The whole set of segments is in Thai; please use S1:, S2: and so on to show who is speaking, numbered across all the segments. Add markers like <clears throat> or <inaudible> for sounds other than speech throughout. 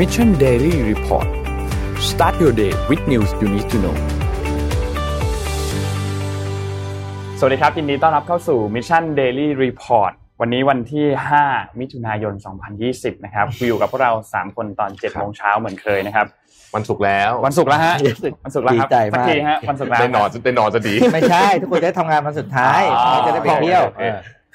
S1: Mission Daily Report start your day with news you need to know
S2: สวัสดีครับยินดีต้อนรับเข้าสู่ Mission Daily Report วันนี้วันที่ 5 มิถุนายน 2020 นะครับ อยู่กับพวกเรา 3 คนตอน7โมงเช้าเหมือนเคยนะครับ
S3: วันศุกร์แล้ว
S2: วันศุกร์แล้วฮะ วันศุกร์แล้วครับ
S4: ดีใจมาก
S2: สักทีฮะวันศุกร์แล้ว
S3: ได้นอนได้นอนจะดี
S4: ไม่ใช่ ทุกคนจะได้ทำงานวันสุดท้าย
S3: อ๋อ
S4: จะได้ไปเที่ยว
S3: โอค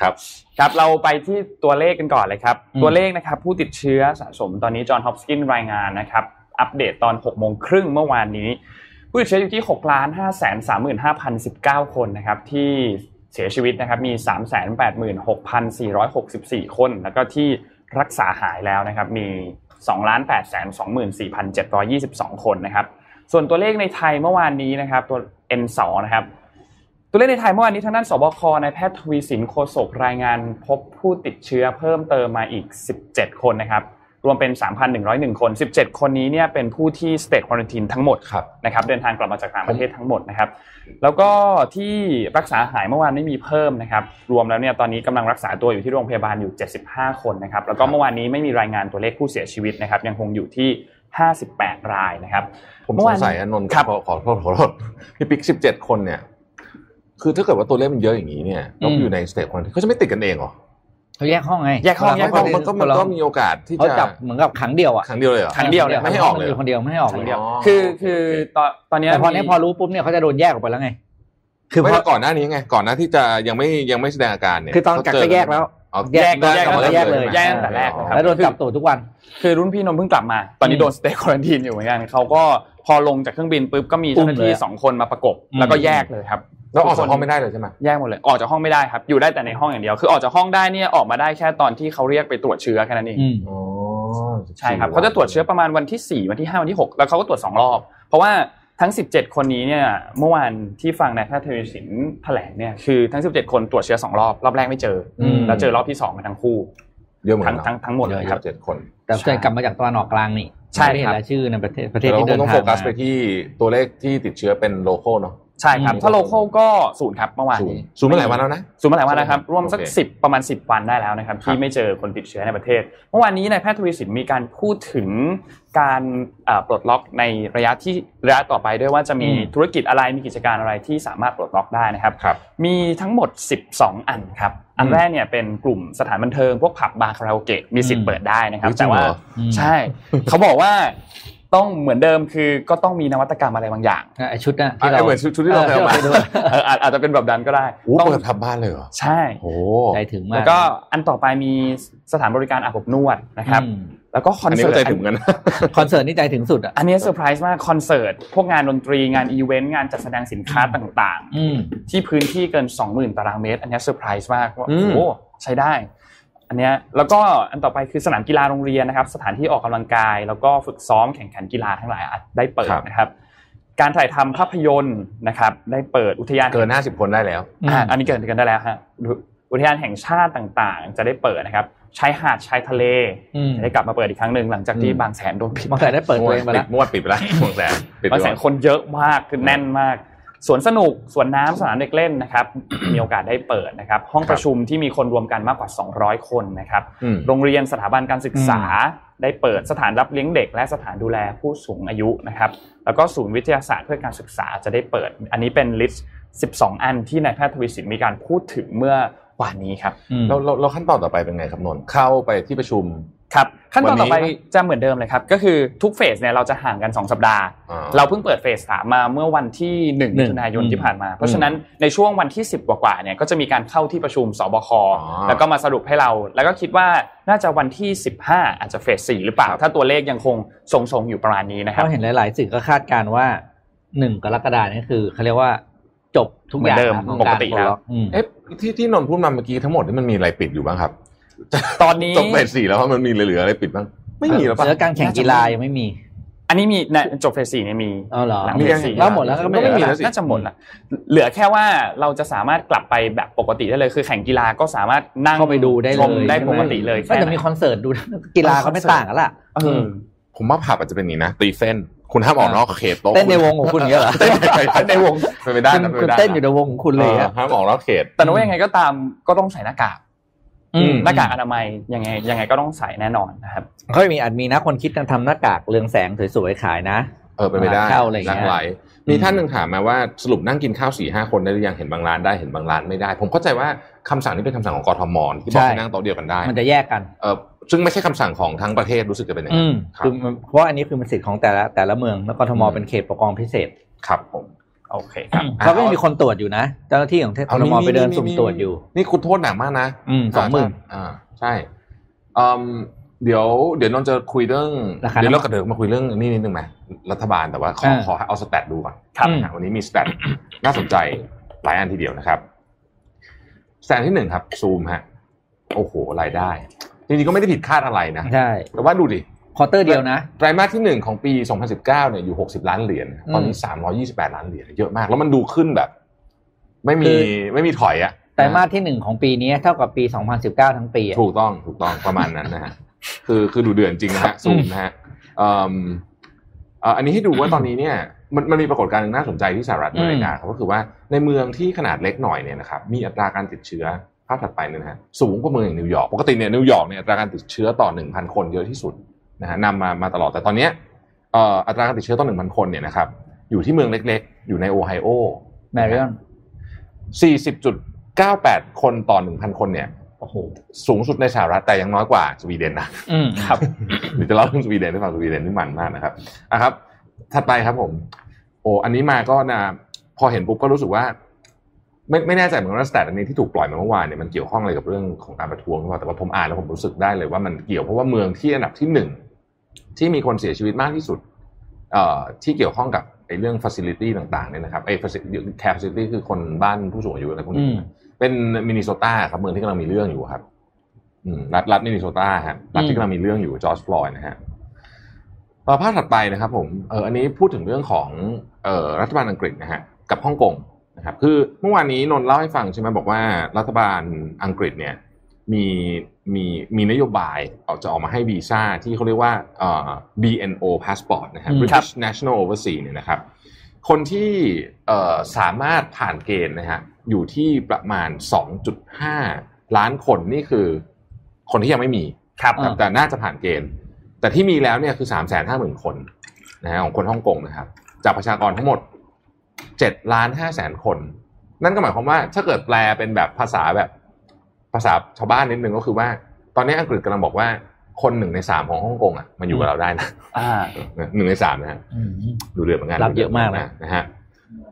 S3: ครับ
S2: ครับ เราไปที่ตัวเลขกันก่อนเลยครับ
S4: อืม
S2: ตัวเลขนะครับผู้ติดเชื้อสะสมตอนนี้จอห์นฮอปกินรายงานนะครับ อัปเดตตอน6โมงครึ่งเมื่อวานนี้ ผู้ติดเชื้ออยู่ที่6ล้าน5แสน35,019 คนนะครับ ที่เสียชีวิตนะครับมี 386,464 คน แล้วก็ที่รักษาหายแล้วนะครับมี 2 8 2 4 7 2 2 คนนะครับ ส่วนตัวเลขในไทยเมื่อวานนี้นะครับตัว N2 นะครับ ตัวเลขในไทยเมื่อวานนี้ทางด้านสบคในายแพทย์ทวีสินโคศกรายงานพบผู้ติดเชื้อเพิ่มเติมมาอีก 17 คนนะครับ รวมเป็น 3,101 คน 17 คนนี้เนี่ยเป็นผู้ที่ state quarantine ทั้งหมด
S3: ครับ
S2: นะครับเดินทางกลับมาจากต่างประเทศทั้งหมดนะครับ แล้วก็ที่รักษาหายเมื่อวานไม่มีเพิ่มนะครับ รวมแล้วเนี่ยตอนนี้กำลังรักษาตัวอยู่ที่โรงพยาบาลอยู่ 75 คนนะครับ แล้วก็เมื่อวานนี้ไม่มีรายงานตัวเลขผู้เสียชีวิตนะครับ ยังคงอยู่ที่ 58 รายนะครับ
S3: ผม
S2: เมื่อ
S3: ส
S2: วาง น
S3: สัยอนนท์
S2: ครับ
S3: ขอขอโทษขอโทษพี่ปิ๊กสิบเจ็ดคนเนี่ย คือถ้าเกิดว่าตัวเลขมันเยอะอย่างนี้เนี่ย
S2: อืม
S3: ต้องอยู่ในสเตจคนเขาจะไม่ติดกันเองเหรอ
S4: เขาแยกห้องไง
S2: แยกห้อง
S4: เว
S2: แย
S4: ลา
S2: ห้
S3: มั
S2: อน ง
S4: เขา
S3: มันก็มันก็มีโอกาสที่
S4: เขา
S3: จะ
S4: จับเหมือนกับขังเดียวอ่ะ
S3: ครั้งเดียวเลยเหรอ
S2: ครั้งเดียวเลย
S4: ไม่ให้ออกเลยคนเดียวไม่ให้ออก
S3: ครั้
S4: เล
S3: ง
S4: ย
S3: เดียว
S2: คือคือตอนตอนเนี้ย
S4: แต่พอเนี้ย
S2: มี
S4: พอรู้ปุ๊บเนี่ยเขาจะโดนแยกออกไปแล้วไง คือ
S3: ไม่
S4: พอ
S3: ว่าก่อนหน้านี้ไง ก่อนหน้าที่จะยังไม่ยังไม่แสดงอาการเนี่ย
S4: คือตอนกักก็แยกแล้ว
S3: เอา
S4: แย
S2: แย
S4: ก
S2: กแยก
S4: แยก
S2: เลย
S4: แยก
S2: แยกตั้ง
S4: เลย
S2: แต่แรกนะครับ
S4: แล้วโดนจับตัวทุกวัน
S2: คือรุ่นพี่นนท์เพิ่งกลับมาตอนนี้
S4: อืม
S2: โดนสเต q u คว r a n t ทีนอยู่เหมือนกันเขาก็พอลงจากเครื่องบินปุ๊บก็มีเจ้าหน้า
S4: อุ้ม
S2: ที่
S4: เลยอะ
S2: สองคนมาประกบ แล้วก็
S4: อืม
S2: แยกเลยครับ
S3: แล้วออกจากห้องไม่ได้เลยใช่ไหม
S2: แยกหมดเลยออกจากห้องไม่ได้ครับ อยู่ได้แต่ในห้องอย่างเดียว คือออกจากห้องได้เนี่ยออกมาได้แค่ตอนที่เขาเรียกไปตรวจเชื้อแค่นั้นเอง
S4: อืม
S3: อ๋อ
S2: ใช่ครับเขาจะตรวจเชื้อประมาณวันที่ 4 วันที่ 5 วันที่ 6 แล้วเขาก็ตรวจ 2 รอบ เพราะว่าทั้ง 17 คนนี้เนี่ยเมื่อวานที่ฟังนายแพทย์ทวีสินแถลงเนี่ยคือทั้ง 17 คนตรวจเชื้อสองรอบรอบแรกไม่เจออ
S4: ม
S2: แล้วเจอรอบที่สองมาทั้งคู่
S3: เยอะเหมือน
S2: ทั้
S3: กั
S2: ง
S3: นเนอะ
S2: ทั้งทั้งหมดเลยครับ
S3: เจ็ดคน
S4: แต่ส่วนใหญ่กลับมาจากตะวันออกกลางนี่
S2: ใช่
S4: ไม่ได้เห็
S2: ครั
S4: น
S2: บ
S4: รายชื่อในประเทศประเท
S3: แต่
S4: ศ
S3: เราค
S4: ที่เดิ
S3: ง
S4: น
S3: ต้อง
S4: ทาง
S3: โฟกัสไป
S4: มา
S3: ที่ตัวเลขที่ติดเชื้อเป็นโลโก้เนาะ
S2: ใช่ครับ
S3: อืม
S2: ถ้าโลโก้ก็ศูนย์ครับเมื่อวาน
S3: ศูน
S2: นี้
S3: ย์ศูนย์มาหลายวันแล้วนะ
S2: ศูนย์มาหลายวันแล้วครับ ร่วมสัก
S3: โอเค
S2: สิบประมาณ 10 วันได้แล้วนะครับ
S3: ครั
S2: ที่
S3: บ
S2: ไม่เจอคนติดเชื้อในประเทศ เมื่อวานนี้นายแพทย์ทวีสินมีการพูดถึงการเอ่อปลดล็อกในระยะที่ระยะต่อไปด้วยว่าจะมี
S4: อืม
S2: ธุรกิจอะไรมีกิจการอะไรที่สามารถปลดล็อกได้นะครับ
S3: ครับ
S2: มีทั้งหมด 12 อันครับ อัน
S3: อืม
S2: แรกเนี่ยเป็นกลุ่มสถานบันเทิง พวกผับบาร์คาราโอเกะมีสิทธิ์เปิดได้นะครับ
S3: อุ๊ยจริ
S2: แต่
S3: ง
S2: ว่า
S3: เหรอ
S4: อืม
S2: ใช่ เขาบอกว่าต้องเหมือนเดิมคือก็ต้องมีนวัตกรรมอะไรบางอย่าง
S4: ไอชุดน่ะ
S3: อ่ะ
S4: ที่เรา
S3: เหมือนชุดที่เรา
S4: ออ
S3: ไปเอามา
S4: ที่เ
S2: เอออา <laughs> จอาจจะเป็นแบบนั้นก็ได้
S3: โอ้
S2: ต้อง
S3: เปิดทับบ้านเลยเหรอ
S2: ใช่
S3: โอ้
S4: ดูใจถึงมาก
S2: แล้วก็อันต่อไปมีสถานบริการอาบอบนวดนะครับ
S4: อืม
S2: แล้วก็คอน
S3: อันนี้
S2: เสิ
S3: ก็
S2: ร์ต
S3: ใจถึงเหมือนกันนะ
S4: คอนเสิร์ตนี่ใจถึงสุดอ่ะ
S2: อันนี้เซอร์ไพรส์มากคอนเสิร์ตพวกงานดนตรีงานอีเวนต์งานจัดแสดงสินค้าต่าง
S4: อืม
S2: ๆ ที่พื้นที่เกิน 20,000 ตารางเมตร อันนี้เซอร์ไพรส์มากว่า
S3: อื
S2: โอ้
S3: ม
S2: โหใช้ได้ อันเนี้ยแล้วก็อันต่อไปคือสนามกีฬาโรงเรียนนะครับ สถานที่ออกกำลังกาย แล้วก็ฝึกซ้อมแข่งขันกีฬาทั้งหลายอาจได้เปิดนะครับ การถ่ายทำภาพยนตร์นะครับ ได้เปิดอุทยาน
S3: เกินห้าสิบคนได้แล้ว
S4: อืม
S2: อ่ะอันนี้เกิดกันได้แล้วฮะอุอุทยานแห่งชาติต่างๆ จะได้เปิดนะครับชายหาดชายทะเล
S4: อืม
S2: จะได้กลับมาเปิดอีกครั้งหนึ่งหลังจากที่
S3: อืม
S2: บางแสนโดนปิด
S4: มอเตอร์ได้เปิดตัวเองไป
S3: ปิ
S4: แล้
S3: ด
S4: ว
S3: มวดปิดไปแล้วมวดแสนปิดไป
S2: บางแส
S3: แล้
S2: น
S3: ว
S2: คนเยอะมากคือแน่นมากสวนสนุกสวนน้ำสนามเด็กเล่นนะครับ มีโอกาสได้เปิดนะครับ ห้องประชุมที่มีคนรวมกันมากกว่า 200 คนนะครับ
S3: อืม
S2: โรงเรียนสถาบันการศึกษาได้เปิดสถานรับเลี้ยงเด็ก และสถานดูแลผู้สูงอายุนะครับ แล้วก็ศูนย์วิทยาศาสตร์เพื่อการศึกษาจะได้เปิด อันนี้เป็นลิสต์ 12 อันที่นายแพทย์ทวีสินมีการพูดถึงเมื่อวานนี้ครับ
S3: เราเราเราขั้นตอนต่อไปเป็นไงครับนนท์เข้าไปที่ประชุม
S2: ครับ ขั้นตอนต่อไป
S3: วันนี้
S2: จะเหมือนเดิมเลยครับ ก็คือทุกเฟสเนี่ยเราจะห่างกัน 2 สัปดาห์
S3: อ่า
S2: เราเพิ่งเปิดเฟสสามมาเมื่อวันที่1นึ่ง
S4: หนึ่
S2: มิ
S4: ง
S2: ถุนายน
S4: อืม
S2: ที่ผ่านมา เพราะฉะนั้นในช่วงวันที่ 10 กว่าๆเนี่ยก็จะมีการเข้าที่ประชุมสบค
S3: อ๋อ
S2: แล้วก็มาสรุปให้เรา แล้วก็คิดว่าน่าจะวันที่ 15 อาจจะเฟสสี่หรือเปล่า
S3: ครับ
S2: ถ้าตัวเลขยังคงทรงๆอยู่ประมาณนี้นะค
S4: เพ
S2: รับ
S4: ราะเห็นหลาย ๆ สื่อก็คาดการณ์ว่าหนึ่งกรกฎาคมนี่คือเขาเรียกว่าจบทุกอย่า
S2: เหมือ
S4: ง
S2: นเดิม
S4: ของ
S2: ปกติแล้ว
S4: ปดล็ออืม
S3: เอ๊ะที่ที่นนท์พูดมาเมื่อกี้ทั้งหมดนี่มันมีอะไรปิดอยู่บ้างครับ
S2: ตอนนี้
S3: จบเฟสสี่แล้วมันมีเหลืออะไรปิดบ้าง ไม่มีแล้วปะ
S4: เสือการแข่งกีฬายังไม่มี
S2: อันนี้มีนะจบเฟสสี่เนี่ยมี
S4: อ๋อเหรอ
S2: หลัง
S3: มี
S2: เฟ
S3: ยั
S2: ส
S3: ง
S2: สี่
S4: แล้วหมดแล้วก็ไม่
S3: ก็ไม่มี
S4: เหลือ
S3: แล้ว
S4: ละ
S3: สิ
S2: น่าจะหมดละเหลือแค่ว่าเราจะสามารถกลับไปแบบปกติได้เลย คือแข่งกีฬาก็สามารถนั่ง
S4: เข้าไปดูได้เลย
S2: ชมได้
S4: ใช่ไหม
S2: ปกติเลย
S4: ไม่
S2: แค่
S4: แต่
S2: นั้น
S4: มีคอนเสิร์ตดู กีฬาก็ไม่ต่างกันล่ะ
S2: เออ
S3: ผมว่าผับอาจจะเป็นอย่างนี้นะ ตีเส้น คุณห้ามออกนอกเขตโต๊ะ
S4: เต้นในวงของคุณอย่างเงี้ยเหรอ
S3: <laughs> เต้นในเต้นในวงเป็นไปได้
S4: คุ
S3: นะป็
S4: ณคุณ
S3: ไปได้ะ
S4: เต้นอยู่ในวงของคุณเลย
S3: อ
S4: อะ
S3: อห้ามออกนอกเขต
S2: แต่นกว่ายังไงก็ตามก็ต้องใส่หน้ากาก
S4: อืม
S2: หน้ากากอนามัยยังไงยังไงก็ต้องใส่แน่นอนนะครับ
S4: เขามีอาจมีนะคนคิดกันทำหน้ากากเรืองแสงสวยๆขายนะ
S3: เออไปนไม่ได้
S4: เข้าอะไรอย่าง
S3: หลา
S4: เงี้
S3: ย กหลายมีท่านหนึ่งถามมาว่าสรุปนั่งกินข้าวสี่ห้าคนได้หรือยังเห็นบางร้านได้เห็นบางร้านไม่ได้ ผมเข้าใจว่าคำสั่งนี้เป็นคำสั่งของกทมที่บอกให้นั่งโต๊ะเดียวกันได้
S4: มันจะแยกกัน
S3: เออซึ่งไม่ใช่คำสั่งของทั้งประเทศรู้สึกจะเป็นอย่าง
S4: อื
S3: นั้
S4: ม
S3: นครับ
S4: คือมันเพราะอันนี้คือมันสิทธิ์ของแต่ละแต่ละเมืองแล้วกทมเป็นเขตปกครองพิเศษ
S3: ครับผม
S2: โอเคครับ
S4: เขาก็ยังมีคนตรวจอยู่นะเจ้าหน้าที่ของเทศกทมไปเดินสุ่มตรวจอยู่
S3: นี่คุณโทษหนักมากนะ
S4: อืมสองหมื่น
S3: อ่าใช่อืมเดี๋ยว เดี๋ยวนนท์จะคุยเรื่อง
S4: ราคา
S3: เดี๋ยวเรากระเดิกมาคุยเรื่องนี่นิดนึงไหมรัฐบาลแต่ว่าขอ
S4: อ่า
S3: ขอเอาสแตทดูก่อน
S4: ครับ
S3: นะฮะวันนี้มีสแตท <coughs> น่าสนใจหลายอันทีเดียวนะครับสแตทที่หนึ่งครับ ซูมฮะ โอ้โหรายได้ จริงๆก็ไม่ได้ผิดคาดอะไรนะ
S4: ใช่
S3: แต่ว่าดูดิ
S4: ควอเตอร์เดียวนะ
S3: ไตรมาสที่หนึ่งของปี 2019 เนี่ยอยู่ 60 ล้านเหรียญนะตอนนี้ 328 ล้านเหรียญเยอะมาก แล้วมันดูขึ้นแบบ ไม่มี
S4: คือ
S3: ไม่มีถอยอะ
S4: ไตรมาสที่หนึ่งของปีนี้เท่ากับปี 2019 ทั้งปีอะ
S3: ถูกต้องถูกต้องประมาณนั้นนะฮะ คือคือดูเดือดจริงนะฮะซูมนะฮะเอิ่มเอ่ออันนี้ให้ดูว่าตอนนี้เนี่ยมันมันมีปรากฏการณ์หนึ่งน่าสนใจที่สหรัฐอเมริกาครับก็คือว่าในเมืองที่ขนาดเล็กหน่อยเนี่ยนะครับมีอัตราการติดเชื้อภาพถัดไปเนยนะฮะสูงกว่าเมืองอย่างนิวยอร์กปกติเนี่ยนิวยอร์กเนี่ยอัตราการติดเชื้อต่อ 1,000 คนเยอะที่สุดนะฮะนำมามาตลอดแต่ตอนเนี้ยเอ่ออัตราการติดเชื้อต่อ 1,000 คนเนี่ยนะครับอยู่ที่เมืองเล็กๆ อยู่ในโอไฮโอ
S4: Marion
S3: 40.98 คนต่อ 1,000 คนเนี่ย
S4: โอ้โห
S3: สูงสุดในสหรัฐแต่ยังน้อยกว่าสวีเดนนะ <coughs>
S4: อืม
S2: ครับ
S3: หรือจะเล่าเรื่องสวีเดนให้ฟังสวีเดนนี่มันมากนะครับอ่ะครับ ถัดไปครับผม โอ้อันนี้มาก็นะพอเห็นปุ๊บก็รู้สึกว่า ไม่ไม่แน่ใจเหมือนกันว่าสแตทอันนี้ที่ถูกปล่อยมาเมื่อวานเนี่ยมันเกี่ยวข้องอะไรกับเรื่องของการประท้วงหรือเปล่าแต่ว่าผมอ่านแล้วผมรู้สึกได้เลยว่ามันเกี่ยวเพราะว่าเมืองที่อันดับที่หนึ่งที่มีคนเสียชีวิตมากที่สุด เอ่อที่เกี่ยวข้องกับไอ้เรื่องฟัซิลิตี้ต่างๆเนี่ยนะครับไอ้แคร์ฟัซิลิตี้คือคนบ้านผู้สูงอายุอะไรพวก
S4: อื
S3: นี้
S4: ม
S3: นะ เป็นมินนิโซตาครับเมืองที่กำลังมีเรื่องอยู่ครับอืมรัฐรัฐมินนิโซตาฮะรัฐที่กำลังมีเรื่องอยู่จอร์จฟลอยด์นะฮะต่อภาพถัดไปนะครับ ผมเอออันนี้พูดถึงเรื่องของเออรัฐบาลอังกฤษนะฮะกับฮ่องกงนะครับ คือเมื่อวานนี้นนท์เล่าให้ฟังใช่ไหมบอกว่า รัฐบาลอังกฤษเนี่ย มีมีมีนโยบายออกจะออกมาให้วีซ่าที่เขาเรียกว่าเอ่อ BNO passport นะฮะ
S4: อืม
S3: British National Overseas เนี่ยนะครับ คนที่เอ่อสามารถผ่านเกณฑ์นะฮะอยู่ที่ประมาณ 2.5 ล้านคนนี่คือคนที่ยังไม่มี
S2: ครับ
S3: แต่แต่น่าจะผ่านเกณฑ์ แต่ที่มีแล้วเนี่ยคือ 350,000 คนนะฮะของคนฮ่องกงนะครับ จากประชากรทั้งหมด 7 ล้าน5แสนคน นั่นก็หมายความว่าถ้าเกิดแปลเป็นแบบภาษาแบบภาษาชาวบ้านนิดนึงก็คือว่า ตอนนี้อังกฤษกำลังบอกว่าคนหนึ่งในสามของฮ่องกงอ่ะมันอยู่กับเราได้นะ <laughs>
S2: อ่า
S3: หนึ่งในสามนะฮะ
S4: อืม
S3: ดูเดือดเหมือนกัน
S4: รับเยอะมากนะ
S3: นะฮะ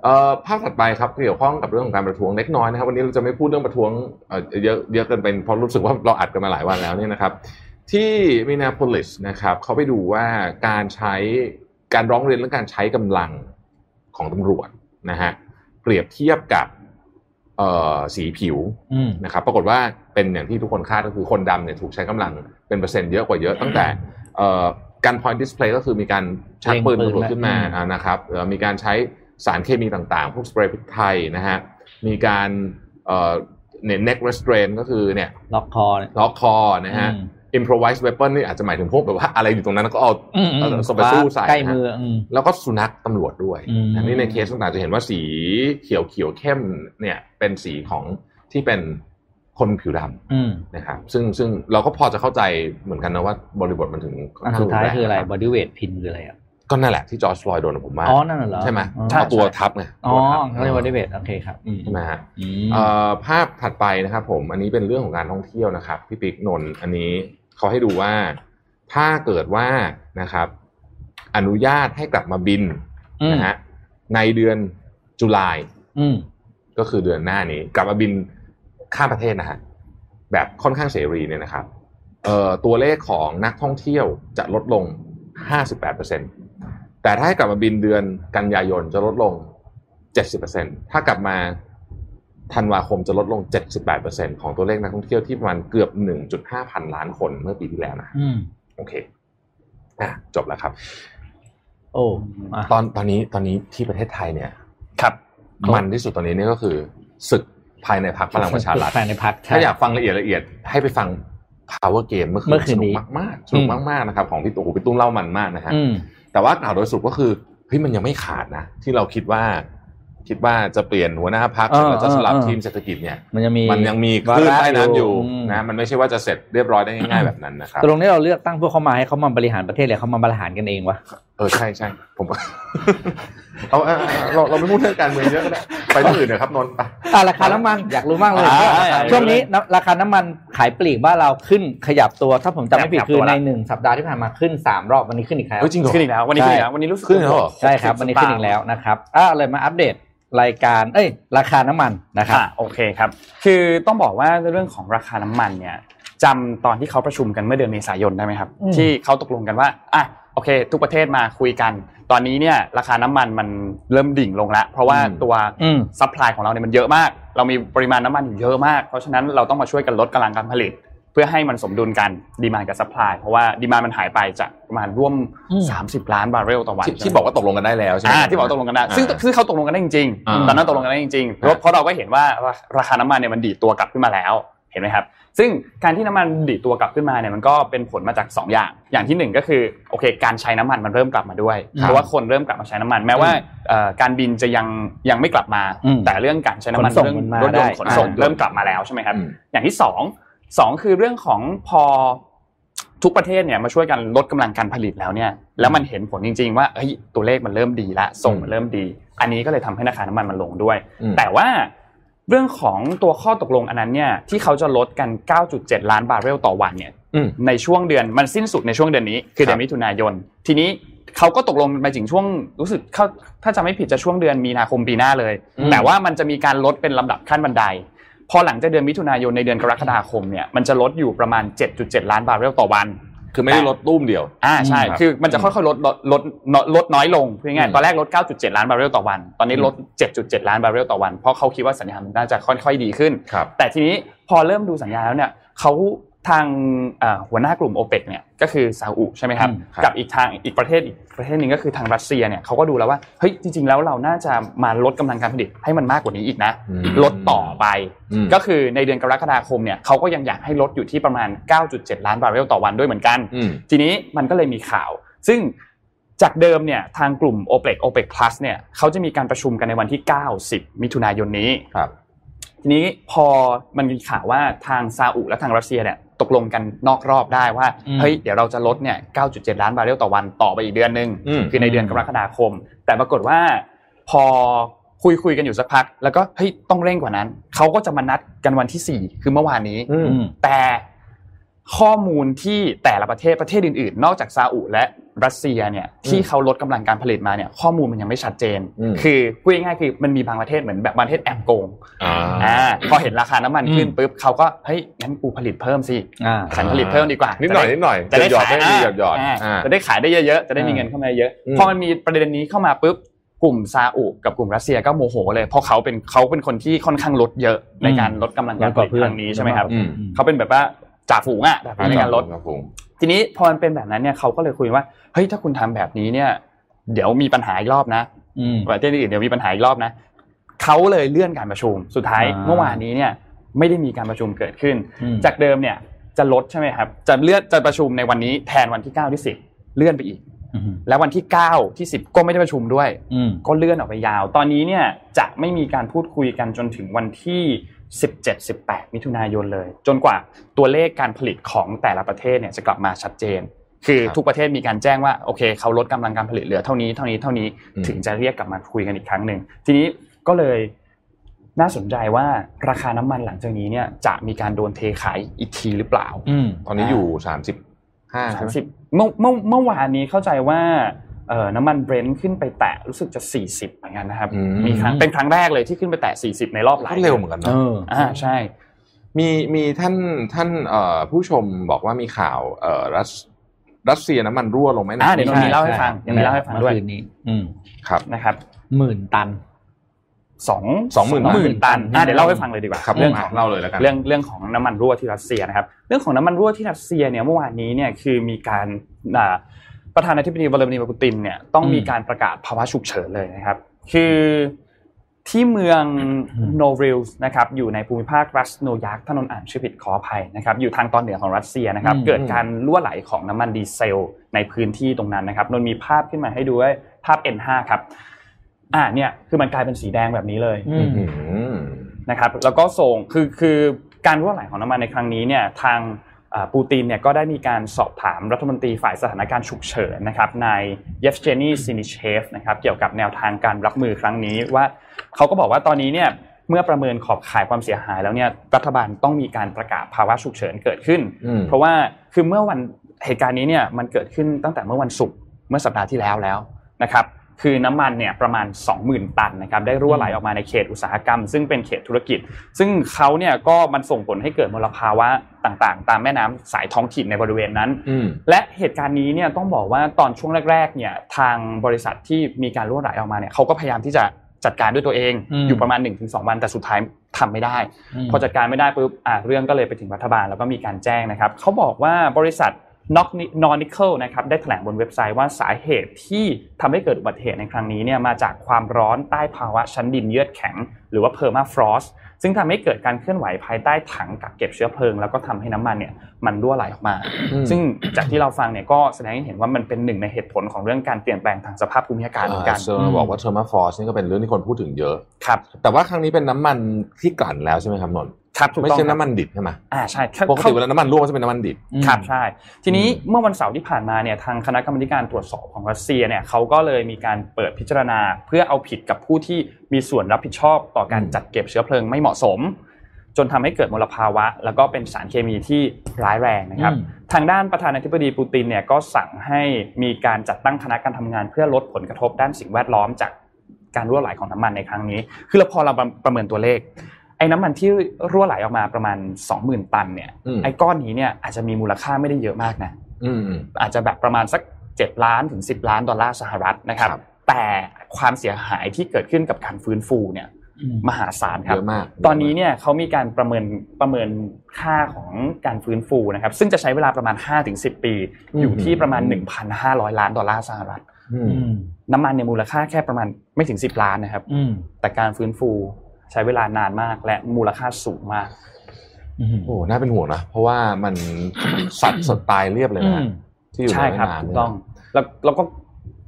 S3: เอ่อภาพถัดไปครับเกี่ยวข้องกับเรื่องของการประท้วงเล็กน้อยนะครับ วันนี้เราจะไม่พูดเรื่องประท้วงเอ่อเยอะเยอะเกินไปเพราะรู้สึกว่าเราอัดกันมาหลายวันแล้วเนี่ยนะครับ ที่มินนาโพลิสนะครับเขาไปดูว่าการใช้การร้องเรียนเรื่องการใช้กำลังของตำรวจนะฮะเปรียบเทียบกับเอ่อสีผิว
S4: อืม
S3: นะครับปรากฏว่าเป็นอย่างที่ทุกคนคาดก็คือคนดำเนี่ยถูกใช้กำลังเป็นเปอร์เซ็นต์เยอะกว่าเยอะตั้งแต่เอ่อการ point display ก็คือมีการชักปืน
S4: เล็ง
S3: ตำ
S4: ปืน
S3: รวจขึ้นมา
S4: อืม
S3: อ่านะครับเอ่อมีการใช้สารเคมีต่างๆ พวกสเปรย์พริกไทยนะฮะมีการเอ่อเนี่ย neck restraint ก็คือเนี่ย
S4: ล็อกคอเนี่ย
S3: ล็อกคอนะฮะ
S4: อืม
S3: improvised weapon นี่อาจจะหมายถึงพวกแบบว่าอะไรอยู่ตรงนั้นก็เอา
S4: อืมอืม
S3: เอาสไปสู้ใส่นะ
S4: ใกล้มืออืม
S3: แล้วก็สุนัขตำรวจด้วย
S4: อืม
S3: อันนี้ในเคสต่างๆจะเห็นว่าสีเขียวเขียวๆเข้มเนี่ยเป็นสีของที่เป็นคนผิวดำ
S4: อืม
S3: นะครับซึ่งซึ่งเราก็พอจะเข้าใจเหมือนกันนะว่าบริบทมันถึงค่
S4: อัน
S3: ข้ง
S4: สุดท้ายคืออะไร
S3: น
S4: บ
S3: รับ
S4: อดี้เวทพินคืออะไรอ่ะ
S3: ก็นั่นแหละที่จอร์จฟลอยด์โดนนะผมว่า
S4: อ๋อนั่นน่ะเหรอ
S3: ใช่ไหม
S4: อ๋อ
S3: เอาตัวทับไง
S4: อ๋อ
S3: ตัวทับ
S4: เขาเรียกบอดี้เวทโอเคครับอืม
S3: ใช่ไหมฮะ
S4: อืม
S3: เอ่อภาพถัดไปนะครับผมอันนี้เป็นเรื่องของการท่องเที่ยวนะครับพี่ปิ๊กนนท์อันนี้เขาให้ดูว่าถ้าเกิดว่านะครับ อนุญาตให้กลับมาบินนะฮะในเดือนจุลาย
S4: อืม
S3: ก็คือเดือนหน้านี้กลับมาบินข้ามประเทศนะฮะแบบค่อนข้างเสรีเนี่ยนะครับเอ่อตัวเลขของนักท่องเที่ยวจะลดลง 58%แต่ถ้าให้กลับมาบินเดือนกันยายนจะลดลง 70%ถ้ากลับมาธันวาคมจะลดลง 78%ของตัวเลขนักท่องเที่ยวที่ประมาณเกือบ 1.5 พันล้านคนเมื่อปีที่แล้วนะ
S4: อืม
S3: โอเคอ่ะจบแล้วครับ
S4: โอ้อ่ะ
S3: ตอนตอนนี้ตอนนี้ที่ประเทศไทยเนี่ย
S2: ครับ
S3: มันที่สุดตอนนี้เนี่ยก็คือศึกภายในพรรคพลังประชารัฐ
S4: ภายในพัก
S3: ถ้าอยากฟังละเอียดละเอียดให้ไปฟัง Power Game เมื่อ
S4: เมื่
S3: คื
S4: อน คื
S3: ส
S4: น
S3: นุ
S4: นี้
S3: กมากๆสนุกมากๆนะครับของพี่ตุ้มโอ้โหพี่ตุ้มเล่ามันมากนะฮะ
S4: อืม
S3: แต่ว่าข่าวโดยสรุปก็คือเฮ้ยมันยังไม่ขาดนะ ที่เราคิดว่า คิดว่าจะเปลี่ยนหัวหน้าพัก
S4: เออ
S3: แล้วจะสลับ
S4: เออเออ
S3: ทีมเศรษฐกิจเนี่ย
S4: มันยังมี
S3: มันยังมีคลื่นใต้น้ำอยู่
S4: อืม
S3: นะมันไม่ใช่ว่าจะเสร็จเรียบร้อยได้ง่ายๆแบบนั้นนะครับ
S4: ตกลงนี่เราเลือกตั้งพวกเขามาให้เขามาบริหารประเทศเลยเขามาบริหารกันเองวะ
S3: เออใช่ใช่ผม <laughs> เอาเอาเอาเราเราไม่พูดเรื่องการเมืองเยอะก็ได้ไปเรื่องอื่นนะครับนนท์ไป
S4: อ่ะราคาน้ำมันอยากรู้มากเลย
S2: อ่า
S4: ช่วงนี้น้ำราคาน้ำมันขายปลีกบ้านเราขึ้นขยับตัวถ้าผมจำไม่ผิด
S2: ขยับ
S4: คือ
S2: ตัวละ
S4: ในหนึ่งสัปดาห์ที่ผ่านมาขึ้นสามรอบวันนี้ขึ้นอีกแล้ว
S3: เฮ้ยจริงเหรอ
S2: ขึ้นอีกแล้ววันนี้
S4: ใช่
S2: ขึ้นอีกแล้ววันนี้รู้สึก
S3: ขึ้นแล้วเหรอ
S4: ใช่ครับวันนี้ขึ้นอีกแล้วนะครับอ่ะเลยมาอัปเดตรายการเอ้ย ราคาน้ำมันนะครับ
S2: ค่ะโอเคครับ คือต้องบอกว่าเรื่องของราคาน้ำมันเนี่ยจำตอนที่เขาประชุมกันเมื่อเดือนเมษายนได้ไหมครับ
S4: อืม
S2: ที่เขาตกลงกันว่าอ่ะโอเค ทุกประเทศมาคุยกัน ตอนนี้เนี่ยราคาน้ำมันมันเริ่มดิ่งลงแล้วเพราะว่า
S3: อืม
S2: ตัว
S4: อืม
S2: ซัพพลายของเราเนี่ยมันเยอะมาก เรามีปริมาณน้ำมันอยู่เยอะมาก เพราะฉะนั้นเราต้องมาช่วยกันลดกำลังการผลิต เพื่อให้มันสมดุลกันดีมานกับซัพพลายเพราะว่าดีมานมันหายไปจากประมาณร่วม
S4: อืม
S2: 30 ล้านบาร์เรลต่อวัน
S3: ที่ที่บอกว่าตกลงกันได้แล้วใช่ไหม
S2: อ่าที่บอกตกลงกันได้ซึ่งซึ่งเขาตกลงกันได้จริง
S3: อ่า
S2: ๆตอนนั้นตกลงกันได้จริงๆเพ
S3: ครับ
S2: ราะเพราะเราก็เห็นว่าราคาน้ำมันเนี่ยมันดีดตัวกลับขึ้นมาแล้วเห็นไหมครับซึ่งการที่น้ำมันดีดตัวกลับขึ้นมาเนี่ยมันก็เป็นผลมาจากสองอย่าง อย่างที่หนึ่งก็คือโอเคการใช้น้ำมันมันเริ่มกลับมาด้วยเพราะว่าคนเริ่มกลับมาใช้น้ำมันแม้ว่าเอ่อการบินจะยังยังไม่กลับมา
S4: อืม
S2: แต่เรื่องการใช้น้ำมัน
S4: ขนส่ง
S2: เรื่อง
S4: มันมาร
S2: ถยน
S4: ได้
S2: ต์ขนส่ง
S3: อ่า
S2: เริ่มกลับมาแล้วใช่ไหมครับ
S3: อืม
S2: อย่างที่สองสองคือเรื่องของพอทุกประเทศเนี่ยมาช่วยกันลดกำลังการผลิตแล้วเนี่ย แล้วมันเห็นผลจริง ๆ ว่าเฮ้ยตัวเลขมันเริ่มดีละส่งมันเริ่มดี อันนี้ก็เลยทำให้ราคาน้ำมันมันลงด้วย
S3: อืม
S2: แต่ว่าเรื่องของตัวข้อตกลงอันนั้นเนี่ยที่เขาจะลดกัน 9.7 ล้านบาร์เรลต่อวันเนี่ย
S3: อืม
S2: ในช่วงเดือนมันสิ้นสุดในช่วงเดือนนี้ คือเดือ
S3: ครั
S2: น
S3: บ
S2: มิถุนายน ทีนี้เขาก็ตกลงไปถึงช่วงรู้สึกเขาถ้าจะไม่ผิดจะช่วงเดือนมีนาคมปีหน้าเลย
S4: อืม
S2: แต่ว่ามันจะมีการลดเป็นลำดับขั้นบันได พอหลังจากเดือนมิถุนายนในเดือนกรกฎาคมเนี่ยมันจะลดอยู่ประมาณ 7.7 ล้านบาร์เรลต่อวัน
S3: คือไม่ได้ลดตุ้มเดียว
S2: อ่าใช่
S3: อืมครับ
S2: คือมันจะค่อยๆลดลดลดลดลดน้อยลงพูดง่าย
S3: อืม
S2: ๆตอนแรกลด 9.7 ล้านบาร์เรลต่อวัน ตอนนี้ลด 7.7 ล้านบาร์เรลต่อวัน เพราะเขาคิดว่าสัญญาณมันน่าจะค่อยๆดีขึ้น
S3: ครับ
S2: แต่ทีนี้พอเริ่มดูสัญญาณแล้วเนี่ยเขาทางเอ่อหัวหน้ากลุ่มโอเปกเนี่ยก็คือซาอุใช่ไหมครับ
S4: อืม
S3: ครับ
S2: กับอีกทางอีกประเทศอีกประเทศหนึ่งก็คือทางรัสเซียเนี่ยเขาก็ดูแล้วว่าเฮ้ยจริง ๆ แล้วเราน่าจะมาลดกำลังการผลิตให้มันมากกว่านี้อีกนะ
S3: อืม
S2: ลดต่อไป
S3: อืม
S2: ก็คือในเดือนกรกฎาคมเนี่ยเขาก็ยังอยากให้ลดอยู่ที่ประมาณ 9.7 ล้านบาร์เรลต่อวันด้วยเหมือนกัน
S3: อืม
S2: ทีนี้มันก็เลยมีข่าว ซึ่งจากเดิมเนี่ยทางกลุ่ม o p e c o p e c Plus เนี่ยเขาจะมีการประชุมกันในวันที่ 9 10 มิถุนายนนี้
S3: ครับ
S2: ทีนี้พอมันมีข่าวว่าทางซาอุและทางรัสเซียเนี่ยตกลงกันนอกรอบได้ว่า
S4: อืม
S2: เฮ้ย เดี๋ยวเราจะลดเนี่ย 9.7 ล้านบาร์เรลต่อวันต่อไปอีกเดือนหนึ่ง
S3: อืม
S2: คือในเดือนกรกฎาคม แต่ปรากฏว่าพอคุยคุยๆกันอยู่สักพัก แล้วก็เฮ้ยต้องเร่งกว่านั้น เขาก็จะมานัดกันวันที่ 4 คือเมื่อวานนี้
S3: อืม
S4: อืม
S2: แต่ข้อมูลที่แต่ละประเทศประเทศอื่นๆ นอกจากซาอุและรัสเซียเนี่ยที่เขาลดกำลังการผลิตมาเนี่ยข้อมูลมันยังไม่ชัดเจน
S3: อืม
S2: คือพูดง่ายๆคือมันมีบางประเทศเหมือนแบบประเทศแอมโกง
S3: อ่า
S2: อ่าพอเห็นราคาน้ำมันขึ้น
S4: อืม
S2: ปุ๊บเขาก็เฮ้ยงั้นกูผลิตเพิ่มสิ
S4: อ่า
S2: ฉันผลิตเพิ่มดีกว่า
S3: นิดหน่อยนิดหน่อย
S2: จะได้
S3: หยอด
S2: ขาย
S3: ได้หยอดหยอด
S2: อ่า
S3: อ่า
S2: จะได้ขายได้เยอะๆจะได้มีเงินเข้ามาเยอะ
S3: อืม
S2: พอมันมีประเด็นนี้เข้ามาปุ๊บกลุ่มซาอุกับกลุ่มรัสเซียก็โมโหเลยเพราะเขาเป็นเขาเป็นคนที่ค่อนข้างลดเยอะในการลดกำลังการผลิตครั้งนี้ใช่ไหมครับ
S3: อืม
S2: เขาเป็นแบบว่าจ่าฝูงอะแบบในการลด
S3: ครับผม
S2: ทีนี้พอมันเป็นแบบนั้นเนี่ยเขาก็เลยคุยว่าเฮ้ยถ้าคุณทำแบบนี้เนี่ย เดี๋ยวมีปัญหาอีกรอบนะ
S4: อืม
S2: ประเทศอื่นเดี๋ยวมีปัญหาอีกรอบนะเขาเลยเลื่อนการประชุมสุดท้าย
S4: อ่า
S2: เมื่อวานนี้เนี่ยไม่ได้มีการประชุมเกิดขึ้น
S4: อืม
S2: จากเดิมเนี่ยจะลดใช่ไหมครับจะเลื่อนจะประชุมในวันนี้แทนวันที่9ที่10 เลื่อนไปอีก
S4: อืม
S2: แล้ววันที่9ที่10 ก็ไม่ได้ประชุมด้วย
S4: อืม
S2: ก็เลื่อนออกไปยาว ตอนนี้เนี่ยจะไม่มีการพูดคุยกันจนถึงวันที่ 17-18 มิถุนายนเลย จนกว่าตัวเลขการผลิตของแต่ละประเทศเนี่ยจะกลับมาชัดเจน คือทุกประเทศมีการแจ้งว่าโอเคเขาลดกำลังการผลิตเหลือเท่านี้เท่านี้เท่านี้ถึงจะเรียกกลับมาคุยกันอีกครั้งหนึ่งทีนี้ก็เลยน่าสนใจว่าราคาน้ำมันหลังจากนี้เนี่ยจะมีการโดนเทขายอีกทีหรือเปล่า
S4: อืม
S3: ตอนนี้อยู่สามสิบห้าใช่ไหม
S2: สามสิบเมื่อเมื่อเมื่อวานนี้เข้าใจว่าเอ่อน้ำมันเบรนท์ขึ้นไปแตะรู้สึกจะ 40เหมือนกันนะครับ
S3: อืม
S2: มีครั้งเป็นครั้งแรกเลยที่ขึ้นไปแตะ 40 ในรอบหลา
S3: ก็
S2: ย
S3: เร็วเหมือนกัน
S4: เอ
S3: เนาะ
S4: อ
S2: อ่าใช่
S3: มีมีท่านท่านเอ่อผู้ชมบอกว่ามีข่าวเอ่อรัสรัสเซียน้ำมันรั่วลงไหม
S2: อ่าเดี๋ยว
S3: น
S2: มีเล่าให้ฟัง
S4: ช่
S2: ยังมีเล่าให้ฟังด้วย
S4: มื่อคืนนี้ อืม
S3: ครับ
S2: นะครับ
S4: หมื่นตัน
S2: สอง
S3: 20,000
S2: 20,000ตันอ่าเดี๋ยวเล่าให้ฟังเลยดีกว่า
S3: ครับ
S2: เรื่อง
S3: ผม
S2: ของ
S3: เล่าเลยแล้วกัน
S2: เรื่องเรื่องของน้ำมันรั่วที่รัสเซียนะครับเรื่องของน้ำมันรั่วที่รัสเซียเนี่ยเมื่อวานนี้เนี่ยคือมีการอ่าประธานาธิบดีวลาดิมีร์ปูตินเนี่ยต้อง
S4: อืม
S2: มีการประกาศภาวะฉุกเฉินเลยนะครับ คือที่เมือง
S4: อืม
S2: โนริลส์นะครับอยู่ในภูมิภาครัสโนยักถ้านนท์อ่านชื่อผิดขออภัยนะครับอยู่ทางตอนเหนือของรัสเซียนะครับ
S4: อืม
S2: เกิดการรั่วไหลของน้ำมันดีเซลในพื้นที่ตรงนั้นนะครับนนท์มีภาพขึ้นมาให้ดูด้วยภาพ N5 ครับอ่าเนี่ยคือมันกลายเป็นสีแดงแบบนี้เลย
S4: อืม
S3: อืม
S2: นะครับแล้วก็ส่งคือคือ การรั่วไหลของน้ำมันในครั้งนี้เนี่ยทางเอ่อปูตินเนี่ยก็ได้มีการสอบถามรัฐมนตรีฝ่ายสถานการณ์ฉุกเฉินนะครับนายเยฟเจนีซินิเชฟนะครับเกี่ยวกับแนวทางการรับมือครั้งนี้ว่าเขาก็บอกว่าตอนนี้เนี่ยเมื่อประเมินขอบข่ายความเสียหายแล้วเนี่ยรัฐบาลต้องมีการประกาศภาวะฉุกเฉินเกิดขึ้น
S3: อืม
S2: เพราะว่าคือเมื่อวันเหตุการณ์นี้เนี่ยมันเกิดขึ้นตั้งแต่เมื่อวันศุกร์เมื่อสัปดาห์ที่แล้วแล้วนะครับคือน้ำมันเนี่ยประมาณ 20,000 ตันนะครับได้รั่วไหลออกมาในเขตอุตสาหกรรม ซึ่งเป็นเขตธุรกิจ ซึ่งเขาเนี่ยก็มันส่งผลให้เกิดมลภาวะต่างๆ ตามแม่น้ำสายท้องถิ่นในบริเวณนั้น
S3: อืม
S2: และเหตุการณ์นี้เนี่ยต้องบอกว่าตอนช่วงแรกๆเนี่ยทางบริษัทที่มีการรั่วไหลออกมาเนี่ยเขาก็พยายามที่จะจัดการด้วยตัวเอง
S4: อืม
S2: อยู่ประมาณ 1-2 วันแต่สุดท้ายทำไม่ได้
S4: ม
S2: พอจัดการไม่ได้ปุ๊บอ่ะเรื่องก็เลยไปถึงรัฐบาลแล้วก็มีการแจ้งนะครับเขาบอกว่าบริษัทนอกนอนิเคิลนะครับได้แถลงบนเว็บไซต์ว่าสาเหตุที่ทำให้เกิดอุบัติเหตุในครั้งนี้เนี่ยมาจากความร้อนใต้ภาวะชั้นดินเยือกแข็ง หรือว่าเพอร์มาฟรอสซึ่งทำให้เกิดการเคลื่อนไหวภายใต้ถังกักเก็บเชื้อเพลิง แล้วก็ทำให้น้ำมันเนี่ยมันรั่วไหลออกมา
S3: อืม
S2: ซึ่งจากที่เราฟังเนี่ยก็แสดงให้เห็นว่ามันเป็นหนึ่งในเหตุผลของเรื่องการเปลี่ยนแปลงทางสภาพภูมิอากาศเหมือนกัน
S3: เซอร์มาบอกว่าเทอร์มาฟอสนี่ก็เป็นเรื่องที่คนพูดถึงเยอะ
S2: ครับ
S3: แต่ว่าครั้งนี้เป็นน้ำมันที่กลั่นแล้วใช่ไหมครับนนท์
S2: ครับถูก
S3: ไม่
S2: ต้อง
S3: ใช่
S2: ครับ
S3: น้ำมันดิบใช่ไหม
S2: อ่าใช่
S3: ปก
S2: เข้า
S3: ติเวลาน้ำมันรั่วก็จะเป็นน้ำมันดิบ
S2: ครับใช่ทีนี้
S3: อืม
S2: เมื่อวันเสาร์ที่ผ่านมาเนี่ยทางคณะกรรมการตรวจสอบของรัสเซียเนี่ยเขาก็เลยมีการเปิดพิจารณา เพื่อเอาผิดกับผู้ที่มีส่วนรับผิดชอบต่อการจัดเก็บเชื้อเพลิงไม่เหมาะสม จนทำให้เกิดมลภาวะ แล้วก็เป็นสารเคมีที่ร้ายแรงนะครับ
S4: อืม
S2: ทางด้านประธานาธิบดีปูตินเนี่ยก็สั่งให้มีการจัดตั้งคณะการทำงานเพื่อลดผลกระทบด้านสิ่งแวดล้อมจากการรั่วไหลของน้ำมันในครั้งนี้ คือเราพอเราประเมินตัวเลข ไอ้น้ำมันที่รั่วไหลออกมาประมาณ 20,000 ตันเนี่ย
S3: อืม
S2: ไอ้ก้อนนี้เนี่ยอาจจะมีมูลค่าไม่ได้เยอะมากนะ
S3: อืมอืม
S2: อาจจะแบบประมาณสัก 7 ล้านถึง 10 ล้านดอลลาร์สหรัฐนะครับ
S3: ครับ
S2: แต่ความเสียหายที่เกิดขึ้นกับการฟื้นฟูเนี่ย
S4: อืม
S2: มหาศาลครับ
S3: เยอะมาก
S2: ตอนนี้เนี่ยเขามีการประเมินประเมินค่าของการฟื้นฟูนะครับ ซึ่งจะใช้เวลาประมาณ 5-10 ปี อยู่ที่ประมาณ 1,500 ล้านดอลลาร์สหรัฐ
S3: อืม
S4: อืม
S2: น้ำมันเนี่ยมูลค่าแค่ประมาณไม่ถึง 10 ล้านนะครับ
S4: อืม
S2: แต่การฟื้นฟูใช้เวลานานมากและมูลค่าสูงมาก
S4: อืม
S3: โอ้ น่าเป็นห่วงนะ เพราะว่ามันสัตว์สดตายเรียบเลยนะฮะที่อยู่
S2: ใช่
S3: ใน
S2: ครับ
S3: แม่น้ำ
S2: ถูก
S3: เนี่ย
S2: ต้องแล้วแล้วก็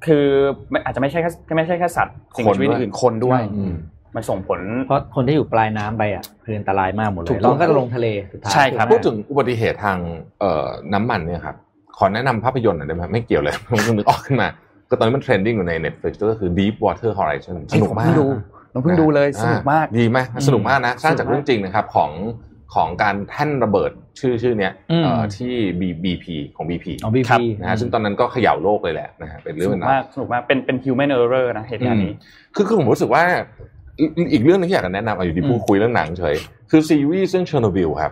S2: คือไม่อาจจะไม่ใช่แค่ไม่ใช่แค่สัตว์สิ่งมีชีวิต
S3: คนด้วย
S2: อื่นคนด้วย
S3: อืม
S2: มันส่งผล
S4: เพราะคนที่อยู่ปลายน้ำไปอ่ะคืออันตรายมากหมดเล
S2: ถู
S4: ย
S2: กต้
S4: แล้
S2: อง
S4: วก็ลงทะเลสุดท้าย
S2: ใช่ครับ
S4: ถูกไหม
S3: พูดถึงอุบัติเหตุทางเอ่อน้ำมันเนี่ยครับ ขอแนะนำภาพยนตร์หน่อยได้ไหมไม่เกี่ยวเลย <laughs> ผมนึกออกขึ้นมาก็ตอนนี้มันเทรนดิ้งอยู่ใน Netflix ก็คือ Deep Water Horizon สนุกมา
S2: เฮ้ยผม
S3: ก
S2: เพิ่งดูผมเพิ่งดูเลยสนุกมาก
S3: อ่ดีไหมสนุกมากนะ สร้างจากเรื่องจริงนะครับของของการแท่นระเบิดชื่อชื่อเนี้ย
S4: อืม
S3: เอ่อที่ B- BP ของ BP
S4: อ๋อบี
S2: ครับ
S4: พี
S3: นะฮะซึ่งตอนนั้นก็เขย่าโลกเลยแหละนะฮะเป็นเรื่
S2: ส
S3: อง
S2: นุก
S3: เป็นราว
S2: มากสนุกมากเป็นเป็น human error นะเหตุการณ์นี้
S3: คือคือผมรู้สึกว่าอีกอีกเรื่องหนึงที่อยากจะแนะนำอ่ะอยู่ที่พูดคุยเรื่องหนังเฉย คือซีรีส์เรื่องเชอร์โนบิลครับ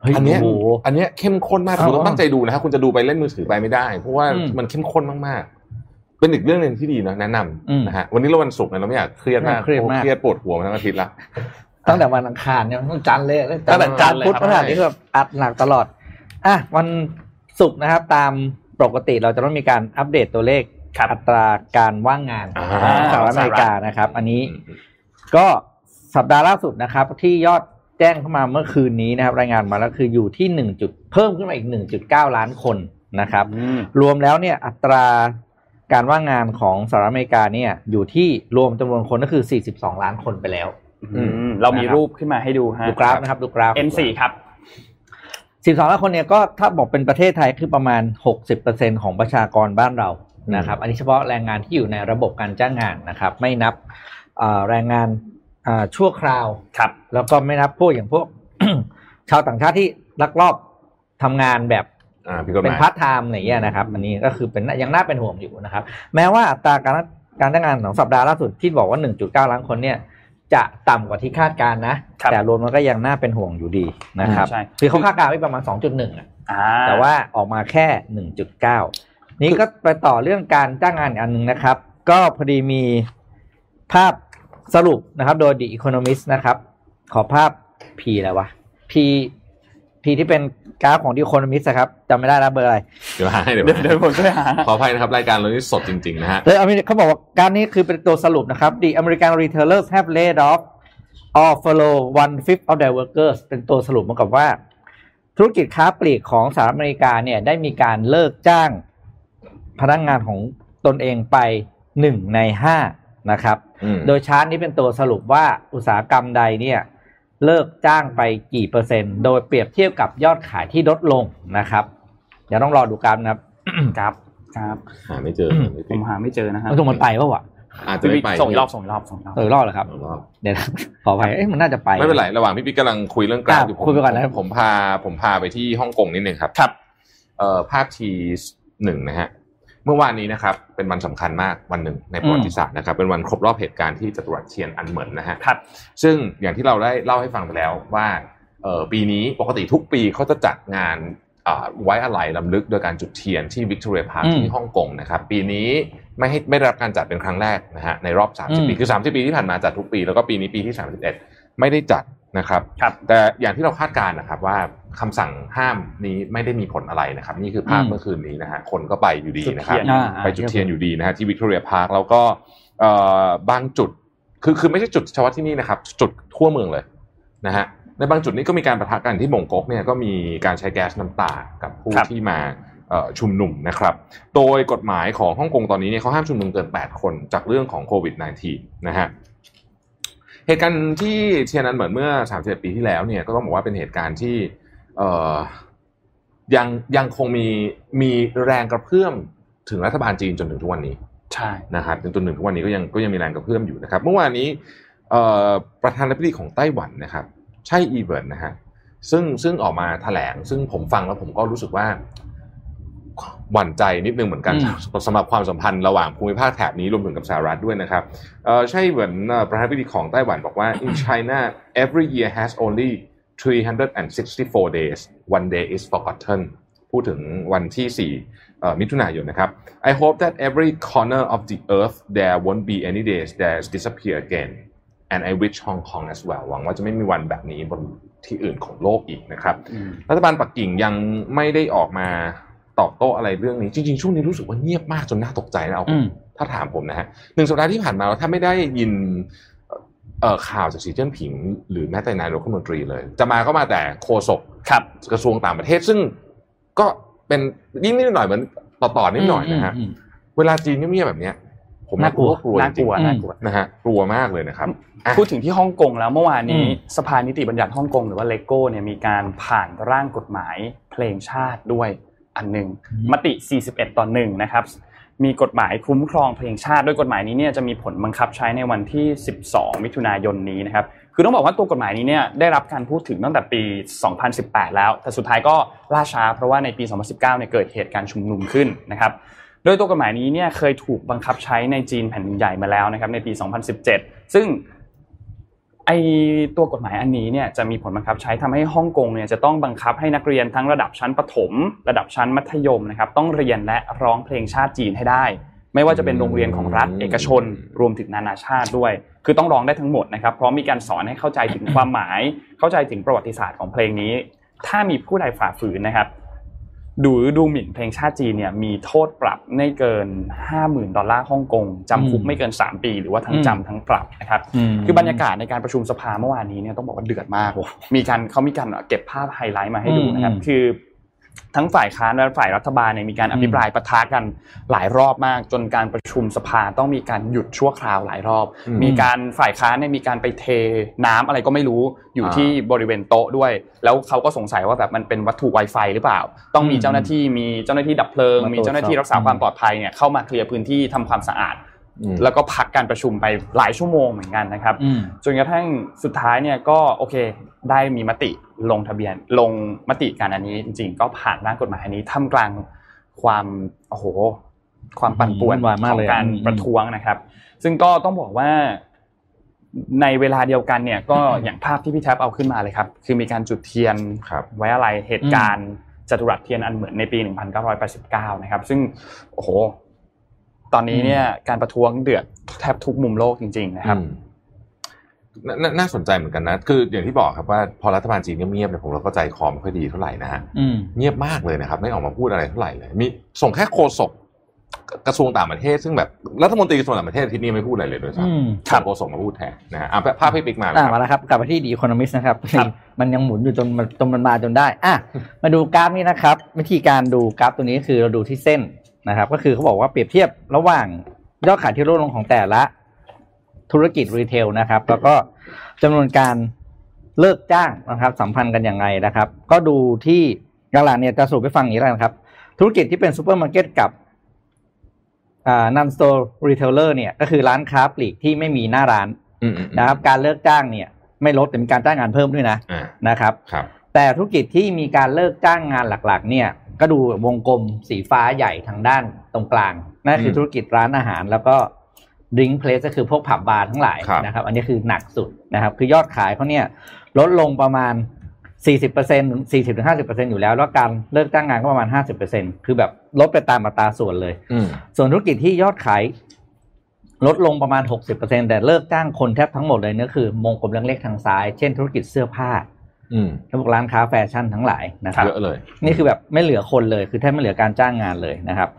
S4: เฮ้ย
S3: อันเนี้ย
S4: โอ้โห
S3: อันเนี้ยเข้มข้นมาก
S4: อ๋อ
S3: คุณต้องตั้งใจดูนะฮะคุณจะดูไปเล่นมือถือไปไม่ได้ เพราะว่า
S4: อืม
S3: มันเข้มข้นมากๆ เป็นอีกเรื่องหนึ่งที่ดีนะแนะน
S4: อืม
S3: ำนะฮะวันนี้เราวันศุกร์นะเราไม่อยากเครียดมาก
S4: ไม่เครียดมาก
S3: โอ้เครียดปวดหัวมาทั้งอาทิตย์ละ
S4: ตั้งแต่วันอังคารเนี่ยตั้งจันทร์เลย
S3: ตั้งแต่จันทร์เลย
S4: พุธ
S3: ครับ
S4: พฤหัสนี่ก็อัดหนักตลอดอ่ะวันศุกร์นะครับ ตามปกติเราจะต้องมีการอัปเดตตัวเลข
S2: ครับ
S4: อัตราการว่างงาน
S3: อ่า
S4: ของสหรัฐอเมริกานะครับ อันนี้
S3: อืม
S4: ก็สัปดาห์ล่าสุดนะครับ ที่ยอดแจ้งเข้ามาเมื่อคืนนี้นะครับ รายงานมาแล้วคืออยู่ที่หนึ่งจุดเพิ่มขึ้นมาอีกหนึ่งจุดเก้าล้านคนนะครับ รวมแล้วเนี่ยอัตราการว่างงานของสหรัฐอเมริกาเนี่ยอยู่ที่รวมจำนวนคนก็คือ 42 ล้านคนไปแล้ว
S3: อืม
S2: อืมเรามีรูปขึ้นมาให้ดูฮะ
S4: ดูกราฟนะครับดูกราฟ
S2: N4 ครับ
S4: 12 ล้านคนเนี่ยก็ถ้าบอกเป็นประเทศไทยคือประมาณ 60%ของประชากรบ้านเรานะครับ อันนี้เฉพาะแรงงานที่อยู่ในระบบการจ้างงานนะครับ ไม่นับเอ่อแรงงานเอ่อชั่วคราว
S2: ครับ
S4: แล้วก็ไม่นับพวกอย่างพวก <coughs> ชาวต่างชาติที่ลักลอบทำงานแบบ
S3: อ่าพี่กฎห
S4: เป็น
S3: มาย
S4: พาร์ทไทม์อะไรอย่างเงี้ยนะครับอันนี้ก็คือเป็นยังน่าเป็นห่วงอยู่นะครับ แม้ว่าอัตราการการจ้างงานของสัปดาห์ล่าสุดที่บอกว่า 1.9 ล้านคนเนี่ย จะต่ำกว่าที่คาดการณ์นะ
S2: ครับ
S4: แต่รวมแล้วก็ยังน่าเป็นห่วงอยู่ดีนะครับ
S2: ใช่
S4: คือเขาคาดการณ์ไว้ประมาณ 2.1อะ
S2: อ่า
S4: แต่ว่าออกมาแค่ 1.9 นี้ก็ไปต่อเรื่องการจ้างงานอีกอันหนึงนะครับ ก็พอดีมีภาพสรุปนะครับ โดย The Economist นะครับ ขอภาพ P อะไรวะ P P ที่เป็นกราฟของ The Economist อะครับจำไม่ได้แล้วเบอร์อะไร
S3: เดี๋ยวหาให้เดี๋ยว
S2: เดี๋ยวเดี๋ยวผมช่วยหา
S3: ขออภัยนะครับรายการเรานี่สดจริงๆนะฮะ
S4: แต่อเมริกาเขาบอกว่าการนี้คือเป็นตัวสรุปนะครับ The American retailers have laid off or follow one fifth of their workers เป็นตัวสรุปเหมือนกับว่า ธุรกิจค้าปลีกของสหรัฐอเมริกาเนี่ยได้มีการเลิกจ้างพนักงานของตนเองไปหนึ่งในห้านะครับ
S3: อืม
S4: โดยชาร์ตนี้เป็นตัวสรุปว่าอุตสาหกรรมใดเนี่ย เลิกจ้างไปกี่เปอร์เซ็นต์ โดยเปรียบเทียบกับยอดขายที่ลดลงนะครับเดี๋ยวต้องรอดูกราฟนะครับ
S2: ครับครับ
S3: หาไม่เจอ
S4: อืม
S2: ผมหาไม่เจอนะฮะ
S4: มันถูกมันไปปะวะ
S3: อาจจะไม่ไป
S2: ส่งอีกรอบส่งอีกรอบส่งอีกรอบ
S4: เออรอดเหรอครับ
S3: สองรอบ
S4: เดี๋ยวนะ <laughs> ขออภัยเอ๊ะมันน่าจะไป
S3: ไม่เป็นไรระหว่างพี่ปิ๊กกำลังคุยเรื่องกรา
S4: ครั
S3: ฟ
S4: บ
S3: อยู่ผม
S4: คุยไปก่อนนะครับ
S3: ผมพาผมพาไปที่ฮ่องกงนิดหนึ่งครับ
S2: ครับ
S3: เอ่อภาพทีหนึ่งนะฮะเมื่อวานนี้นะครับเป็นวันสำคัญมากวันหนึ่งในประวัติศาสตร์นะครับเป็นวันครบรอบเหตุการณ์ที่จตุรัสเทียนอันเหมินนะฮะ
S2: ครับ
S3: ซึ่งอย่างที่เราได้เล่าให้ฟังไปแล้วว่าเอ่อปีนี้ปกติทุกปีเขาจะจัดงานอ่าไว้อะไรลำลึกโดยการจุดเทียนที่วิกตอเรียพาร์ค
S4: อืม
S3: ที่ฮ่องกงนะครับ ปีนี้ไม่ให้ไม่ได้รับการจัดเป็นครั้งแรกนะฮะในรอบ
S4: อืม
S3: 30 ปี คือ 30 ปีที่ผ่านมาจัดทุกปี แล้วก็ปีนี้ปีที่ 31 ไม่ได้จัดนะครับ
S2: ครับ
S3: แต่อย่างที่เราคาดการณ์นะครับว่าคำสั่งห้ามนี้ไม่ได้มีผลอะไรนะครับ นี่คือภาพ
S4: อืม
S3: เมื่อคืนนี้นะฮะคนก็ไปอยู่ดีนะครับ
S2: จุดเทียน
S4: อ่า
S3: ไปจุดเทียนอยู่ดีนะฮะที่วิกตอเรียพาร์คแล้วก็เอ่อบางจุดคือคือไม่ใช่จุดเฉพาะที่นี่นะครับ จุดทั่วเมืองเลยนะฮะในบางจุดนี้ก็มีการประทะกันที่มงก๊กเนี่ยก็มีการใช้แก๊สน้ำตากับผู้
S2: ครับ
S3: ที่มาเอ่อชุมนุมนะครับ โดยกฎหมายของฮ่องกงตอนนี้เนี่ยเขาห้ามชุมนุมเกิน 8 คนจากเรื่องของโควิด -19 นะฮะเหตุการณ์ที่เทียนอันเหมือนเมื่อ37ปีที่แล้วเนี่ยก็ต้องบอกว่าเป็นเหตุการณ์ที่ เอ่อยังยังคงมีมีแรงกระเพื่อมถึงรัฐบาลจีนจนถึงทุกวันนี้
S2: ใช่
S3: นะครับจนจนถึงทุกวันนี้ก็ยังก็ยังมีแรงกระเพื่อมอยู่นะครับ เมื่อวานนี้เอ่อประธานาธิบดีของไต้หวันนะครับ ใช่อีเวิร์นนะฮะซึ่งซึ่งออกมาแถลง ซึ่งผมฟังแล้วผมก็รู้สึกว่าหวั่นใจนิดนึงเหมือนกันสำหรับความสัมพันธ์ระหว่างภูมิภาคแถบนี้รวมถึงกับสหรัฐด้วยนะครับ เอ่อใช่เหมือนเอ่อประธานาธิบดีของไต้หวันบอกว่า in China every year has only 364 days one day is forgotten พูดถึงวันที่ 4 เอ่อมิถุนายนนะครับ I hope that every corner of the earth there won't be any days that disappear again and I wish Hong Kong as well หวังว่าจะไม่มีวันแบบนี้บนที่อื่นของโลกอีกนะครับ
S2: อืม
S3: รัฐบาลปักกิ่งยังไม่ได้ออกมาตอบโต้อะไรเรื่องนี้ จริง ๆ ช่วงนี้รู้สึกว่าเงียบมากจนน่าตกใจนะเอา
S2: อืม
S3: ถ้าถามผมนะฮะหนึ่งสัปดาห์ที่ผ่านมาเราถ้าไม่ได้ยินเอ่อข่าวจากสีเจิ้นผิง หรือแม้แต่นายกรัฐมนตรีเลย จะมาก็มาแต่โฆษก
S2: ครับ
S3: กระทรวงต่างประเทศ ซึ่งก็เป็นยิ่งนิดหน่อยเหมือนต่อต่อๆนิดหน่อยนะฮะ
S4: มมม
S3: เวลาจีนเงียบๆแบบเนี้ย ผม
S4: น่ากลัว
S3: กลัวจ
S2: น่าก
S3: ริ
S2: ลัว
S3: ง
S4: อืม
S2: น่ากลัว
S3: ๆนะฮะกลัวมากเลยนะครับอ่ะ
S2: พูดถึงที่ฮ่องกงแล้วเมื่อวานนี้
S4: อืม
S2: สภานิติบัญญัติฮ่องกงหรือว่าเลโก้เนี่ยมีการผ่านร่างกฎหมายเพลงชาติด้วยอันหนึ่งมติ 41 ต่อหนึ่งนะครับ มีกฎหมายคุ้มครองเพลงชาติ ด้วยกฎหมายนี้เนี่ยจะมีผลบังคับใช้ในวันที่ 12 มิถุนายนนี้นะครับ คือต้องบอกว่าตัวกฎหมายนี้เนี่ยได้รับการพูดถึงตั้งแต่ปี 2018 แล้ว แต่สุดท้ายก็ล่าช้าเพราะว่าในปี 2019 เนี่ยเกิดเหตุการณ์ชุมนุมขึ้นนะครับ โดยตัวกฎหมายนี้เนี่ยเคยถูกบังคับใช้ในจีนแผ่นดินใหญ่มาแล้วนะครับในปี 2017 ซึ่งไอตัวกฎหมายอันนี้เนี่ยจะมีผลบังคับใช้ทำให้ฮ่องกงเนี่ยจะต้องบังคับให้นักเรียนทั้งระดับชั้นประถม ระดับชั้นมัธยมนะครับต้องเรียนและร้องเพลงชาติจีนให้ได้ ไม่ว่าจะเป็นโรงเรียนของรัฐ
S3: อืม
S2: เอกชน รวมถึงนานาชาติด้วย คือต้องร้องได้ทั้งหมดนะครับ เพราะมีการสอนให้เข้าใจถึงความหมาย เข้าใจถึงประวัติศาสตร์ของเพลงนี้ ถ้ามีผู้ใดฝ่าฝืนนะครับ ดูดูหมิ่นเพลงชาติจีนเนี่ยมีโทษปรับไม่เกิน 50,000 ดอลลาร์ฮ่องกงจำคุกไม่เกิน 3 ปี หรือว่าทั้งจำทั้งปรับนะครับ
S4: ม
S2: คือบรรยากาศในการประชุมสภาเมื่อวานนี้เนี่ยต้องบอกว่าเดือดมาก มีการเขามีการเก็บภาพไฮไลท์มาให้ดูนะครับ
S4: อืม
S2: คือทั้งฝ่ายค้านและฝ่ายรัฐบาลเนี่ยมีการอภิปรายปะทะกันหลายรอบมาก จนการประชุมสภาต้องมีการหยุดชั่วคราวหลายรอบ
S3: อืม
S2: มีการฝ่ายค้านเนี่ยมีการไปเทน้ำอะไรก็ไม่รู้อยู่
S3: อ่า
S2: ที่บริเวณโต๊ะด้วย แล้วเขาก็สงสัยว่าแบบมันเป็นวัตถุ Wi-Fi หรือเปล่า ต้องมี
S4: อืม
S2: เจ้าหน้าที่มีเจ้าหน้าที่ดับเพลิง
S4: มา
S2: มีเจ้าหน้าที่
S4: ตรวจสอบ
S2: รักษาความ
S4: อืม
S2: ปลอดภัยเนี่ยเข้ามาเคลียร์พื้นที่ทำความสะอาด
S3: อืม
S2: แล้วก็พักการประชุมไปหลายชั่วโมงเหมือนกันนะครับ
S4: อืม
S2: จนกระทั่งสุดท้ายเนี่ยก็โอเค ได้มีมติลงทะเบียนลงมติการอันนี้จริงๆ ก็ผ่านร่างกฎหมายอันนี้ท่ามกลางความโอ้โหความปั่นป่วน
S4: วุ่นวายมาก
S2: ของ
S4: เลย
S2: การ
S4: อืม
S2: ประท้วงนะครับ ซึ่งก็ต้องบอกว่าในเวลาเดียวกันเนี่ยก็อย่างภาพที่พี่แท็บเอาขึ้นมาเลยครับ คือมีการจุดเทียน
S3: ครับ
S2: ไว้อะไรเหตุการณ์จตุรัสเทียนอันเหมือนในปี 1989 นะครับ ซึ่งโอ้โห ตอนนี้เนี่ยการประท้วงเดือดแทบทุกมุมโลกจริง ๆ นะครับ
S3: อืมนานาน่าสนใจเหมือนกันนะ คืออย่างที่บอกครับว่าพอรัฐบาลจีนเงียบๆเนี่ยผมเราก็ใจคอไม่ค่อยดีเท่าไหร่นะฮะ
S4: อืม
S3: เงียบมากเลยนะครับ ไม่ออกมาพูดอะไรเท่าไหร่เลย มีส่งแค่โฆษกกระทรวงต่างประเทศ ซึ่งแบบรัฐมนตรีกระทรวงต่างประเทศที่นี่ไม่พูดอะไรเลยด้วยซ้
S4: อืม
S3: ำส่งโฆษกมาพูดแทนนะฮะอ่ะภาพให้ปิกมาเลย
S4: อ่ะ
S3: ค
S4: มา
S3: รับ
S4: แล้วครับ กลับมาที่ดีค o นมิสนะครับ
S2: ครับ
S4: มันยังหมุนอยู่จนมันจนมันมาจนได้ อ่ะ มาดูกราฟนี้นะครับ วิธีการดูกราฟตัวนี้คือเราดูที่เส้นนะครับ ก็คือเขาบอกว่าเปรียบเทียบระหว่างยอดขายที่ลดลงของแต่ละ ธุรกิจรีเทลนะครับ แล้วก็จำนวนการ เลิกจ้างนะครับ สัมพันธ์กันยังไงนะครับ ก็ดูที่หลังๆเนี่ยจะสรุปให้ฟังอย่างนี้แล้วกันครับ ธุรกิจที่เป็นซูเปอร์มาร์เก็ตกับนันสโตร์รีเทลเลอร์เนี่ยก็คือร้านค้าปลีกที่ไม่มีหน้าร้าน
S3: อืมอืมอืม
S4: นะครับ การเลิกจ้างเนี่ยไม่ลดแต่มีการจ้างงานเพิ่มด้วยนะ
S3: อ่า
S4: นะครับ
S3: ครับ
S4: แต่ธุรกิจที่มีการเลิกจ้างงานหลักๆ เนี่ย ก็ดูวงกลมสีฟ้าใหญ่ทางด้านตรงกลาง นั่นคือ
S3: ม
S4: ธุรกิจร้านอาหารแล้วก็ดริงเพลสก็คือพวกผับบาร์ทั้งหลาย
S3: ครับ
S4: นะครับ อันนี้คือหนักสุดนะครับ คือยอดขายเขาเนี่ยลดลงประมาณ 40%ถึง40-50%อยู่แล้ว แล้วการเลิกจ้างงานก็ประมาณ 50%คือแบบลดไปตามอัตราส่วนเลย
S3: อืม
S4: ส่วนธุรกิจที่ยอดขายลดลงประมาณ 60%แต่เลิกจ้างคนแทบทั้งหมดเลยนั่นคือวงกลมเล็กๆทางซ้าย เช่น ธุรกิจเสื้อผ้า
S3: อืม
S4: ระบบร้านค้าแฟชั่นทั้งหลายนะครับ
S3: เยอะเลย
S4: นี่คือแบบไม่เหลือคนเลย คือแทบไม่เหลือการจ้างงานเลยนะครับ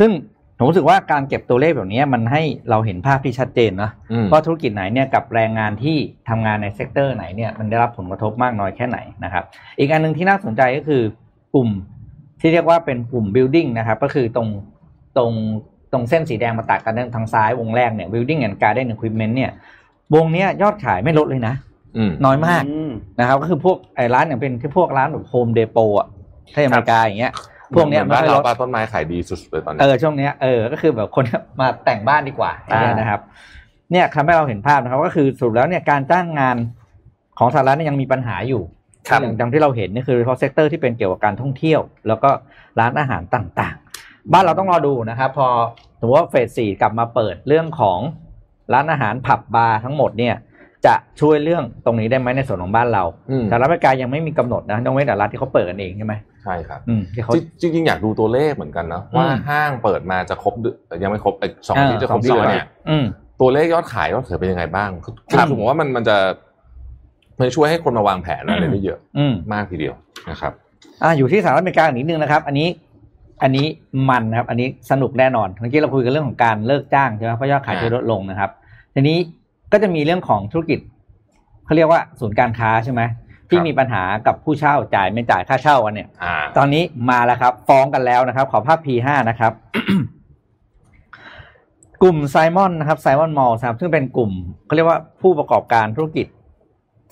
S4: ซึ่งผมรู้สึกว่าการเก็บตัวเลขแบบนี้มันให้เราเห็นภาพที่ชัดเจนเนาะ
S3: อืม
S4: ว่าธุรกิจไหนเนี่ยกับแรงงานที่ทำงานในเซกเตอร์ไหนเนี่ยมันได้รับผลกระทบมากน้อยแค่ไหนนะครับ อีกอันหนึ่งที่น่าสนใจก็คือกลุ่มที่เรียกว่าเป็นกลุ่ม building นะครับ ก็คือตรงตรงตรงเส้นสีแดงมาตัดกันทางซ้ายวงแรกเนี่ย building and garden equipment เนี่ยวงเนี้ยยอดขายไม่ลดเลยนะ
S3: อืม
S4: น้อยมาก
S2: อืม
S4: นะครับก็คือพวกไอ้ร้านอย่างเป็นที่พวกร้านแบบโฮมเดโปอ่ะถ้าอเมริกาอย่างเงี้ย พวกเนี้ย
S3: ห
S4: มั
S3: มือน บ้าน
S4: ไม่ล
S3: เรา
S4: ด
S3: ปลาต้นไม้ขายดีสุดๆเลยตอนนี้
S4: เออช่วงเนี้ยเออก็คือแบบคน มาแต่งบ้านดีกว่าอย่างเงี้ย
S2: อ่าน
S4: นะครับ เนี่ยทำให้เราเห็นภาพนะครับ ก็คือสรุปแล้วเนี่ยการจ้างงานของสหรัฐเนี่ยยังมีปัญหาอยู่อย่างดังที่เราเห็นนี่คือเฉพาะเซกเตอร์ที่เป็นเกี่ยวกับการท่องเที่ยว แล้วก็ร้านอาหารต่างๆ บ้านเราต้องรอดูนะครับ พอถือว่าเฟสสี่กลับมาเปิดเรื่องของร้านอาหารผับบาร์ทั้งหมดเนี่ย จะช่วยเรื่องตรงนี้ได้ไหมในส่วนของบ้านเรา
S3: ม
S4: สหรัฐอเมริกายังไม่มีกำหนดนะต้องเว้นแต่รัฐที่เขาเปิดกันเองใช่ไหม
S3: ใช่ครับ
S4: อืมที่เขา
S3: จริงจริงๆอยากดูตัวเลขเหมือนกันเนอะว่า
S4: อืม
S3: ห้างเปิดมาจะครบเดือนเอ่อยังไม่ครบเอ่อสองอาทิตย์
S4: เออ
S3: จะครบ
S4: สอง
S3: เดือน
S4: สอง
S3: เนี่ย
S4: อืม
S3: ตัวเลขยอดขายยอดขายเป็นยังไงบ้างคือ
S4: ครับ
S3: ผมว่ามันมันจะมันช่วยให้คนมาวางแผนอะไร
S4: อืม
S3: ได้เยอะ
S4: อืม
S3: มากทีเดียวนะครับ
S4: อ่าอยู่ที่สหรัฐอเมริกาอีกนิดนึงนะครับ อันนี้ อันนี้มันนะครับ อันนี้สนุกแน่นอนเมื่อกี้เราคุยกันเรื่องของการเลิกจ้างใช่ไหมเพราะยอดขาย
S3: อ่า
S4: จะลดลงนะครับ ทีนี้ก็จะมีเรื่องของธุรกิจเขาเรียกว่าศูนย์การค้าใช่ไหมที่มีปัญหากับผู้เช่าจ่ายไม่จ่ายค่าเช่ากันเนี่ย
S3: อ่า
S4: ตอนนี้มาแล้วครับ ฟ้องกันแล้วนะครับ ขอภาพ P5 นะครับ <coughs> กลุ่มไซมอนนะครับไซมอนมอลครับซึ่งเป็นกลุ่มเขาเรียกว่าผู้ประกอบการธุรกิจ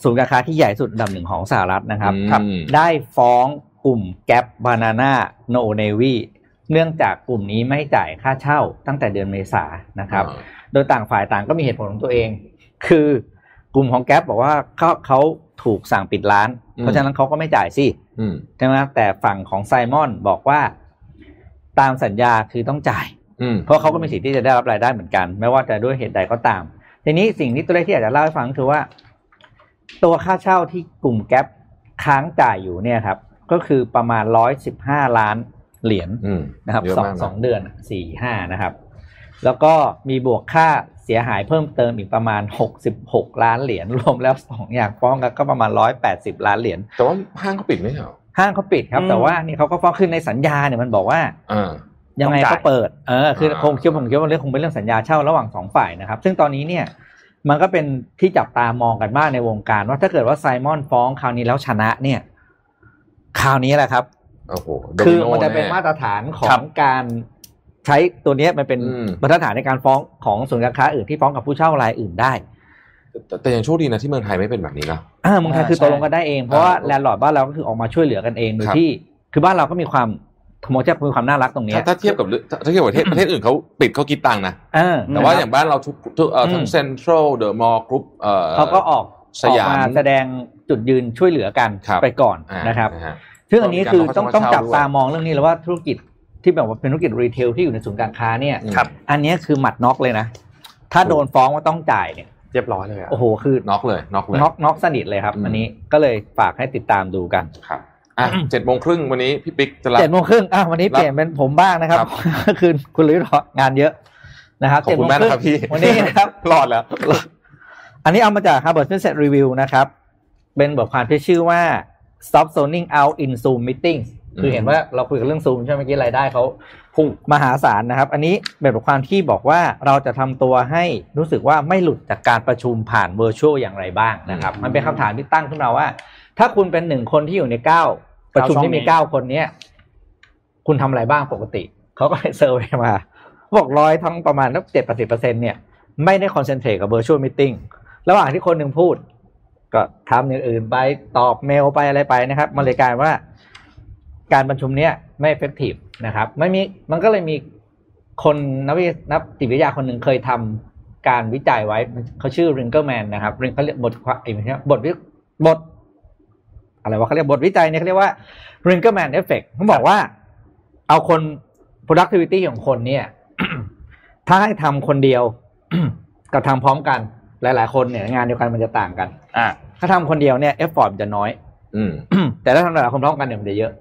S4: ศูนย์การค้าที่ใหญ่สุดอันดับหนึ่งของสหรัฐนะครับ
S3: อืม
S4: ครับ ได้ฟ้องกลุ่มแก p บบานาน่าโนเนวีเนื่องจากกลุ่มนี้ไม่จ่ายค่าเช่าตั้งแต่เดือนเมษานะครับ โดยต่างฝ่ายต่างก็มีเหตุผลของตัวเอง คือกลุ่มของแก p บอกว่าเขาเขาถูกสั่งปิดร้าน
S3: อืม
S4: เพราะฉะนั้นเขาก็ไม่จ่ายสิ
S3: อืม
S4: ใช่ไหมครับแต่ฝั่งของไซมอนบอกว่าตามสัญญาคือต้องจ่าย
S3: อืม
S4: เพราะเขาก็มีสิทธิ์ที่จะได้รับรายได้เหมือนกัน ไม่ว่าจะด้วยเหตุใดก็ตาม ทีนี้สิ่งที่ตัวเลขที่อยากจะเล่าให้ฟังคือว่า ตัวค่าเช่าที่กลุ่มแก๊ปค้างจ่ายอยู่เนี่ยครับ ก็คือประมาณร้อยสิบห้าล้านเหรียญ
S3: อืม
S4: นะครับ
S3: เยอะ
S4: สอง
S3: มากนะ
S4: สองเดือนสี่ห้านะครับ แล้วก็มีบวกค่าเสียหายเพิ่มเติมอีกประมาณหกสิบหกล้านเหรียญรวมแล้วสองอย่างฟ้องกันก็ประมาณร้อยแปดสิบล้านเหรียญ
S3: แต่ว่าห้างก็ปิดไม่ใช่เหรอ
S4: ห้างเขาปิดครับ
S2: อืม
S4: แต่ว่านี่เขาก็ฟ้องขึ้นในสัญญาเนี่ยมันบอกว่า
S3: อ่า
S4: ยังไง
S2: ต้องจ่าย
S4: ก็เปิดเออคืออา คงคิดว่าผมคิดว่าเรื่องคงเป็นเรื่องสัญญาเช่าระหว่างสองฝ่ายนะครับ ซึ่งตอนนี้เนี่ย มันก็เป็นที่จับตามองกันมากในวงการ ว่าถ้าเกิดว่าไซมอนฟ้องคราวนี้แล้วชนะเนี่ยคราวนี้แหละครับ
S3: โอ้โห
S4: คือ
S3: โดโ
S4: มันจะเป็นมาตรฐานขอ
S2: ครั
S4: ง
S2: บ
S4: การใช้ตัวเนี้ยมันเป็น
S3: อืม
S4: มาตรฐานในการฟ้องของส่วนย์การค้าอื่นที่ฟ้องกับผู้เช่ารายอื่นได้
S3: แต่แต่แต่ยังโชคดีนะที่เมืองไทยไม่เป็นแบบนี้นะ
S4: อ่าเมึงไทยคือ
S2: ใช่
S4: ตกลงกันได้เองเพราะว่า
S3: อ่า
S4: แลนด์ลอร์ดบ้านเราก็คือออกมาช่วยเหลือกันเองโดยที่ คือบ้านเราก็มีความผมว่าจะมีความน่ารักตรงเนี้
S3: ถ้าย ถ้าเทียบกับเรื่องถ้าเทียบกับประเทศประเทศอื่นเขาปิดเขาคิดตังค์นะ
S4: เออ
S3: แต่ว่า
S4: นะ
S3: อ
S4: ครั
S3: ย่า
S4: บ
S3: งบ้านเราทุกทุกเอ่อทั้ง
S4: อืม
S3: เซ็นทรัลเดอะมอลล์กรุ๊ปเอ่อ
S4: เขาก็ออก
S3: สยาม
S4: ออกแสดงจุดยืนช่วยเหลือกัน
S3: ครับ
S4: ไปก่อน
S3: อ่า
S4: นะครับ
S3: ฮ
S4: ซึ่งอันนี้คือต้อง
S3: ต้
S4: ต้
S3: อ
S4: อง ง
S3: มีการ
S4: จับตามองเรื่องนี้แล้วว่าธุรกิจที่แบบว่าเป็นธุรกิจรีเทลที่อยู่ในศูนย์การค้าเนี่ย
S3: ครับ
S4: อันเนี้ยคือหมัดน็อกเลยนะ ถ้าโดนฟ้องว่าต้องจ่ายเนี่ย
S2: เรียบร้อยเลยอ่ะ
S4: โอ้โหคือ
S3: น็อกเลยน็อกเลย
S4: น็อกน็อกสนิทเลยครับ
S3: อืม
S4: อันนี้ก็เลยฝากให้ติดตามดูกัน
S3: ครับอ่ะเจ็ดโมงครึ่งวันนี้พี่ปิ๊กจะรับ
S4: เจ็ดโมงครึ่งอ่ะวันนี้
S3: รับ
S4: เปลี่ยนเป็นผมบ้างนะครับ
S3: ครับ
S4: คือ <laughs> คุณหลุยส์เหรองานเยอะนะครับ
S3: ขอบคุณมากนะครับพี่
S4: วันนี้นะครับ
S3: <laughs> รอดแล้ว
S4: <laughs> อันนี้เอามาจาก Harvard Business Review นะครับ เป็นบทความที่ชื่อว่า Stop Zoning Out in Zoom Meetings คื
S3: ม
S4: อเห็นว่าเราคุยกันเรื่อง Zoom ใช่ไหมเมื่อกี้รายได้เขาพุ่งมหาศาลนะครับ อันนี้เป็นบทความที่บอกว่าเราจะทำตัวให้รู้สึกว่าไม่หลุดจากการประชุมผ่าน Virtual อย่างไรบ้างนะครับ มันเป็นคำถามที่ตั้งขึ้นมาว่า ถ้าคุณเป็นหนึ่งคนที่อยู่ในเก้าประชุมที่มีเก้าคนเนี้ยคุณทำอะไรบ้างป <laughs> กติ เขาก็เลยเซอร์เวยมาบอกร้อยทั้งประมาณนักเจ็ดปสิเปอร์เซ็นเนี่ย ไม่ได้คอนเซนเทรตกับ virtual meeting ระหว่างที่คนหนึ่งพูด ก็ทำอย่างอื่นไปตอบเมลไปอะไรไปนะครับ มันเลยกลายว่า การประชุมเนี้ยไม่เอฟเฟกตีฟนะครับ ไม่มีมันก็เลยมีคนนักวินักจิตวิทยาคนหนึ่งเคยทำการวิจัยไว้มันเขาชื่อริงเกอร์แมนนะครับริงเขาเรียกบทความไอ้ไม่ใช่บทวิบท อะไรวะเขาเรียกบทวิจัยเนี่ยเขาเรียกว่า r i n g e r m a n effect เขาบอกว่าเอาคน productivity ของคนเนี่ย <clears throat> ถ้าให้ทำคนเดียว <clears throat> กับทำพร้อมกันหลาย ๆ คนเนี่ย งานเดียวกันมันจะต่างกัน
S2: อ่า
S4: ถ้าทำคนเดียวเนี่ย effort มันจะน้อย
S3: อืม
S4: <coughs> แต่ถ้าทำหลายๆคนพร้อมกันเนี่ยมันจะเยอะ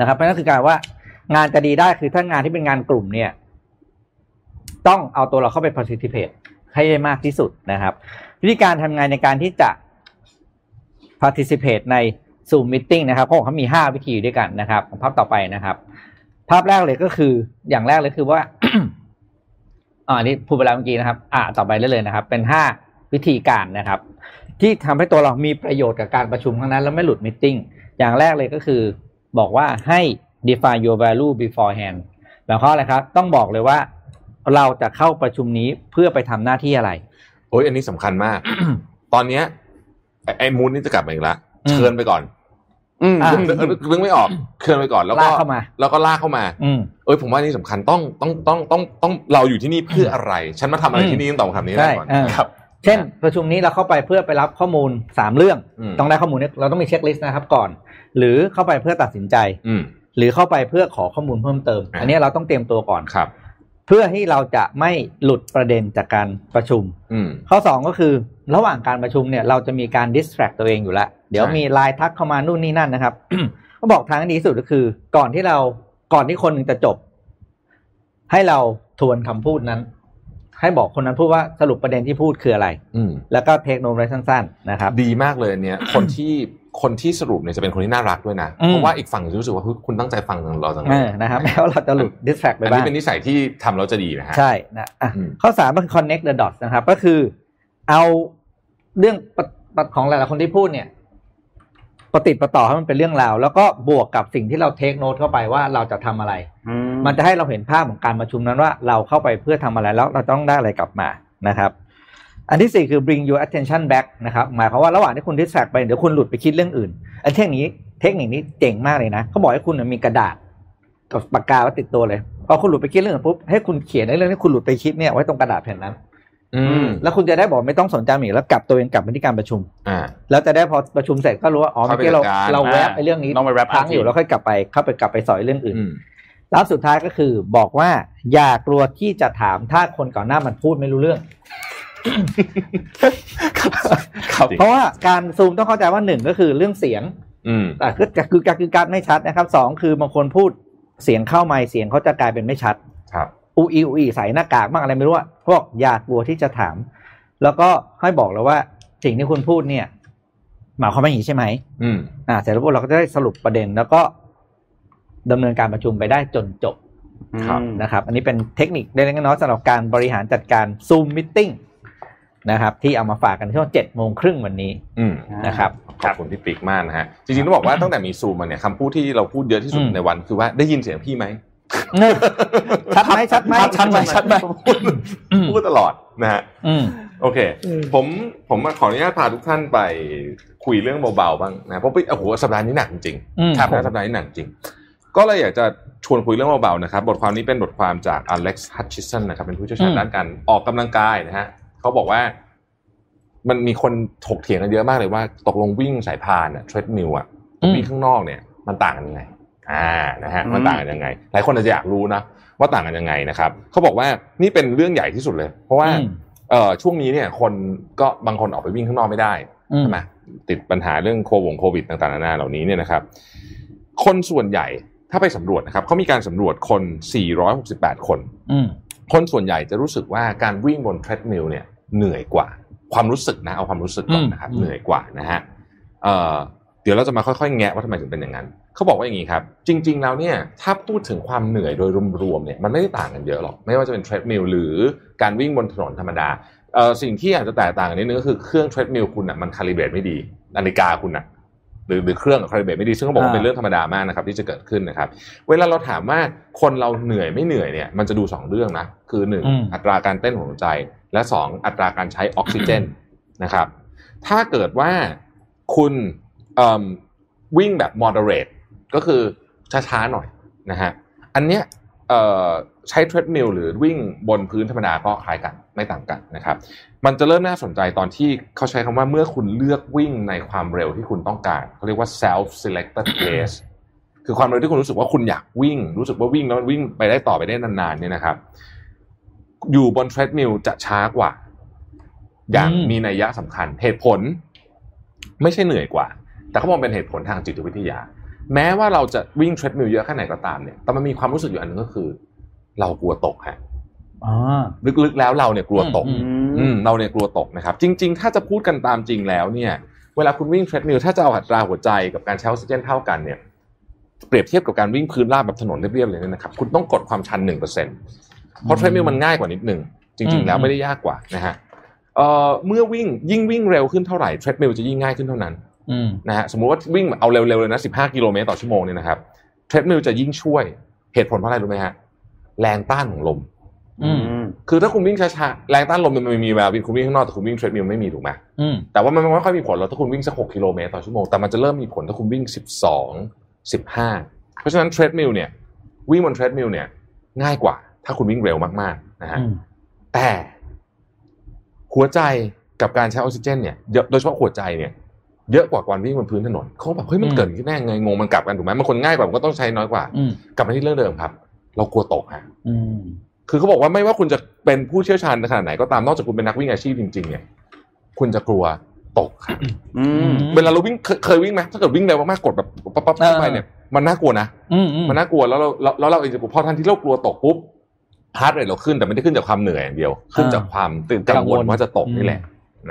S4: นะครับเพราะฉะนั่นคือการว่างานจะดีได้คือถ้างานที่เป็นงานกลุ่มเนี่ย ต้องเอาตัวเราเข้าไป participate ให้ได้มากที่สุดนะครับ วิธีการทำงานในการที่จะ participate ใน Zoom meeting นะครับเขาบอกเขามี 5 วิธีด้วยกันนะครับของภาพต่อไปนะครับ ภาพแรกเลยก็คืออย่างแรกเลยคือว่า <coughs> อ่าอันนี้พูดไปแล้วเมื่อกี้นะครับ อ่า ต่อไปได้เลยนะครับ เป็น 5 วิธีการนะครับ ที่ทำให้ตัวเรามีประโยชน์กับการประชุมครั้งนั้น แล้วไม่หลุดมิ팅อย่างแรกเลยก็คือ บอกว่าให้ define your value beforehand หมายความอะไรครับ ต้องบอกเลยว่า เราจะเข้าประชุมนี้เพื่อไปทำหน้าที่อะไร
S3: โอ้ยอันนี้สำคัญมาก ตอนเนี้ยไอ้ไอ้มูนนี่จะกลับมาอีกละ
S4: อืม
S3: เชิญไปก่อน
S2: อืม
S4: อ่ะ
S3: นึกนึกนึกไม่ออกเชิญไปก่อนแล้วก็
S4: ลากเข้ามา
S3: แล้วก็ลากเข้ามา
S4: อืม
S3: เอ้ยผมว่านี่สำคัญต้องต้องต้องต้องต้องเราอยู่ที่นี่เพื่ออะไร ฉันมาทำอะไรที่นี่ต้องตอบคำนี้ได้
S4: ใช่
S3: ก่อน
S4: เออ
S3: ครับ
S4: เช่น ประชุมนี้เราเข้าไปเพื่อไปรับข้อมูล 3 เรื่อง
S3: อืม
S4: ต้องได้ข้อมูลเนี่ยเราต้องมีเช็คลิสต์นะครับก่อน หรือเข้าไปเพื่อตัดสินใจ
S3: อืม
S4: หรือเข้าไปเพื่อขอข้อมูลเพิ่มเติม
S3: อ่ะ
S4: อันเนี้ยเราต้องเตรียมตัวก่อน
S3: ครับ
S4: เพื่อที่เราจะไม่หลุดประเด็นจากการประชุม
S3: อืม
S4: ข้อ 2 ก็คือระหว่างการประชุมเนี่ยเราจะมีการดิสแทรกตัวเองอยู่แล้ว เดี๋ยวมีไลน์ทักเข้ามานู่นนี่นั่นนะครับ <coughs> ก็บอกทางที่ดีที่สุดก็คือ ก่อนที่เราก่อนที่คนหนึ่งจะจบ ให้เราทวนคำพูดนั้น ให้บอกคนนั้นพูดว่าสรุปประเด็นที่พูดคืออะไร
S3: อืม
S4: แล้วก็เทคโนโลยีสั้นๆ นะครับ
S3: ดีมากเลยเนี่ย คนที่คนที่สรุปเนี่ยจะเป็นคนที่น่ารักด้วยนะ
S4: อืม
S3: เพราะว่าอีกฝั่งจะรู้สึกว่าเฮ้ยคุณตั้งใจฟังเราจังเล
S4: เอย อนะครับ <laughs> แล้วเราจะหลุดดิสแทรกไป
S3: อัน
S4: บ้า
S3: นี้
S4: ง
S3: เป็นนิสัยที่ทำแล้วจะดีนะฮะ
S4: ใช่นะอ่ะ
S3: อืม
S4: ข้อสามก็คือ connect the dots นะครับ ก็คือเอาเรื่องปะปะของหลายๆคนที่พูดเนี่ยประติดประต่อให้มันเป็นเรื่องราว แล้วก็บวกกับสิ่งที่เราเทคโน t ตเข้าไปว่าเราจะทำอะไร
S2: อื
S4: มันจะให้เราเห็นภาพของการประชุมนั้นว่าเราเข้าไปเพื่อทำอะไรแล้วเราต้องได้อะไรกลับมานะครับ อันที่สี่คือ bring your attention back นะครับหมายความว่าระหว่างที่คุณดิสแทรกไปเดี๋ยวคุณหลุดไปคิดเรื่องอื่น อันเทคนิคนี้เทคนิคนี้เจ๋งมากเลยนะเขาบอกให้คุณเนี่ยมีกระดาษกับปากกาไว้ติดตัวเลยพอคุณหลุดไปคิดเรื่องอื่นปุ๊บให้คุณเขียนในเรื่องที่คุณหลุดไปคิดเนี่ยไว้ตรงกระดาษแผ่นนั้น
S3: อืม
S4: แล้วคุณจะได้บอกไม่ต้องสนใจมันอีกแล้วกลับตัวเองกลับไปที่การประชุม
S3: อ่า
S4: แล้วจะได้พอประชุมเสร็จก็รู้ว่าอ๋อเมื่อกี้เราเราแวะไปเรื่องนี้
S2: ต้องไปแรป
S4: ค้างอยู่แล้วค่อยกลับไปเข้าไปกลับไปสอยเรื่องอื่น
S3: อืม
S4: แล้วสุดท้ายก็คือบอกว่าอย่ากลัวที่จะถามถ้าคนก่อนหน้ามันพูดไม่รู้เรื่อง
S3: <laughs> ครับ
S4: เพราะว่าการซูมต้องเข้าใจว่าหนึ่งก็คือเรื่องเสียง
S3: อืม
S4: อ่ะก็คือการคือการไม่ชัดนะครับสองคือบางคนพูดเสียงเข้าไม่เสียงเขาจะกลายเป็นไม่ชัด
S3: ครับ
S4: อูอีอูอีใส่หน้ากากบ้างอะไรไม่รู้อะพวกอย่ากลัวที่จะถาม แล้วก็ให้บอกแล้วว่าสิ่งที่คุณพูดเนี่ย หมายความว่าอย่างนี้ใช่ไหม
S3: อืม
S4: อ่าเสร็จแล้วพวกเราก็จะได้สรุปประเด็น แล้วก็ดำเนินการประชุมไปได้จนจบ
S3: ครับ
S4: นะครับอันนี้เป็นเทคนิคเล็กๆน้อยๆสำหรับการบริหารจัดการซูมมิ e t ิ n งนะครับที่เอามาฝากกันช่วงเจ็ดโมงครึ่งวันนี้
S3: อืม
S4: นะครับ
S3: ขอบคุณพี่ปิ๊กมากนะฮะ จริงๆต้องบอกว่าตั้งแต่มีซูมมาเนี่ยคำพูดที่เราพูดเยอะที่สุด
S4: อืม
S3: ในวันคือว่าได้ยินเสียงพี่ไหม
S4: ชัดไหมชัดไหม
S3: <laughs> ชัดไหมชัดไหมพูด
S4: อืม
S3: พูดตลอดนะฮะ
S4: อืม
S3: โอเค ผมผมขออนุญาตพาทุกท่านไปคุยเรื่องเบาๆบ้างนะเพราะพี่โอ้โหสัปดาห์นี้หนักจริง
S4: อืม
S3: ๆ
S4: ครับผม
S3: นะสัปดาห์นี้หนักจริง ก็เลยอยากจะชวนคุยเรื่องเบาๆนะครับ บทความนี้เป็นบทความจาก Alex Hutchison นะครับ เป็นผู้เชี่ยวชาญด้านการออกกำลังกายนะฮะเขาบอกว่า มันมีคนถกเถียงกันเยอะมากเลยว่า ตกลงวิ่งสายพานอะเทรดมิลอะ
S4: อืม
S3: วิ่งข้างนอกเนี่ย มันต่างกันยังไง อ่านะฮะมันต่างกันยังไง หลายคนอาจจะอยากรู้นะว่าต่างกันยังไงนะครับเขาบอกว่านี่เป็นเรื่องใหญ่ที่สุดเลย เพราะว่า
S4: อืม
S3: เอ่อช่วงนี้เนี่ยคนก็บางคนออกไปวิ่งข้างนอกไม่ได้
S4: อืม
S3: ใช่ไหมติดปัญหาเรื่องโควงโควิดต่างๆนานาเหล่านี้เนี่ยนะครับ คนส่วนใหญ่ถ้าไปสำรวจนะครับเขามีการสำรวจคน 468 คน
S4: อืม
S3: คนส่วนใหญ่จะรู้สึกว่าการวิ่งบนเทรดมิลเนี่ยเหนื่อยกว่า ความรู้สึกนะเอาความรู้สึกก่อนนะครับ เหนื่อยกว่านะฮะเอ่อเดี๋ยวเราจะมาค่อยๆ แงะว่าทำไมถึงเป็นอย่างนั้นเขาบอกว่าอย่างนี้ครับ จริง ๆ แล้วเนี่ยถ้าพูดถึงความเหนื่อยโดยรวมๆเนี่ยมันไม่ได้ต่างกันเยอะหรอก ไม่ว่าจะเป็นเทรดมิลหรือการวิ่งบนถนนธรรมดาเอ่อสิ่งที่อาจจะแตกต่างกันนิดนึงก็คือเครื่องเทรดมิลคุณอ่ะมันคาลิเบรตไม่ดีนาฬิกาคุณอ่ะหรือหรือเครื่องคาลิเบรตไม่ดีซึ่งเขาบอกว่าเป็นเรื่องธรรมดามากนะครับที่จะเกิดขึ้นนะครับ เวลาเราถามว่าคนเราเหนื่อยไม่เหนื่อยเนี่ยมันจะดูสองเรื่องนะ คือหนึ่งอัตราการเต้นของหัวใจ และสองอัตราการใช้ออกซิเจนนะครับ ถ้าเกิดว่าคุณเอิ่มวิ่งแบบ moderate ก็คือช้าๆหน่อยนะฮะอันเนี้ยเอ่อใช้เทรดมิลหรือวิ่งบนพื้นธรรมดาก็คล้ายกันไม่ต่างกันนะครับ มันจะเริ่มน่าสนใจตอนที่เขาใช้คำว่าเมื่อคุณเลือกวิ่งในความเร็วที่คุณต้องการเขาเรียกว่า self selected pace คือความเร็วที่คุณรู้สึกว่าคุณอยากวิ่ง รู้สึกว่าวิ่งแล้วมันวิ่งไปได้ต่อไปได้นานๆเนี่ยนะครับ อยู่บนเทรดมิลจะช้ากว่า อย่าง
S4: อืม
S3: มีนัยยะสำคัญ เหตุผล ไม่ใช่เหนื่อยกว่า แต่เขามองเป็นเหตุผลทางจิตวิทยา แม้ว่าเราจะวิ่งเทรดมิลเยอะแค่ไหนก็ตามเนี่ยแต่มันมีความรู้สึกอยู่อันหนึงก็คือ เรากลัวตกฮะ
S4: อ๋อ
S3: ลึกๆแล้วเราเนี่ยกลัวตก
S4: อื
S3: อืมเราเนี่ยกลัวตกนะครับจริง ๆ ถ้าจะพูดกันตามจริงแล้วเนี่ย เวลาคุณวิ่งเทรดมิลถ้าจะเอาอัตราหัวใจกับการใช้ออกซิเจนเท่ากันเนี่ย เปรียบเทียบกับการวิ่งพื้นราบแบบถนนเรียบๆเลยเนี่ยนะครับ คุณต้องกดความชันหนึ่งเปอร์เซ็นต์เพราะเทรดมิลมันง่ายกว่านิดหนึ่งจริง ๆ แล้วไม่ได้ยากกว่านะฮะเอ่อเมื่อวิ่งยิ่งวิ่งเร็วขึ้นเท่าไหร่เทรดมิลจะยิ่งง่ายขึ้นเท่านั้น
S4: อืม
S3: นะฮะสมมุติว่าวิ่งเอาเร็วๆเลยนะ 15 กิโลเมตรต่อชั่วโมงเนี่ยนะครับเทรดมิลจะยิ่งช่วย เหตุผลเพราะอะไรรู้ไหมฮะแรงต้านของลม
S4: อืม
S2: ม
S3: คือถ้าคุณวิ่งช้าๆแรงต้านลมมันไม่มีเวลาวิ่งคุณวิ่งข้างนอกแต่คุณวิ่งเทรดมิลไม่มีถูกไหม
S4: อืม
S3: แต่ว่ามันไม่ค่อยมีผลหรอกถ้าคุณวิ่งสัก 6 กิโลเมตรต่อชั่วโมงแต่มันจะเริ่มมีผลถ้าคุณวิ่ง 12 15 เพราะฉะนั้นเทรดมิลเนี่ยวิ่งบนเทรดมิลเนี่ยง่ายกว่าถ้าคุณวิ่งเร็วมากๆนะฮะ
S4: อืม
S3: แต่หัวใจกับการใช้ออกซิเจนเนี่ยเยอะโดยเฉพาะหัวใจเนี่ยเยอะกว่าการวิ่งบนพื้นถนนเขาแบบเฮ้ยมัน
S4: อืม
S3: เกิดขึ้นได้ยังไงงงมันกลับกันถูกไหมมันคนง่ายกว่ามันก็ต้องใช้น้อยกว่า
S4: อืม
S3: กลับมาที่เรื่องเดิมครับ เรากลัวตกฮะ
S4: อืม
S3: คือเขาบอกว่าไม่ว่าคุณจะเป็นผู้เชี่ยวชาญขนาดไหนก็ตามนอกจากคุณเป็นนักวิ่งอาชีพจริง ๆ เนี่ย คุณจะกลัวตกครับ
S2: อืม
S3: เวลาเราวิ่งเคยเคยวิ่งไหมถ้าเกิดวิ่งเร็วมากๆกดแบบปั๊บปั๊บปั๊บเข้าไปเนี่ยมันน่ากลัวนะ
S4: อืมอืม
S3: มันน่ากลัวแล้วเราแล้วแล้วเราเองจะกลัวพอทันที่เรากลัวตกปุ๊บฮาร์ดเรทเราขึ้นแต่ไม่ได้ขึ้นจากความเหนื่อยอย่างเดียว ขึ้นจากความตื่นกังวลว่าจะตกนี่แหละ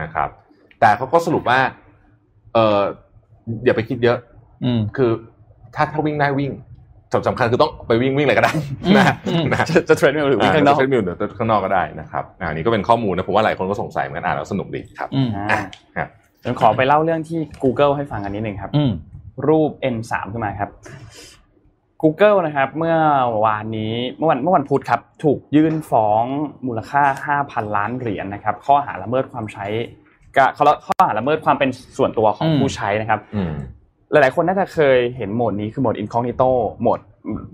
S3: นะครับ แต่เขาก็สรุปว่า เอออย่าไปคิดเยอะ
S4: อืม
S3: คือ ถ้าถ้าวิ่งได้วิ่งสำสำคัญคือต้องไปวิ่งวิ่งอะไรก็ได้นะ
S4: อืม
S3: นะ
S2: จะจะเทรนด์หรือวิ่งข้างนอก
S3: เทรดมิลเดี๋ยวข้างนอกก็ได้นะครับอ่าอันนี้ก็เป็นข้อมูลนะผมว่าหลายคนก็สงสัยเหมือนกันอ่านแล้วสนุกดีครับ
S4: อืม
S2: อ่า
S3: ครับ
S2: ผมขอไปเล่าเรื่องที่ Google ให้ฟังกันนิดนึงครับ
S4: อืม
S2: รูป N3 ขึ้นมาครับ Google นะครับ เมื่อวานนี้เมื่อวันเมื่อวันพุธครับ ถูกยื่นฟ้องมูลค่า 5,000 ล้านเหรียญนะครับ ข้อหาละเมิดความใช้ก็ข้อข้อหาละเมิดความเป็นส่วนตัวของ
S4: อืม
S2: ผู้ใช้นะครับ
S3: อืม
S2: หลายๆ คนน่าจะเคยเห็นโหมดนี้คือโหมด incognito โหมด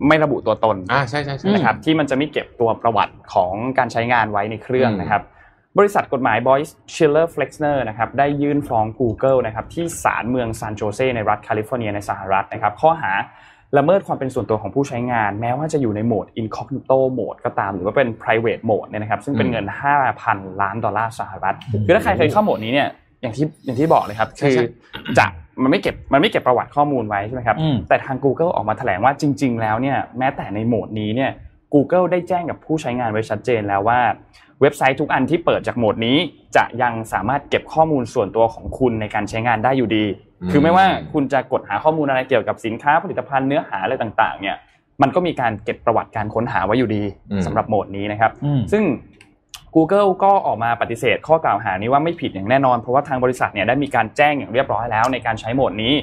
S2: ไม่ระบุตัวตน
S3: อ่าใช่ใช่ใช่
S2: นะครับที่มันจะไม่เก็บตัวประวัติของการใช้งานไว้ในเครื่อง
S3: อืม
S2: นะครับ บริษัทกฎหมาย Boyce Schiller Flexner นะครับได้ยื่นฟ้อง Google นะครับที่ศาลเมืองซานโจเซในรัฐแคลิฟอร์เนียในสหรัฐนะครับ ข้อหาละเมิดความเป็นส่วนตัวของผู้ใช้งาน แม้ว่าจะอยู่ในโหมด incognito mode ก็ตาม หรือว่าเป็น private mode เนี่ยนะครับ ซึ่งเป็นเงิน 5,000 ล้านดอลลาร์สหรัฐ คือถ้าใครเคยเข้าโหมดนี้เนี่ยอย่างที่อย่างที่บอกเลยครับคือจะมันไม่เก็บมันไม่เก็บประวัติข้อมูลไว้ใช่ไหมครับ
S4: อืม
S2: แต่ทาง Google ออกมาแถลงว่าจริง ๆ แล้วเนี่ยแม้แต่ในโหมดนี้เนี่ย Google ได้แจ้งกับผู้ใช้งานไว้ชัดเจนแล้วว่า เว็บไซต์ทุกอันที่เปิดจากโหมดนี้ จะยังสามารถเก็บข้อมูลส่วนตัวของคุณในการใช้งานได้อยู่ดี
S3: อืม
S2: คือไม่ว่าคุณจะกดหาข้อมูลอะไรเกี่ยวกับสินค้าผลิตภัณฑ์เนื้อหาอะไรต่าง ๆ เนี่ย มันก็มีการเก็บประวัติการค้นหาไว้อยู่ดีสำหรับโหมดนี้นะครับ
S4: อืม
S2: ซึ่ง Google ก็ออกมาปฏิเสธข้อกล่าวหานี้ว่าไม่ผิดอย่างแน่นอน เพราะว่าทางบริษัทเนี่ยได้มีการแจ้งอย่างเรียบร้อยแล้วในการใช้โหมดนี้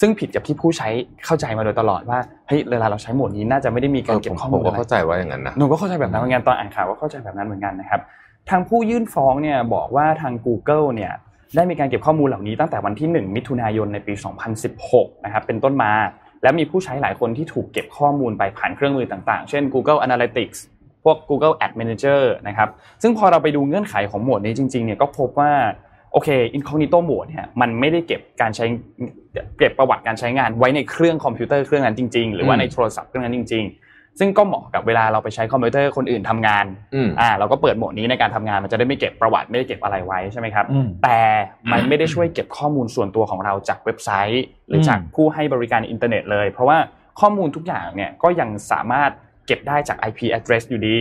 S2: ซึ่งผิดกับที่ผู้ใช้เข้าใจมาโดยตลอดว่าเฮ้ยเวลาเราใช้โหมดนี้น่าจะไม่ได้มี
S3: เอ
S2: การ
S3: อผ
S2: เก็บ
S3: ม
S2: ข้อ
S3: ผ
S2: มู
S3: ม
S2: ล
S3: ก็
S2: อะไร
S3: เข้าใจว่าอย่างนั้นนะ
S2: หนูก็เข้าใจแบบนั้นเหมือนกันตอนอ่านข่าวก็เข้าใจแบบนั้นเหมือนกันนะครับ ทางผู้ยื่นฟ้องเนี่ยบอกว่าทาง Google เนี่ยได้มีการเก็บข้อมูลเหล่านี้ตั้งแต่วันที่ 1 มิถุนายนในปี 2016 นะครับเป็นต้นมา และมีผู้ใช้หลายคนที่ถูกเก็บข้อมูลไปผ่านเครื่องมือต่างๆ เช่น Google Analytics พวก Google Ad Manager นะครับ ซึ่งพอเราไปดูเงื่อนไขของโหมดนี้จริงๆเนี่ยก็พบว่า โอเค incognito mode เนี่ยมันไม่ได้เก็บการใช้เก็บประวัติการใช้งานไว้ในเครื่องคอมพิวเตอร์เครื่องนั้นจริง ๆ หรือว่า
S3: อืม
S2: ในโทรศัพท์เครื่องนั้นจริง ๆ ซึ่งก็เหมาะกับเวลาเราไปใช้คอมพิวเตอร์คนอื่นทำงาน
S3: อืม
S2: อ่าเราก็เปิดโหมดนี้ในการทำงานมันจะได้ไม่เก็บประวัติไม่ได้เก็บอะไรไว้ใช่ไหมครับ
S4: อืม
S2: แต่มันไม่ได้ช่วยเก็บข้อมูลส่วนตัวของเราจากเว็บไซต์ หรือจากผู้ให้บริการอินเทอร์เน็ตเลย เพราะว่าข้อมูลทุกอย่างเนี่ยก็ยังสามารถเก็บได้จาก IP address อยู่ดี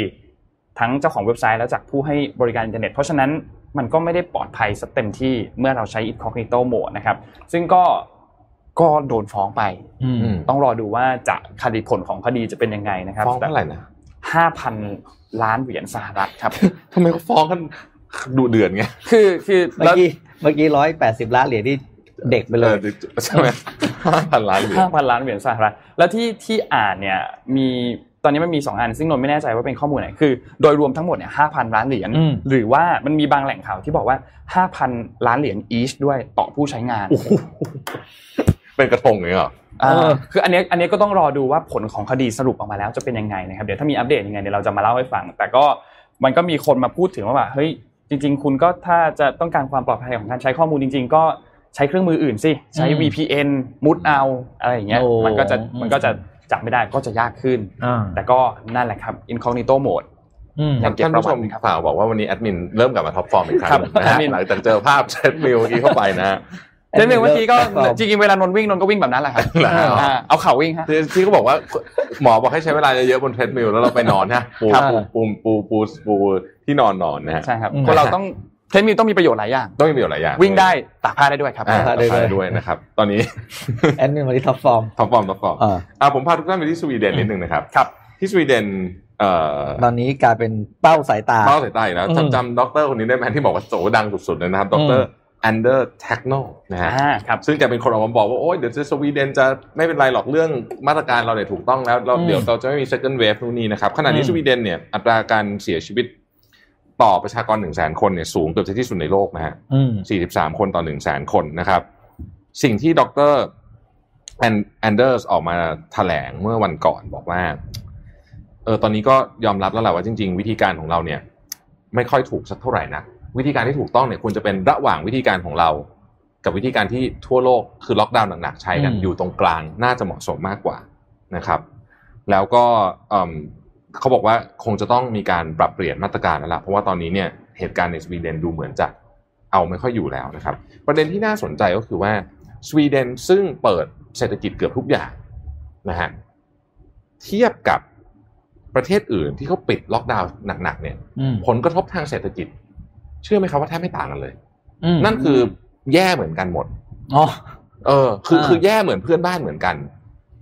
S2: ทั้งเจ้าของเว็บไซต์แล้วจากผู้ให้บริการอินเทอร์เน็ต เพราะฉะนั้นมันก็ไม่ได้ปลอดภัยสเต็มที่เมื่อเราใช้ incognito mode นะครับซึ่งก็ก็โดนฟ้องไป
S4: อืม
S3: ม
S2: ต้องรอดูว่าจะคดีผลของคดีจะเป็นยังไงนะครับ
S3: ฟ้องเท่าไหร่นะ
S2: ห้าพันล้านเหรียญสหรัฐครับ
S3: ทำไมเขาฟ้องกันดูเดือดไง
S2: คือคือ
S4: เมื่อ
S2: แล้ว
S4: กี้เมื่อกี้ร้อยแปดสิบล้านเหรียญที่เด็กไปเลย
S3: ออใช่ไหมห้าพันล้านเหรียญ
S2: ห้าพันล้านเหรียญสหรัฐแล้วที่ที่อ่านเนี่ยมี ตอนนี้มันมี 2 อัน ซึ่งนนท์ไม่แน่ใจว่าเป็นข้อมูลไหนคือ โดยรวมทั้งหมดเนี่ยห้าพันล้านเหรียญ
S4: อืม
S2: หรือว่ามันมีบางแหล่งข่าวที่บอกว่าห้าพันล้านเหรียญ each ด้วยต่อผู้ใช้งาน
S3: เป็นกระทงอย่างนี้เหรอ
S2: อ่า
S4: เออ
S2: คืออันเนี้ยอันเนี้ยก็ต้องรอดูว่าผลของคดีสรุปออกมาแล้วจะเป็นยังไงนะครับเดี๋ยวถ้ามีอัปเดตยังไงเดี๋ยวเราจะมาเล่าให้ฟัง แต่ก็มันก็มีคนมาพูดถึงว่าแบบเฮ้ยจริง ๆ คุณก็ถ้าจะต้องการความปลอดภัยของการใช้ข้อมูลจริง ๆ ก็ใช้เครื่องมืออื่นสิใช้
S4: อืม
S2: VPN มุดเอาอะไรอย่างเงี้ย
S4: โอ้
S2: มันก็จะ
S4: อืม
S2: มันก็จะจับไม่ได้ก็จะยากขึ้น
S4: อ่า
S2: แต่ก็นั่นแหละครับ incognito mode
S4: อืม
S2: ยังเก็บ
S3: ท่าน
S2: ประ
S3: ผู้
S2: วั
S3: ช
S2: ติ
S3: ม
S2: นะครับ
S3: ข่าวบอกว่าวันนี้แอดมินเริ่มกลับมาท็อปฟอร์มอีกครั้ง
S2: ครับ
S3: นะฮะ
S2: แอดมิน
S3: หลังจากเจอภาพเช็ดมิวเมื่อกี้เข้าไปนะฮะ
S2: เช่นเมื่อกี้ก็
S4: ครับ
S2: จริงๆเวลานนท์วิ่งนนท์ก็วิ่งแบบนั้นแหละครับ
S3: เหรอฮะ
S2: อ่าเอาเข่าวิ่งฮะ
S3: ที่ที่เขาบอกว่าหมอบอกให้ใช้เวลาเยอะๆบนเทรดมิลแล้วเราไปนอนนะปู
S4: ครับ
S3: ปูปูปูปูที่นอนนอนนะฮะ
S2: ใช่ครับ
S4: อืม
S2: คนเราต้องเทคนิคต้องมีประโยชน์หลายอย่าง
S3: ต้องมีประโยชน์หลายอย่าง
S2: วิ่งได้ตากผ้าได้ด้วยครับ
S3: อ่า
S4: ตากผ้าได้
S3: ได้
S4: ด้วย
S3: ด้วยนะครับ ตอนนี้
S4: แอดมินมาที่ท็อปฟอร์ม
S3: ท็อปฟอร์มท็อปฟอร์ม
S4: อ่า
S3: อ่าผมพาทุกท่านไปที่สวีเดนนิดนึงนะครับ
S2: ครับ
S3: ที่สวีเดนเอ่อ
S4: ตอนนี้กลายเป็นเป้าสายตา
S3: เล่าสายตาอีกแล้ว
S4: อืม
S3: จำจำด็อกเตอร์คนนี้ได้ไหมที่บอกว่าโสดังสุดๆเลยนะครับด็อกเตอร์
S4: อื
S3: แอนเดอร์แท็กโนนะฮะ
S2: อ่าครับ
S3: ซึ่งแกเป็นคนออกมาบอกว่า โอ๊ยเดี๋ยวสวีเดนจะไม่เป็นไรหรอกเรื่องมาตรการเราเนี่ยถูกต้องแล้วเรา
S4: อืม
S3: เดี๋ยวเราจะไม่มี second wave นู่นนี่นะครับ ขณะนี้
S4: อืม
S3: สวีเดนเนี่ยอัตราการเสียชีวิตต่อประชากรหนึ่งแสนคนเนี่ยสูงเกือบจะที่สุดในโลกนะฮะ
S4: อืม
S3: สี่สิบสามคนต่อหนึ่งแสนคนนะครับ สิ่งที่ดรแอนแอนเดอร์สออกมาแถลงเมื่อวันก่อนบอกว่าเออตอนนี้ก็ยอมรับแล้วแหละว่าจริง ๆ วิธีการของเราเนี่ย ไม่ค่อยถูกสักเท่าไหร่นะวิธีการที่ถูกต้องเนี่ยควรจะเป็นระหว่างวิธีการของเรา กับวิธีการที่ทั่วโลกคือล็อกดาวน์หนักๆใช้กัน
S4: อืม
S3: อยู่ตรงกลางน่าจะเหมาะสมมากกว่านะครับ แล้วก็เอิ่มเขาบอกว่าคงจะต้องมีการปรับเปลี่ยนมาตรการแล้วล่ะเพราะว่าตอนนี้เนี่ยเหตุการณ์ในสวีเดนดูเหมือนจะเอาไม่ค่อยอยู่แล้วนะครับ ประเด็นที่น่าสนใจก็คือว่าสวีเดนซึ่งเปิดเศรษฐกิจเกือบทุกอย่างนะฮะเทียบกับประเทศอื่นที่เขาปิดล็อกดาวน์หนักๆเนี่ย
S4: อืม
S3: ผลกระทบทางเศรษฐกิจ เชื่อไหมครับว่าแทบไม่ต่างกันเลย
S4: อืม
S3: นั่นคือแย่เหมือนกันหมด
S4: อ๋อ
S3: เออ คือ
S4: อ่า
S3: คือแย่เหมือนเพื่อนบ้านเหมือนกัน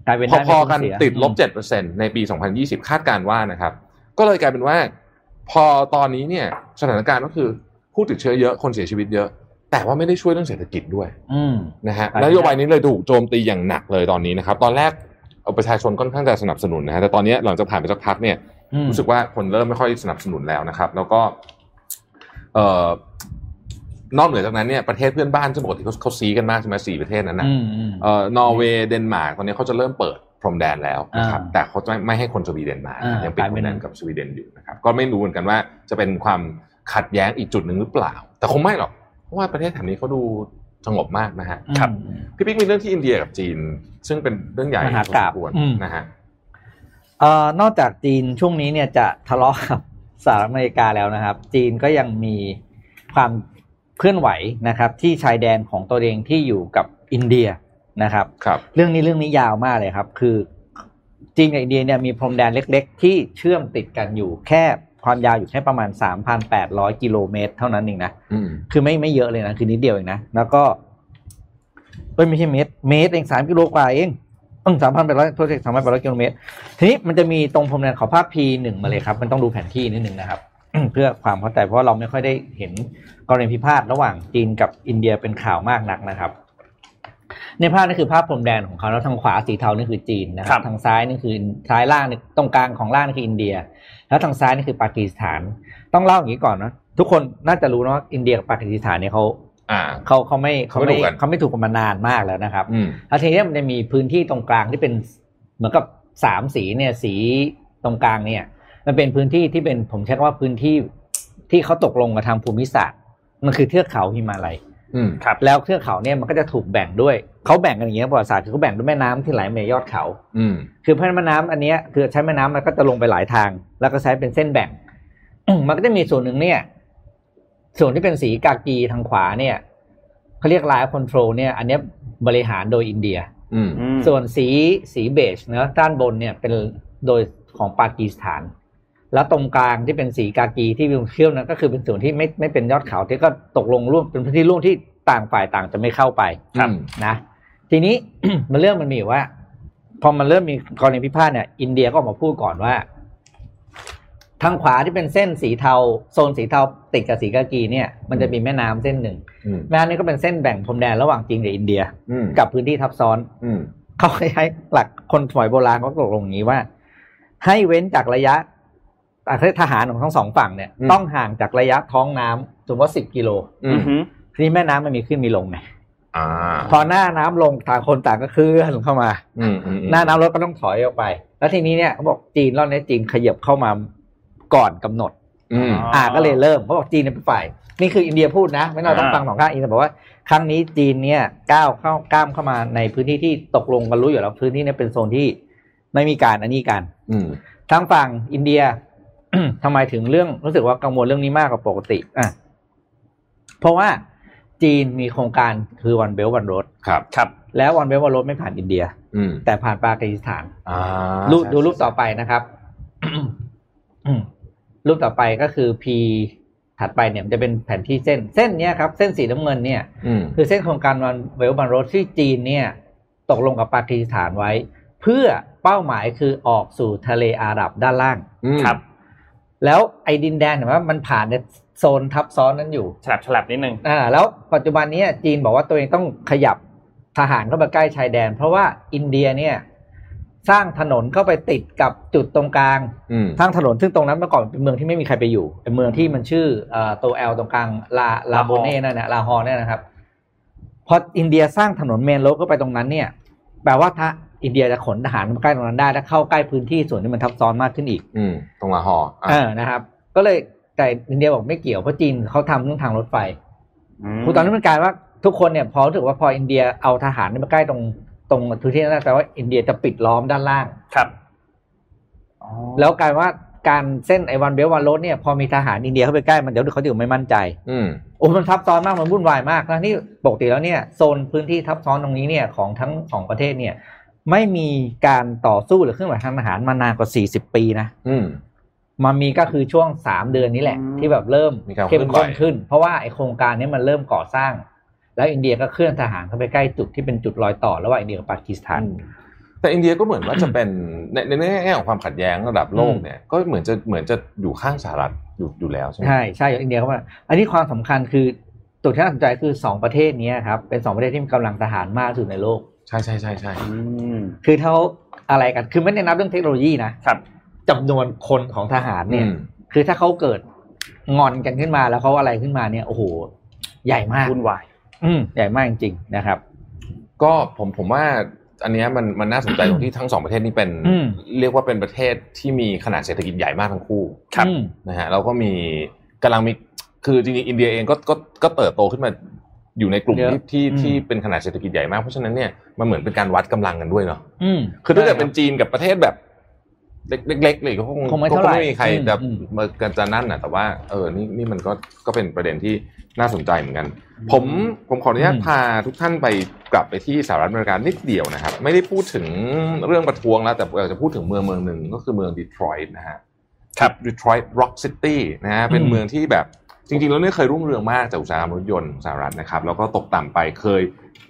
S4: กลายเป็
S3: พ
S4: นได้
S3: อ
S4: ไม่
S3: ๆกัน
S4: เสีย
S3: ติดลบ
S4: อืม
S3: เจ็ดเปอร์เซ็นในปี 2020 คาดการณ์ว่านะครับ ก็เลยกลายเป็นว่า พอตอนนี้เนี่ยสถานการณ์ก็คือผู้ติดเชื้อเยอะคนเสียชีวิตเยอะ แต่ว่าไม่ได้ช่วยเรื่องเศรษฐกิจด้วย
S4: อืม
S3: นะฮะ
S4: อ่าน
S3: นโยบายนี้เลยถูกโจมตีอย่างหนักเลยตอนนี้นะครับ ตอนแรกเอาประชาชนค่อนข้างจะสนับสนุนนะฮะแต่ตอนนี้หลังจากผ่านไปสักพักเนี่ย
S4: อืม
S3: รู้สึกว่าคนเริ่มไม่ค่อยสนับสนุนแล้วนะครับ แล้วก็เอ่อนอกเหนือจากนั้นเนี่ยประเทศเพื่อนบ้านซึ่งปกติเขาเขาซีกันมากใช่ไหมสี่ประเทศนั้นนะ
S4: อืมอืม
S3: เอ่อนอร์เวย์เดนมาร์กตอนนี้เขาจะเริ่มเปิดพรมแดนแล้วนะครับ
S4: อ่า
S3: แต่เขาจะไม่ให้คนสวีเดนมา
S4: อ่ายั
S3: ยังปิด
S4: กลาย
S3: พร
S4: เป็
S3: ม
S4: น
S3: แดนกับสวีเดนอยู่นะครับ ก็ไม่รู้เหมือนกันว่าจะเป็นความขัดแย้งอีกจุดหนึ่งหรือเปล่า แต่คงไม่หรอกเพราะว่าประเทศแถบนี้เขาดูสงบมากนะฮะ
S4: ครับ
S3: พี่ปิ๊กมีเรื่องที่อินเดียกับจีน ซึ่งเป็นเรื่องใหญ่
S4: มหากาพ
S3: พอสม
S4: ย์
S3: ควร
S4: อืม
S3: นะฮะ
S4: เอ่อนอกจากจีนช่วงนี้เนี่ยจะทะเลาะกับสหรัฐอเมริกาแล้วนะครับ จีนก็ยังมีความเคลื่อนไหวนะครับ ที่ชายแดนของตัวเองที่อยู่กับอินเดียนะครับ
S3: ครับ
S4: เรื่องนี้เรื่องนี้ยาวมากเลยครับ คือจีนกับอินเดียเนี่ยมีพรมแดนเล็ก ๆ ที่เชื่อมติดกันอยู่แค่ความยาวอยู่แค่ประมาณ 3,800 กิโลเมตร เท่านั้นเองนะ
S3: อืม
S4: คือไม่ไม่เยอะเลยนะ คือนิดเดียวเองนะ แล้วก็เอ้ยไม่ใช่เมตร เมตรเองสามกิโลกว่าเองเออสามพันแปดร้อยโทษทีสามพันแปดร้อยกิโลเมตร ทีนี้มันจะมีตรงพรมแดนขอภาพ P หนึ่งมาเลยครับ มันต้องดูแผนที่นิดหนึ่งนะครับ <coughs> เพื่อความเข้าใจเพราะว่าเราไม่ค่อยได้เห็นกรณีพิพาทระหว่างจีนกับอินเดียเป็นข่าวมากนักนะครับ ในภาพนี่คือภาพพรมแดนของเขาแล้วทางขวาสีเทานี่คือจีนนะค
S2: ครั
S4: รับ
S2: บ
S4: ทางซ้ายนี่คือซ้ายล่างนี่ตรงกลางของล่างนี่คืออินเดีย แล้วทางซ้ายนี่คือปากีสถาน ต้องเล่าอย่างนี้ก่อนนะทุกคนน่าจะรู้นะว่าอินเดียกับปากีสถานเนี่ยเขา
S3: อ่า
S4: เขาเขาไม่เขาไม่
S3: เขาไม่ถูกกัน
S4: เขาไม่ถูกกันมานานมากแล้วนะครับ
S3: อืม
S4: แล้วทีนี้มันจะมีพื้นที่ตรงกลางที่เป็นเหมือนกับสามสีเนี่ย สีตรงกลางเนี่ย มันเป็นพื้นที่ที่เป็นผมใช้คำว่าพื้นที่ที่เขาตกลงกับทางภูมิศาสตร์ มันคือเทือกเขาฮิมาลัย
S3: อืม
S4: แล้วเทือกเขาเนี่ยมันก็จะถูกแบ่งด้วยเขาแบ่งกันอย่างเงี้ยประวัติศาสตร์คือเขาแบ่งด้วยแม่น้ำที่ไหลมาจากยอดเขา
S3: อืม
S4: คือแม่น้ำอันเนี้ยคือใช้แม่น้ำมันก็จะลงไปหลายทาง แล้วก็ใช้เป็นเส้นแบ่ง <coughs> มันก็จะมีส่วนหนึ่งเนี่ย ส่วนที่เป็นสีกากีทางขวาเนี่ยเขาเรียกไลน์คอนโทรลเนี่ย อันเนี้ยบริหารโดยอินเดีย
S3: อืม
S2: อืม
S4: ส่วนสีสีเบจเนอะด้านบนเนี่ยเป็นโดยของปากีสถาน แล้วตรงกลางที่เป็นสีกากีที่วิวเชี่ยวนั้นก็คือเป็นส่วนที่ไม่ไม่เป็นยอดเขาที่ก็ตกลงร่วมเป็นพื้นที่ร่วมที่ต่างฝ่ายต่างจะไม่เข้าไป
S3: ครับ
S4: นะทีนี้ <coughs> มันเรื่องมันมีอยู่ว่า พอมันเริ่มมีกรณีพิพาทเนี่ย อินเดียก็ออกมาพูดก่อนว่า ทางขวาที่เป็นเส้นสีเทาโซนสีเทาติดกับสีกากีเนี่ย มันจะมีแม่น้ำเส้นหนึ่ง
S3: อืม
S4: แม่น้ำนี้ก็เป็นเส้นแบ่งพรมแดนระหว่างจีนกับอินเดีย
S3: อืม
S4: กับพื้นที่ทับซ้อน
S3: อืม
S4: เขาใช้หลักคนสมัยโบราณเขาตกลงอย่างนี้ว่า ให้เว้นจากระยะอ่ะทหารของทั้งสองฝั่งเนี่ย
S3: อืม
S4: ต้องห่างจากระยะท้องน้ำสมมติสิบกิโล
S3: อืม
S4: ทีนี้แม่น้ำมันมีขึ้นมีลงไง
S3: อ่า
S4: พอหน้าน้ำลงต่างคนต่างก็เคลื่อนเข้ามา
S3: อืมอืมอืม
S4: หน้าน้ำรถก็ต้องถอยออกไป แล้วทีนี้เนี่ยเขาบอกจีนรอบนี้จีนขยับเข้ามาก่อนกำหนด
S3: อืม
S4: อ่าก็เลยเริ่มเขาบอกจีนเนี่ยเป็นฝ่ายนี่คืออินเดียพูดนะ ไม่เราต้อง
S2: อ่า
S4: ฟังสองข้างอินเดียบอกว่าครั้งนี้จีนเนี่ยก้าวเข้าก้ามเข้ามาในพื้นที่ที่ตกลงกันรู้อยู่แล้วพื้นที่เนี่ยเป็นโซนที่ไม่มีการอันนี้กัน
S3: อืม
S4: ทางฝั่งอินเดีย <coughs> ทำไมถึงเรื่องรู้สึกว่ากังวลเรื่องนี้มากกว่าปกติอ่ะเพราะว่าจีนมีโครงการคือวันเบลวันรถ
S3: ครับ
S2: ครับ
S4: แล้ววันเบลวันรถไม่ผ่านอินเดีย
S3: อืม
S4: แต่ผ่านปากีสถาน
S3: อ่า
S4: รูปดูรูปต่อไปนะครับ <coughs> รูปต่อไปก็คือ P ถัดไปเนี่ยมันจะเป็นแผนที่เส้น เส้นเนี้ยครับ เส้นสีน้ำเงินเนี่ย
S3: อืม
S4: คือเส้นโครงการวันเวลบันโรสที่จีนเนี่ย ตกลงกับปากีสถานไว้ เพื่อเป้าหมายคือออกสู่ทะเลอาหรับด้านล่าง
S3: อืม
S2: ครับ
S4: แล้วไอ้ดินแดนเห็นไหมว่ามันผ่านในโซนทับซ้อนนั้นอยู่
S2: ฉลับฉลับนิดนึง
S4: อ่าแล้วปัจจุบันเนี้ยจีนบอกว่าตัวเองต้องขยับทหารเข้ามาใกล้ชายแดน เพราะว่าอินเดียเนี่ย สร้างถนนเข้าไปติดกับจุดตรงกลาง
S3: อืม
S4: สร้างถนนซึ่งตรงนั้นเมื่อก่อนเป็นเมืองที่ไม่มีใครไปอยู่เป็นเมืองที่มันชื่อเอ่อตัวแอลตรงกลางลาลาโบเน่นั่นนะลาฮอร์เนี่ยนะครับพออินเดียสร้างถนนเมนโรดเข้าไปตรงนั้นเนี่ย แปลว่าถ้าอินเดียจะขนทหารมาใกล้ตรงนั้นได้ถ้าเข้าใกล้พื้นที่ส่วนที่มันทับซ้อนมากขึ้นอีก
S3: อืม ตรงละหออ่ะ
S4: เออนะครับ ก็เลยแต่อินเดียบอกไม่เกี่ยวเพราะจีนเขาทำเรื่องทางรถไฟ คือตอนนั้นมันกลายว่าทุกคนเนี่ยพอรู้สึกว่าพออินเดียเอาทหารมาใกล้ตรงตรงพื้นที่นั้นแปลว่าอินเดียจะปิดล้อมด้านล่าง
S2: ครับ
S4: แล้วกลายว่าการเส้นไอวันเบลวันโรดเนี่ยพอมีทหารอินเดียเข้าไปใกล้มันเดี๋ยวเขาถึงไม่มั่นใจ
S3: อืม
S4: โอ้มันทับซ้อนมากมันวุ่นวายมากนะนี่ปกติแล้วเนี่ยโซนพื้นที่ทับซ้อนตรงนี้เนี่ยของทั้งสองประเทศเนี่ย ไม่มีการต่อสู้หรือเครื่องไหวทางทหารมานานกว่า 40 ปีนะ
S3: อืม
S4: มามีก็คือช่วงสามเดือนนี้แหละ ที่แบบเริ่ม
S3: มีการเคลื่อ
S4: เข้ม
S3: นไหว
S4: ข้นขึ้น เพราะว่าไอโครงการเนี้มันเริ่มก่อสร้าง แล้วอินเดียก็เคลื่อนทหารเข้าไปใกล้จุดที่เป็นจุดรอยต่อระหว่างอินเดียกับปากีสถาน
S3: แต่อินเดียก็เหมือนว่าจะเป็นในในในแง่ของความขัดแย้งระดับโลกเนี่ย ก็เหมือนจะเหมือนจะอยู่ข้างสหรัฐอยู่อยู่แล้วใช่ไหม
S4: ใช่ใช่อินเดียเขาว่าอันนี้ความสำคัญคือตัวที่น่าสนใจคือสองประเทศเนี้ยครับเป็นสองประเทศที่มีกำลังทหารมากที่สุดในโลก
S3: ใช่ใช่ใช่ใช่
S2: อืม
S4: คือเท่าอะไรกันคือไม่ได้นับเรื่องเทคโนโลยีนะครับ จำนวนคนของทหารเนี่ย
S3: อืม
S4: คือถ้าเขาเกิดงอนกันขึ้นมาแล้วเขาอะไรขึ้นมาเนี่ยโอ้โหใหญ่มาก
S2: วุ่นวาย
S4: อืมใหญ่มากจริงๆนะครับ
S3: ก็ผมผมว่าอันเนี้ยมันมันน่าสนใจตรงที่ทั้งสองประเทศนี้เป็น
S4: อืม
S3: เรียกว่าเป็นประเทศที่มีขนาดเศรษฐกิจใหญ่มากทั้งคู่
S2: ครับ
S4: อืม
S3: นะฮะเราก็มีกำลังมีคือจริงๆอินเดียเองก็ก็ก็เติบโตขึ้นมาอยู่ในกลุ่ม
S4: เยอะ
S3: ที่ที่
S4: อืม
S3: ที่เป็นขนาดเศรษฐกิจใหญ่มากเพราะฉะนั้นเนี่ยมันเหมือนเป็นการวัดกำลังกันด้วยเนาะ
S4: อืม
S3: คือถ้าเกิดเป็นจีนกับประเทศแบบ เล็กๆเลยก็คง
S4: คงไม่
S3: ก็
S4: เท่าไหร่
S3: ไม่มีใคร
S4: อืม
S3: จะ
S4: อืม
S3: มากันจะนั่นน่ะแต่ว่าเออนี่นี่มันก็ก็เป็นประเด็นที่น่าสนใจเหมือนกัน ผมผมขออนุญาตพาทุกท่านไปกลับไปที่สหรัฐอเมริกานิดเดียวนะครับ ไม่ได้พูดถึงเรื่องประท้วงแล้วแต่เราจะพูดถึงเมืองเมืองหนึ่งก็คือเมืองดีทรอยต์นะฮะ
S2: ครับ
S3: ดีทรอยต์ร็อกซิตี้นะฮะเป็น
S4: อืม
S3: เมืองที่แบบจริงๆ แล้วเนี่ยเคยรุ่งเรืองมากจากอุตสาหกรรมรถยนต์สหรัฐนะครับ แล้วก็ตกต่ำไปเคย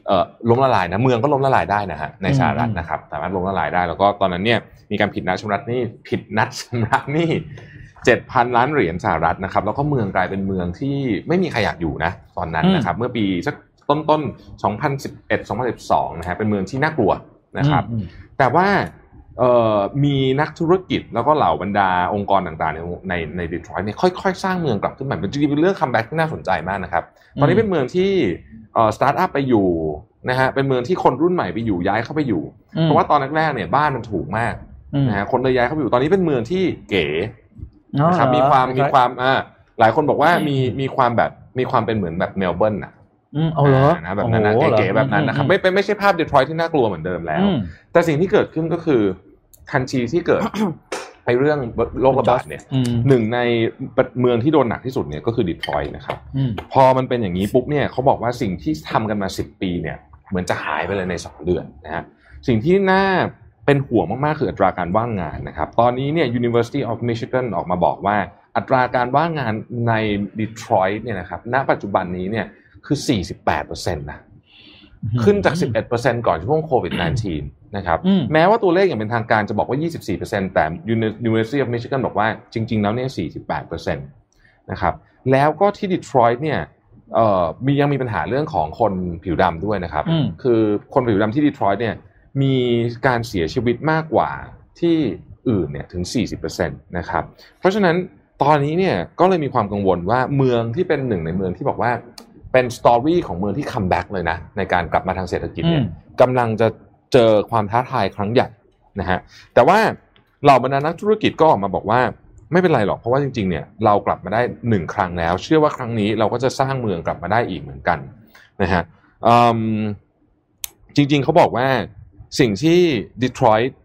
S3: เอ่อล้มละลายนะเมืองก็ล้มละลายได้นะฮะในสหรัฐนะครับสามารถล้มละลายได้ แล้วก็ตอนนั้นเนี่ยมีการผิดนัดชำระหนี้ผิดนัดชำระหนี้เจ็ดพันล้านเหรียญสหรัฐนะครับ แล้วก็เมืองกลายเป็นเมืองที่ไม่มีใครอยากอยู่นะตอนนั้นนะครับ เมื่อปีสักต้นต้นๆ2011 2012นะฮะเป็นเมืองที่น่ากลัวนะครับ
S4: อืม
S3: แต่ว่าเอ่อมีนักธุรกิจแล้วก็เหล่าบรรดาองค์กรต่างๆ ในในในดีทรอยต์เนี่ยค่อยๆ สร้างเมืองกลับขึ้นมาเป็นจริงๆเป็นเรื่องคัมแบ็กที่น่าสนใจมากนะครับ ตอนนี้
S4: อืม
S3: เป็นเมืองที่เอ่อสตาร์ทอัพไปอยู่นะฮะเป็นเมืองที่คนรุ่นใหม่ไปอยู่ย้ายเข้าไปอยู่ เพราะว่าตอนแรกๆเนี่ยบ้านมันถูกมาก
S4: อืม
S3: นะฮะคนเลยย้ายเข้าไปอยู่ตอนนี้เป็นเมืองที่เก๋
S4: อ๋อ
S3: นะครับมีความมี
S4: เหรอ
S3: ความอ่าหลายคนบอกว่ามีมีความแบบมีความเป็นเหมือนแบบเมลเบิร์นนะ
S4: อืมเอาเหรอ
S3: นะแบบนั้นนะ
S4: โอ้โหหรอ
S3: เก๋ๆแบบนั้นนะครับไม่เป็นไม่ใช่ภาพดีทรอยต์ที่น่ากลัวเหมือนเดิมแล้ว
S4: อืม
S3: แต่สิ่งที่เกิดขึ้นก็
S4: <coughs>
S3: คือทันทีที่เกิด ไอ้เรื่องโรคระบาดเนี่ย
S4: อืม
S3: หนึ่งในเมืองที่โดนหนักที่สุดเนี่ยก็คือดีทรอยต์นะครับ
S4: อืม
S3: พอมันเป็นอย่างนี้ปุ๊บเนี่ยเขาบอกว่าสิ่งที่ทำกันมา 10 ปีเนี่ยเหมือนจะหายไปเลยใน 2 เดือนนะฮะสิ่งที่น่าเป็นห่วงมาก ๆ คืออัตราการว่างงานนะครับ ตอนนี้เนี่ย University of Michigan ออกมาบอกว่าอัตราการว่างงานในดีทรอยต์เนี่ยนะครับณปัจจุบันนี้เนี่ยคือ 48%นะ ขึ้นจาก 11%ก่อนช่วงโควิด -19 นะครับ
S4: อืม
S3: <laughs> แม้ว่าตัวเลขอย่างเป็นทางการจะบอกว่า 24%แต่ University of Michigan บอกว่าจริง ๆ แล้วเนี่ย 48%นะครับ แล้วก็ที่ดีทรอยต์เนี่ยเอ่อมียังมีปัญหาเรื่องของคนผิวดำด้วยนะครับ
S4: อืม
S3: คือคนผิวดำที่ดีทรอยต์เนี่ยมีการเสียชีวิตมากกว่าที่ อื่นเนี่ยถึง 40%นะครับ เพราะฉะนั้นตอนนี้เนี่ยก็เลยมีความกังวลว่าเมืองที่เป็นหนึ่งในเมืองที่บอกว่าเป็นสตอรี่ของเมืองที่คัมแบ็กเลยนะในการกลับมาทางเศรษฐกิจเนี่ย กำลังจะเจอความท้าทายครั้งใหญ่นะฮะแต่ว่าเหล่าบรรดานักธุรกิจก็ออกมาบอกว่าไม่เป็นไรหรอกเพราะว่าจริงๆเนี่ยเรากลับมาได้หนึ่งครั้งแล้ว เชื่อว่าครั้งนี้เราก็จะสร้างเมืองกลับมาได้อีกเหมือนกันนะฮะอืมจริงๆเขาบอกว่าสิ่งที่ดีทรอยต์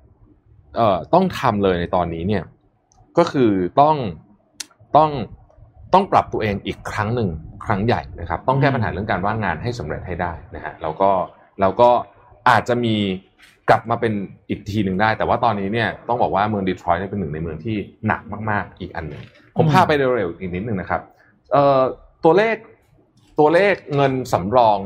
S3: เอ่อต้องทำเลยในตอนนี้เนี่ยก็คือต้องต้องต้องปรับตัวเองอีกครั้งหนึ่งครั้งใหญ่นะครับ ต้องแก้ปัญหาเรื่องการว่างงานให้สำเร็จให้ได้นะฮะแล้วก็แล้วก็อาจจะมีกลับมาเป็นอีกทีหนึ่งได้ แต่ว่าตอนนี้เนี่ยต้องบอกว่าเมืองดีทรอยต์เนี่ยเป็นหนึ่งในเมืองที่หนักมากๆอีกอันหนึ่งผมพาไปเร็วๆอีกนิดหนึ่งนะครับเอ่อตัวเลขตัวเลขเงินสำรอง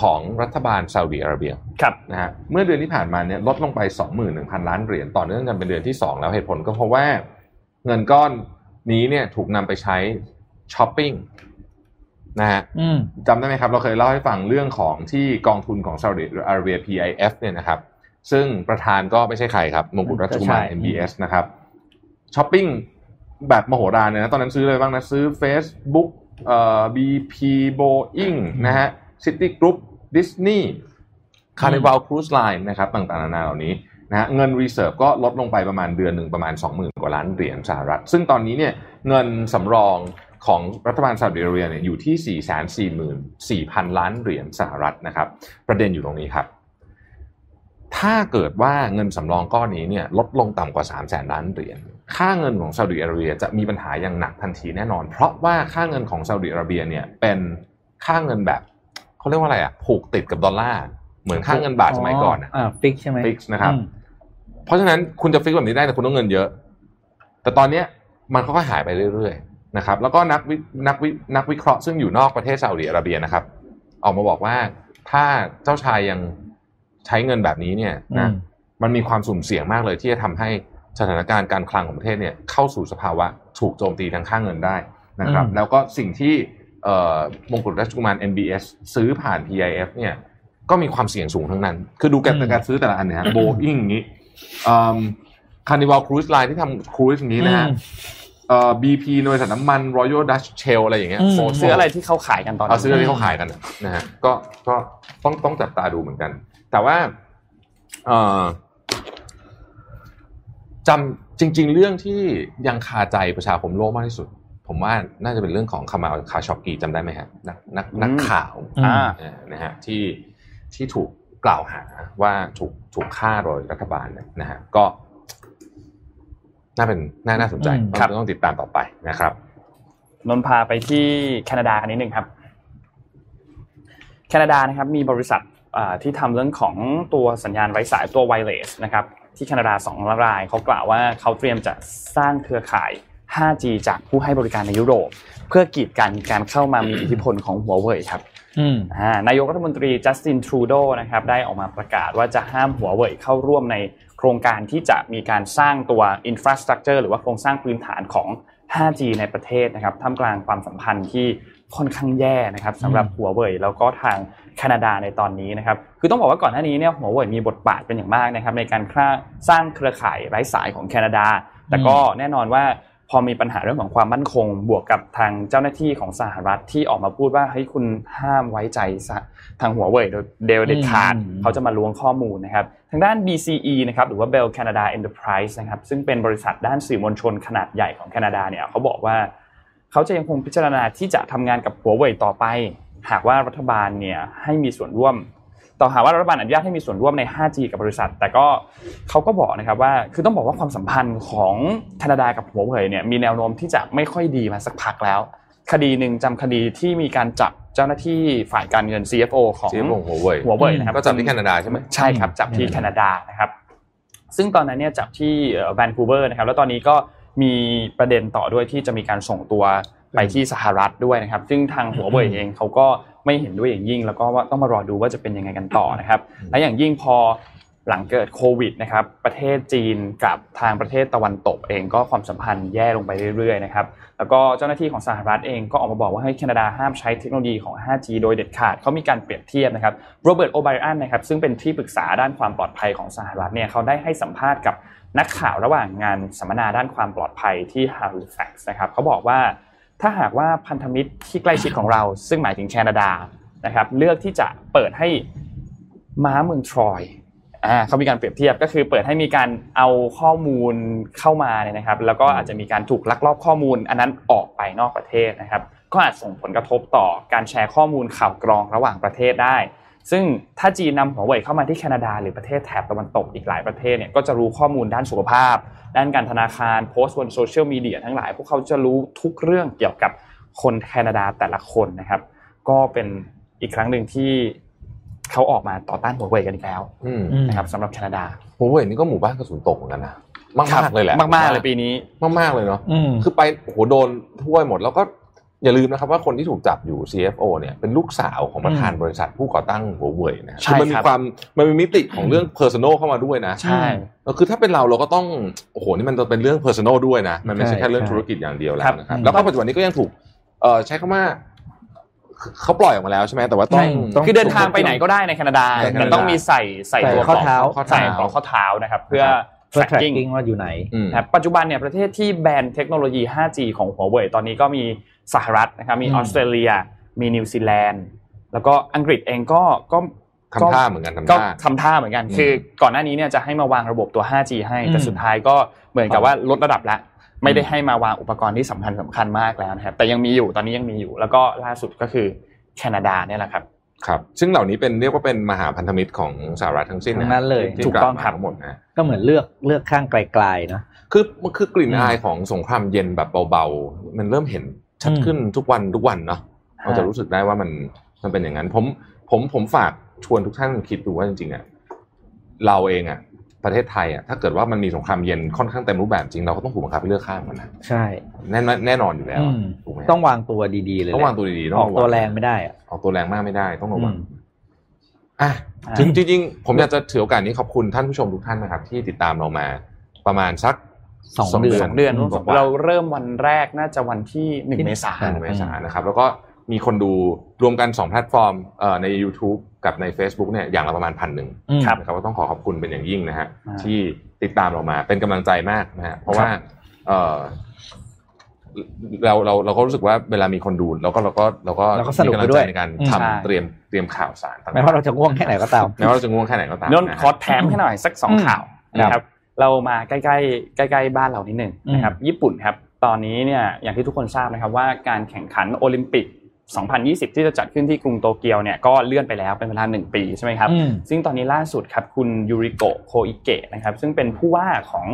S3: ของรัฐบาลซาอุดีอาระเบีย
S2: ครับ
S3: นะฮะเมื่อเดือนที่ผ่านมาเนี่ยลดลงไป 21,000 ล้านเหรียญต่อเนื่องกันเป็นเดือนที่ 2 แล้วเหตุผลก็เพราะว่าเงินก้อนนี้เนี่ยถูกนำไปใช้ช้อปปิ้งนะฮะ
S4: อืม
S3: จำได้ไหมครับ เราเคยเล่าให้ฟังเรื่องของที่กองทุนของซาอุดิอาระเบีย PIF เนี่ยนะครับ ซึ่งประธานก็ไม่ใช่ใครครับ มงกุฎราชกุมาร
S4: ใช่
S3: MBS นะครับช้อปปิ้งแบบมโหฬารเลยนะตอนนั้นซื้ออะไรบ้างนะ ซื้อ Facebook เอ่อ BP Boeing นะฮะ City Group Disney Carnival Cruise Line นะครับต่างๆนานาเหล่านี้นะฮะเงิน Reserve ก็ลดลงไปประมาณเดือนหนึ่งประมาณ 20,000 กว่าล้านเหรียญสหรัฐ ซึ่งตอนนี้เนี่ยเงินสำรองของรัฐบาลซาอุดิอาระเบียเนี่ยอยู่ที่ 444,000 ล้านเหรียญสหรัฐนะครับ ประเด็นอยู่ตรงนี้ครับ ถ้าเกิดว่าเงินสำรองก้อนนี้เนี่ยลดลงต่ำกว่า 3 0 0 0 0นล้านเหรียญ ค่าเงินของซาอุดิอาระเบียจะมีปัญหาอย่างหนักทันทีแน่นอน เพราะว่าค่าเงินของซาอุดิอาระเบียเนี่ยเป็นค่าเงินแบบเขาเรียกว่าอะไรอ่ะ ผูกติดกับดอลลาร์ เหมือนค่าเงินบาทสมัยก่อนอะ
S4: อ่าฟิกใช่ไหม
S3: fix นะครับ
S4: อืม
S3: เพราะฉะนั้นคุณจะฟิกแบบนี้ได้แต่คุณต้องเงินเยอะ แต่ตอนเนี้ยมันค่อยๆหายไปเรื่อยๆนะครับ แล้วก็นักวินักวินักวิเคราะห์ซึ่งอยู่นอกประเทศซาอุดิอาระเบียนะครับ ออกมาบอกว่าถ้าเจ้าชายยังใช้เงินแบบนี้เนี่ยนะ
S4: อืม
S3: มันมีความสุ่มเสี่ยงมากเลยที่จะทำให้สถานการณ์การคลังของประเทศเนี่ยเข้าสู่สภาวะถูกโจมตีทางค่าเงินได้นะครับ
S4: อืม
S3: แล้วก็สิ่งที่เอ่อมงกุฎราชกุมาร MBS ซื้อผ่าน PIF เนี่ยก็มีความเสี่ยงสูงทั้งนั้น คือดูการการซื้อแต่ละอันเนี่ยโบอิงอย่างนี้คาร์นิวัลครูซไลน์ที่ทำครูซอย่างนี้นะฮะ
S4: อืม
S3: เอ่อ BP บริษัทน้ำมัน Royal Dutch Shell อะไรอย่างเงี้ย
S4: อืม
S3: โโห
S2: ซื้ออะไรที่เขาขายกันตอน
S3: เอา
S2: นี้
S3: ซื้อที่เขาขายกันนะฮะก็ก็ต้องต้องจับตาดูเหมือนกัน แต่ว่าเอ่อจำจริง ๆ เรื่องที่ยังคาใจประชาคมโลกมากที่สุด ผมว่าน่าจะเป็นเรื่องของคามาลคาชอกกีจำได้ไหมฮะนักนักนัก
S2: อืม
S3: ข่าว
S2: อ่า
S3: เออนะฮะที่ที่ถูกกล่าวหาว่าถูกถูกฆ่าโดยรัฐบาลเนี่ยนะฮะก็ น่าเป็นน่าน่าสนใจ
S4: อืม
S3: ต้องต้องติดตามต่อไปนะครับ
S2: นนท์พาไปที่แคนาดากันนิดหนึ่งครับ แคนาดานะครับมีบริษัทอ่าที่ทำเรื่องของตัวสัญญาณไร้สายตัวไวเลสนะครับที่แคนาดา2รายเขากล่าวว่าเขาเตรียมจะสร้างเครือข่าย 5G จากผู้ให้บริการในยุโรป เพื่อกีดกันการเข้ามามีอิทธิพลของหัวเว่ยครับ
S4: อืม
S2: อ่านายกรัฐมนตรีจัสตินทรูโดนะครับได้ออกมาประกาศว่าจะห้ามหัวเว่ยเข้าร่วมในโครงการที่จะมีการสร้างตัวอินฟราสตรักเจอร์หรือว่าโครงสร้างพื้นฐานของ 5G ในประเทศนะครับท่ามกลางความสัมพันธ์ที่ค่อนข้างแย่นะครับสำหรับหัวเว่ยแล้วก็ทางแคนาดาในตอนนี้นะครับคือต้องบอกว่าก่อนหน้านี้เนี่ยหัวเว่ยมีบทบาทเป็นอย่างมากนะครับในการสร้างเครือข่ายไร้สายของแคนาดา แต่ก็แน่นอนว่าพอมีปัญหาเรื่องของความมั่นคง บวกกับทางเจ้าหน้าที่ของสหรัฐที่ออกมาพูดว่าเฮ้ยคุณห้ามไว้ใจสะทางหัวเว่ยโดยเดลเด็ดขาด
S4: อืม
S2: เขาจะมาล้วงข้อมูลนะครับ ทางด้าน BCE นะครับหรือว่า Bell Canada Enterprise นะครับซึ่งเป็นบริษัทด้านสื่อมวลชนขนาดใหญ่ของแคนาดาเนี่ยเขาบอกว่า เขาจะยังคงพิจารณาที่จะทำงานกับหัวเว่ยต่อไป หากว่ารัฐบาลเนี่ยให้มีส่วนร่วม ต่อหากว่ารัฐบาลอนุญาตให้มีส่วนร่วมใน 5G กับบริษัท แต่ก็เขาก็บอกนะครับว่า คือต้องบอกว่าความสัมพันธ์ของแคนาดากับหัวเว่ยเนี่ยมีแนวโน้มที่จะไม่ค่อยดีมาสักพักแล้ว คดีหนึ่งจำคดีที่มีการจับเจ้าหน้าที่ฝ่ายการเงิน CFO ของ
S3: CFO หัวเว่ย
S2: หัวเว่ยนะครับ
S3: ก็จับที่แคนาดาใช่ไหม
S2: ใช่ครับ จับที่
S4: อืม
S2: แคนาดานะครับ ซึ่งตอนนั้นเนี่ยจับที่แวนคูเวอร์นะครับ แล้วตอนนี้ก็มีประเด็นต่อด้วยที่จะมีการส่งตัวไปที่สหรัฐด้วยนะครับ ซึ่งทางหัวเว่ยเองเขาก็ไม่เห็นด้วยอย่างยิ่ง แล้วก็ว่าต้องมารอดูว่าจะเป็นยังไงกันต่อนะครับ และอย่างยิ่งพอ หลังเกิดโควิดนะครับประเทศจีนกับทางประเทศตะวันตกเองก็ความสัมพันธ์แย่ลงไปเรื่อยๆนะครับ แล้วก็เจ้าหน้าที่ของสหรัฐเองก็ออกมาบอกว่าให้แคนาดาห้ามใช้เทคโนโลยีของ 5G โดยเด็ดขาดเขามีการเปรียบเทียบนะครับโรเบิร์ตโอไบรอันนะครับซึ่งเป็นที่ปรึกษาด้านความปลอดภัยของสหรัฐเนี่ยเขาได้ให้สัมภาษณ์กับนักข่าวระหว่างงานสัมมนาด้านความปลอดภัยที่ Halifax นะครับเขาบอกว่า ถ้าหากว่าพันธมิตรที่ใกล้ชิดของเรา ซึ่งหมายถึงแคนาดานะครับเลือกที่จะเปิดให้ม้าเมืองทรอยอ่าเขามีการเปรียบเทียบก็คือเปิดให้มีการเอาข้อมูลเข้ามาเนี่ยนะครับ แล้วก็อาจจะมีการถูกลักลอบข้อมูล อันนั้นออกไปนอกประเทศนะครับ ก็อาจส่งผลกระทบต่อการแชร์ข้อมูลข่าวกรองระหว่างประเทศได้ ซึ่งถ้าจีนนำหัวเว่ยเข้ามาที่แคนาดา หรือประเทศแถบตะวันตกอีกหลายประเทศเนี่ยก็จะรู้ข้อมูลด้านสุขภาพ ด้านการธนาคารโพสต์บนโซเชียลมีเดียทั้งหลาย พวกเขาจะรู้ทุกเรื่องเกี่ยวกับคนแคนาดาแต่ละคนนะครับ ก็เป็นอีกครั้งหนึ่งที่เขาออกมาต่อต้านหัวเว่ยกันอีกแล้ว
S3: อืม
S4: อืม
S2: นะครับสำหรับแคนาดา
S3: โอ้โหเห็นนี่ก็หมู่บ้านกระสุนตกเหมือนกันนะมากมากๆเลยแหละ
S2: มากๆเลยปีนี้
S3: มากมากๆเลยเนาะ
S4: อืม
S3: คือไปโอ้โหโดนทั่วหมดแล้วก็อย่าลืมนะครับว่าคนที่ถูกจับอยู่ CFO เนี่ยเป็นลูกสาวของประธานบริษัทผู้ก่อตั้งหัวเว่ยนะฮะ
S2: ใช่
S3: คือมันมี
S2: ครับ
S3: ความมันมีมิติของเรื่อง personal เข้ามาด้วยนะ
S2: ใช่
S3: แล้วคือถ้าเป็นเราเราก็ต้องโอ้โหนี่มันจะเป็นเรื่อง personal ด้วยนะ มันไม่ใช่
S4: ใช่
S3: แค่เรื่อง
S4: ใช่
S3: ธุรกิจอย่างเดียวแล้
S2: ครั
S3: ว
S2: บ
S3: นะครับ
S4: อืม
S3: แล้วก็ปัจจุบันนี้ก็ยังถูกเอ่อใช้คำว่าเขาปล่อยออกมาแล้วใช่ไหมแต่ว่าต้อง
S4: ไม่ต้อง
S2: คือเดินทางไปไหนก็ได้ในแคนาดา
S3: ใช่แคนาดา
S2: แต่ต้องมีใส่ใส่
S4: ใส่
S2: ตัว
S4: ข้อเท้า
S2: ใส่ของข้อเท้านะครับ เพื่อ
S4: เพื่อ
S2: tracking
S4: tracking ว่าอยู่ไหน
S3: อืม
S2: นะครับปัจจุบันเนี่ยประเทศที่แบนเทคโนโลยี 5G ของหัวเว่ยตอนนี้ก็มีสหรัฐนะครับมี
S4: อืม
S2: ออสเตรเลีย มีนิวซีแลนด์ แล้วก็อังกฤษเองก็ก็
S3: ทำท่าเหมือนกันทำ
S2: ก็
S3: ท่า
S2: ทำท่าเหมือนกัน
S3: อืม
S2: คือก่อนหน้านี้เนี่ยจะให้มาวางระบบตัว 5G ให้แต่
S4: อืม
S2: สุดท้ายก็เหมือนกับว่าลดระดับละไม่ได้ให้มาวางอุปกรณ์ที่สำคัญสำคัญมากแล้วนะครับแต่ยังมีอยู่ตอนนี้ยังมีอยู่ แล้วก็ล่าสุดก็คือแคนาดาเนี่ยแหละครับ
S3: ครับ ซึ่งเหล่านี้เป็นเรียกว่าเป็นมหาพันธมิตรของสหรัฐทั้งสิ้น
S4: ทั้
S3: นะ
S4: งนั้นเลย
S3: ที่
S2: ถูกต้อง
S3: ล่าวมา
S2: ครับ
S3: ทั้งหมดนะ
S4: ก็เหมือนเลือกเลือกข้างไกลๆเนาะ
S3: คือมันคือกลิ่น
S4: อืม
S3: อายของสงครามเย็นแบบเบาๆ มันเริ่มเห็นชัด
S4: อืม
S3: ขึ้นทุกวันทุกวันเนาะเราจะรู้สึกได้ว่ามันมันเป็นอย่างนั้น ผมผมผมฝากชวนทุกท่านคิดดูว่าจริงๆอ่ะเราเองอ่ะประเทศไทยอ่ะถ้าเกิดว่ามันมีสงครามเย็นค่อนข้างเต็มรูปแบบจริงเราก็ต้องถูกบังคับให้เลือกข้างมันนะ
S4: ใช่
S3: แน่นอนแน่นอนอยู่แล้ว
S4: อื
S3: อะ
S4: ม
S3: ถูกไหม
S4: ต้องวางตัวดีๆเลย
S3: ต้องวางตัวดีๆ
S4: ออก
S3: ะ
S4: ตัวแรงไม่ได้อะ
S3: ออกตัวแรงมากไม่ได้ต้องระวัง
S4: อืม
S3: อ่ะ
S2: อ่ะ
S3: ถึงจริงๆ ผมอยากจะถือโอกาสนี้ขอบคุณท่านผู้ชมทุกท่านนะครับ ที่ติดตามเรามาประมาณสัก
S4: สองเดือน
S2: เดือน
S3: กว่า
S2: เราเริ่มวันแรกน่าจะวันที่หนึ่งเมษา
S3: ๆเมษายนนะครับ แล้วก็มีคนดูรวมกัน2แพลตฟอร์มเอ่อใน YouTube กับใน Facebook เนี่ยอย่างละประมาณพันหนึ่ง
S4: อืม
S3: นะครับก็ต้องขอขอบคุณเป็นอย่างยิ่งนะฮะ
S2: อ่า
S3: ที่ติดตามเรามาเป็นกำลังใจมากนะฮะเพราะว่าเอ่อเราเราเราก็รู้สึกว่าเวลามีคนดูเราก็เราก็เราก็
S4: เราก็สนุก
S3: มีำ
S4: ไป
S3: ลัง
S4: ด้วย
S3: ใจในการ
S4: อืม
S3: ทำ
S2: ใช่
S3: เตรียมเตรียมข่าวสารต่างๆ
S4: ไม่ว่าเราจะง่วงแค่ไหนก็ตาม
S3: แม้ว่าเราจะง่วงแค่ไหนก็ตา
S2: นนท์
S3: มะฮะ
S2: ขอแถมให้หน่อยสักสอง
S4: อืม
S2: ข่าวนะครับเรามาใกล้ๆใกล้ๆบ้านเรานิดหนึ่งนะครับญี่ปุ่นครับตอนนี้เนี่ยอย่างที่ทุกคนทราบนะครับว่าการแข่งขันโอลิมปิก 2020 ที่จะจัดขึ้นที่กรุงโตเกียวเนี่ยก็เลื่อนไปแล้วเป็นเวลา 1 ปีใช่ไหมครับ
S4: อืม
S2: ซึ่งตอนนี้ล่าสุดครับคุณยูริโกะโคอิเกะนะครับซึ่งเป็นผู้ว่าของ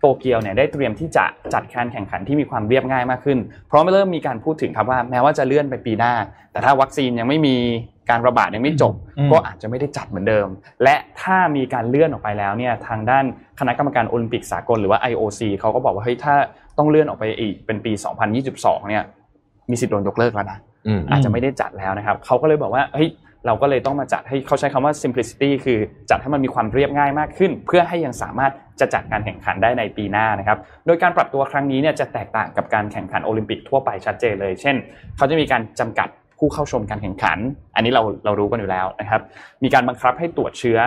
S2: โตเกียวเนี่ยได้เตรียมที่จะจัดการแข่งขันที่มีความเรียบง่ายมากขึ้น เพราะเริ่มมีการพูดถึงครับว่าแม้ว่าจะเลื่อนไปปีหน้า แต่ถ้าวัคซีนยังไม่มีการระบาดยังไม่จบ
S4: อืม
S2: ก็อาจจะไม่ได้จัดเหมือนเดิม และถ้ามีการเลื่อนออกไปแล้วเนี่ยทางด้านคณะกรรมการโอลิมปิกสากลหรือว่า IOC เขาก็บอกว่าเฮ้ยถ้าต้องเลื่อนออกไปอีกเป็นปี 2022 เนี่ยมีสิทธิ์โดนยกเลิกแล้วนะ
S3: อืม
S2: อาจจะไม่ได้จัดแล้วนะครับ เขาก็เลยบอกว่า เฮ้ย เราก็เลยต้องมาจัดให้เขาใช้คำว่า simplicity คือจัดให้มันมีความเรียบง่ายมากขึ้น เพื่อให้ยังสามารถจะจัดการแข่งขันได้ในปีหน้านะครับ โดยการปรับตัวครั้งนี้เนี่ยจะแตกต่างกับการแข่งขันโอลิมปิกทั่วไปชัดเจนเลย เช่น เขาจะมีการจำกัดผู้เข้าชมการแข่งขัน อันนี้เราเรารู้กันอยู่แล้วนะครับ มีการบังคับให้ตรวจเชื้อ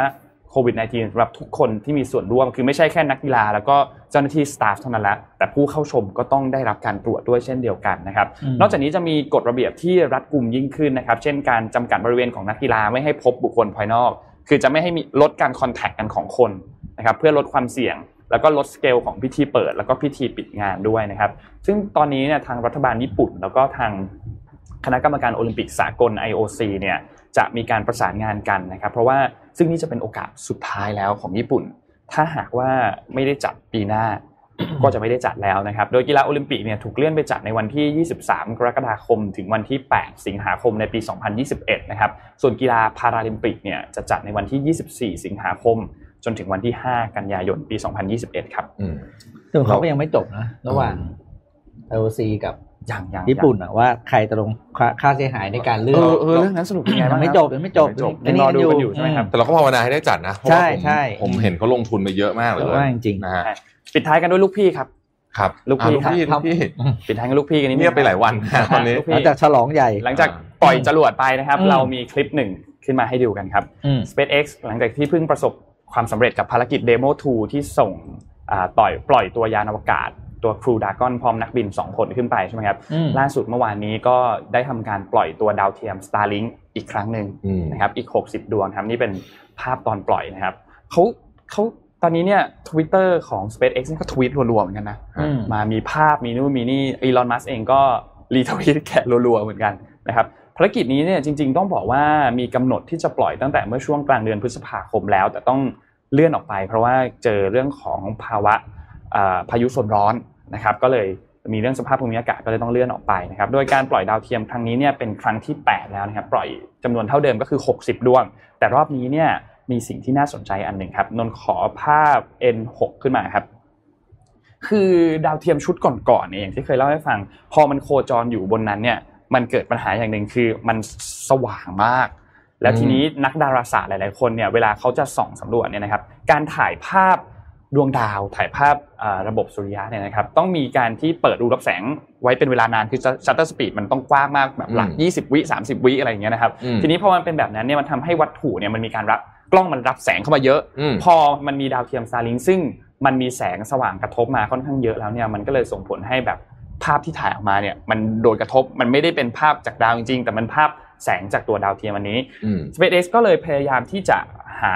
S2: โควิด -19 สำหรับทุกคนที่มีส่วนร่วม คือไม่ใช่แค่นักกีฬา แล้วก็เจ้าหน้าที่สตาฟเท่านั้นละ แต่ผู้เข้าชมก็ต้องได้รับการตรวจด้วยเช่นเดียวกันนะครับ
S4: อืม
S2: นอกจากนี้จะมีกฎระเบียบที่รัดกุมยิ่งขึ้นนะครับ เช่นการจำกัดบริเวณของนักกีฬาไม่ให้พบบุคคลภายนอก คือจะไม่ให้มีลดการคอนแทคกันของคนนะครับ เพื่อลดความเสี่ยง แล้วก็ลดสเกลของพิธีเปิด แล้วก็พิธีปิดงานด้วยนะครับ ซึ่งตอนนี้เนี่ยทางรัฐบาลญี่ปุ่น แล้วก็ทางคณะกรรมการโอลิมปิกสากล IOC เนี่ยจะมีการประสานงานกันนะครับ เพราะว่าซึ่งนี่จะเป็นโอกาสสุดท้ายแล้วของญี่ปุ่น ถ้าหากว่าไม่ได้จัดปีหน้า <coughs> ก็จะไม่ได้จัดแล้วนะครับ โดยกีฬาโอลิมปิกเนี่ยถูกเลื่อนไปจัดในวันที่ 23 กรกฎาคม ถึงวันที่ 8 สิงหาคมในปี 2021 นะครับ ส่วนกีฬาพาราลิมปิกเนี่ยจะจัดในวันที่ 24 สิงหาคม จนถึงวันที่ 5 กันยายน ปี 2021 ครับ
S3: อืม
S4: ซึ่งเขาก็ยังไม่จบนะ ระหว่าง IOC กับ
S2: ยังยัง
S4: ญี่ปุ่นอะว่าใครจะลงค่าค่าเสียหายในการเลื
S3: เอ
S4: อ
S3: อ
S4: ก
S3: เออเรื่องนั้นสนุกยังไง
S4: ยั
S3: บ้าง ง
S4: ไม่
S3: ค
S4: จ
S3: รั
S4: บยังไม่จบ
S3: ยังไม่จบ
S2: ยังรอดูกันอยู่ใช่ไหมครับ
S3: แต่เราก็ภาวนาให้ได้จัดนะเพราะ
S4: ใช่
S3: ว่าผม
S4: ใช่
S3: ผมเห็นเขาลงทุนไปเยอะมาก
S4: อืม
S3: เลย
S4: แต่ว่าจริง
S3: นะฮะ
S2: ปิดท้ายกันด้วยลูกพี่ครับ
S3: ครับ
S2: ลูกพี่
S3: อ่ะลูกพี่
S4: ค
S3: ลู
S4: รับ
S3: กพี่
S2: ปิดท้ายกันลูกพี่กันนิดนึง
S3: เงียบไปหลายวันนะตอนนี้
S2: ลูก
S4: ๆหลังจากฉลองใหญ่
S2: หลังจากปล่อยจรวดไปนะครับ
S4: อืม
S2: เรามีคลิปหนึ่งขึ้นมาให้ดูกันครับ
S4: อืม
S2: SpaceX หลังจากที่เพิ่งประสบความสำเร็จกับภารกิจ Demo 2 ที่ส่งอ่าต่อยปล่อยตัวยานอวกาศ ตัวครูดากอนพร้อมนักบิน 2 คนขึ้นไปใช่ไหมครับ
S4: อืม
S2: ล่าสุดเมื่อวานนี้ก็ได้ทำการปล่อยตัวดาวเทียม Starlink อีกครั้งหนึ่ง
S3: อืม
S2: นะครับอีก 60 ดวงครับนี่เป็นภาพตอนปล่อยนะครับเขาเขาตอนนี้เนี่ย Twitter ของ SpaceX นี่ก็ทวีตรัวๆเหมือนกันนะ
S4: อืม
S2: มามีภาพมีนู่นมีนี่อีลอนมัสเองก็รีทวีตแกะรัวๆเหมือนกันนะครับภารกิจนี้เนี่ยจริงๆต้องบอกว่ามีกำหนดที่จะปล่อยตั้งแต่เมื่อช่วงกลางเดือนพฤษภาคมแล้ว แต่ต้องเลื่อนออกไป เพราะว่าเจอเรื่องของภาวะเอ่อพายุโซนร้อนนะครับก็เลยมีเรื่องสภาพภูมิอากาศก็เลยต้องเลื่อนออกไปนะครับโดยการปล่อยดาวเทียมครั้งนี้เนี่ยเป็นครั้งที่ 8 แล้วนะครับปล่อยจำนวนเท่าเดิมก็คือ 60 ดวง แต่รอบนี้เนี่ยมีสิ่งที่น่าสนใจอันหนึ่งครับนนท์ขอภาพ N6 ขึ้นมาครับ คือดาวเทียมชุดก่อนๆเนี่ยอย่างที่เคยเล่าให้ฟัง พอมันโคจรอยู่บนนั้นเนี่ยมันเกิดปัญหาอย่างหนึ่งคือมันสว่างมาก แล้วทีนี้นักดาราศาสตร์หลาย ๆ คนเนี่ยเวลาเขาจะส่องสำรวจเนี่ยนะครับการถ่ายภาพดวงดาวถ่ายภาพเอ่อระบบสุริยะเนี่ยนะครับต้องมีการที่เปิดรูรับแสงไว้เป็นเวลานานคือชัตเตอร์สปีดมันต้องกว้างมากแบบหลัก
S3: อืม
S2: 20 วิ 30 วิอะไรอย่างเงี้ยนะครับ
S3: อืม
S2: ทีนี้พอมันเป็นแบบนั้นเนี่ยมันทำให้วัตถุเนี่ยมันมีการรับกล้องมันรับแสงเข้ามาเยอะ
S3: อืม
S2: พอมันมีดาวเทียมซาลิงซึ่งมันมีแสงสว่างกระทบมาค่อนข้างเยอะแล้วเนี่ยมันก็เลยส่งผลให้แบบภาพที่ถ่ายออกมาเนี่ยมันโดนกระทบมันไม่ได้เป็นภาพจากดาวจริงๆ แต่มันภาพแสงจากตัวดาวเทียมอันนี้
S3: อืม
S2: SpaceX ก็เลยพยายามที่จะหา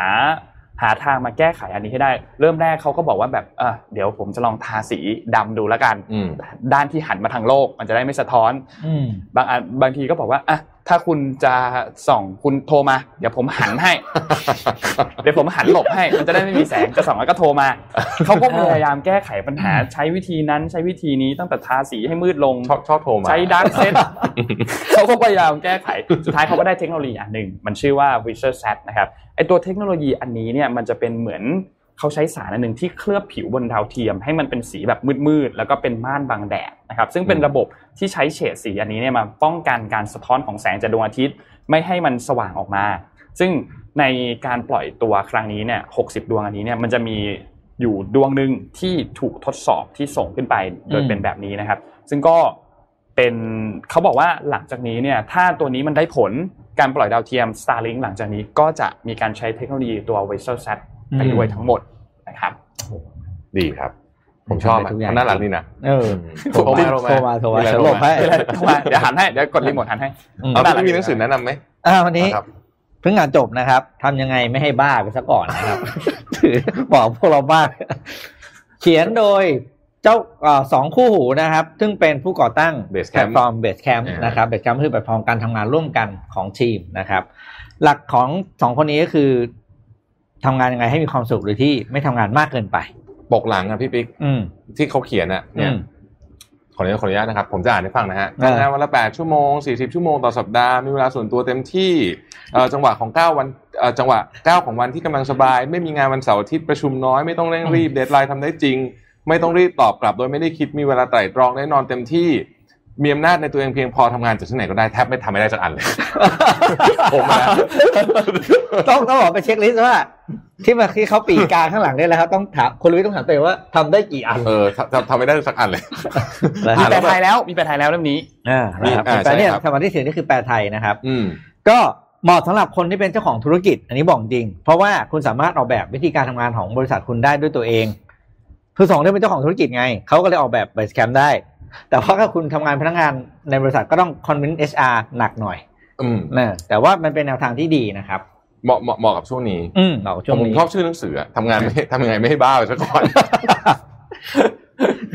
S2: หาทางมาแก้ไขอันนี้ให้ได้ เริ่มแรกเขาก็บอกว่าแบบเออเดี๋ยวผมจะลองทาสีดำดูแล้วกัน
S3: อืม
S2: ด้านที่หันมาทางโลกมันจะได้ไม่สะท้อน
S4: อืม
S2: บางอันบางทีก็บอกว่าอ่ะถ้าคุณจะส่องคุณโทรมา เดี๋ยวผมหัน
S3: <laughs>
S2: ให้ เดี๋ยวผมหันหลบให้ มันจะได้ไม่มีแสงจะส่องแล้วก็โทรมา
S3: <laughs>
S2: เขาก็พยายามแก้ไขปัญหาใช้วิธีนั้นใช้วิธีนี้ตั้งแต่ทาสีให้มืดลง
S3: <laughs> ชอบชอบโทรมา
S2: ใช้ <laughs> ดาร์กเซต เขาก็พยายามแก้ไข สุดท้ายเขาก็ได้เทคโนโลยีอันหนึ่ง มันชื่อว่า Visual Set นะครับไอตัวเทคโนโลยีอันนี้เนี่ยมันจะเป็นเหมือนเขาใช้สารอันหนึ่งที่เคลือบผิวบนดาวเทียม ให้มันเป็นสีแบบมืดๆ แล้วก็เป็นม่านบังแดดนะครับซึ่งเป็น
S3: อืม
S2: ระบบที่ใช้เฉดสีอันนี้เนี่ยมาป้องกันการสะท้อนของแสงจากดวงอาทิตย์ ไม่ให้มันสว่างออกมา ซึ่งในการปล่อยตัวครั้งนี้เนี่ย 60 ดวงอันนี้เนี่ย มันจะมีอยู่ดวงหนึ่งที่ถูกทดสอบที่ส่งขึ้นไปโดย
S4: อืม
S2: เป็นแบบนี้นะครับ ซึ่งก็เป็นเขาบอกว่าหลังจากนี้เนี่ย ถ้าตัวนี้มันได้ผลการปล่อยดาวเทียม Starlink หลังจากนี้ก็จะมีการใช้เทคโนโลยีตัว v e s e l Sat ไปด้วยทั้งหมดนะครับ
S3: ดีครับ ผมชอบอะ
S4: ทุกอย่าง
S3: น่ารักดีนะ
S4: เออ
S3: โทรมา
S4: โทรมาโทรมา
S3: มีอะไร
S4: ฉันหลบให้
S3: โทรมา
S2: เดี๋ยวมาเดี๋ยวหันให้ เดี๋ยวกดรีโมทหันให้
S4: อืม
S3: เอา
S2: น่ารัก
S3: พี่มีหนังสือแนะนำไหม
S4: อ้าววันนี้
S3: ครับ
S4: เพิ่งอ่านจบนะครับทำยังไงไม่ให้บ้าไปซะก่อนนะครับ ถือบอกพวกเราบ้างเขียนโดยเจ้าเอ่อสองคู่หูนะครับ ซึ่งเป็นผู้ก่อตั้ง
S3: Basecamp
S4: แพลตฟอร์มเบสแคมป์
S3: อ่าน
S4: นะครับเบสแคมป์คือแพลตฟอร์มการทำงานร่วมกันของทีมนะครับ หลักของสองคนนี้ก็คือทำงานยังไงให้มีความสุขโดยที่ไม่ทำงานมากเกินไป
S3: ปกหลังอะพี่ปิ๊ก
S4: อืม
S3: ที่เขาเขียนอะเนี่ย
S4: อืม
S3: ขออนุญาตขออนุญาตนะครับผมจะอ่านให้ฟังนะฮะ
S4: อ่า
S3: ทำงานวันละ 8 ชั่วโมง 40 ชั่วโมงต่อสัปดาห์มีเวลาส่วนตัวเต็มที่เอ่อจังหวะของ 9 วันเอ่อจังหวะ 9 ของวันที่กำลังสบาย ไม่มีงานวันเสาร์อาทิตย์ประชุมน้อยไม่ต้องเร่งรีบเดทไลน์ทำได้จริง ไม่ต้องรีบตอบกลับ โดยไม่ได้คิดมีเวลาไตร่ตรองได้นอนเต็มที่มีอำนาจในตัวเองเพียงพอทำงานจากที่ไหนก็ได้แทบไม่ทำไม่ได้สักอันเลย ผมอะนะ
S4: ต้องต้องบอกไปเช็คลิสต์ว่า ที่มาที่เขาปีกกลางข้างหลังเนี่ยแหละครับ ต้องถามคนรู้ต้องถามตัวเองว่าทำได้กี่อัน
S3: เออทำทำไม่ได้สักอันเลย
S2: มีแปล
S3: อ่ะ
S2: ไทยแล้ว มีแปลไทยแล้วเรื่องนี้
S4: อ่านะครับ
S3: อ่า
S4: แต่เนี่ย
S3: ใช่ครับ
S4: คำที่ถือนี่คือแปลไทยนะครับ
S3: อืม
S4: ก็เหมาะสำหรับคนที่เป็นเจ้าของธุรกิจ อันนี้บอกจริง เพราะว่าคุณสามารถออกแบบวิธีการทำงานของบริษัทคุณได้ด้วยตัวเองคือสองเรื่องเป็นเจ้าของธุรกิจไง เขาก็เลยออกแบบเบสแคมได้ แต่ว่าถ้าคุณทำงานพนักงานในบริษัทก็ต้องคอนวินเอชอาร์หนักหน่อย
S3: อืม
S4: นะแต่ว่ามันเป็นแนวทางที่ดีนะครับ
S3: เหมาะเหมาะเหมาะกับช่วงนี้
S4: อืมเราช่วง
S3: ผม
S4: นี้
S3: ชอบชื่อหนังสืออะทำงานไม่ <laughs> ทำยังไงไม่ให้บ้าไปซะก่อน <laughs>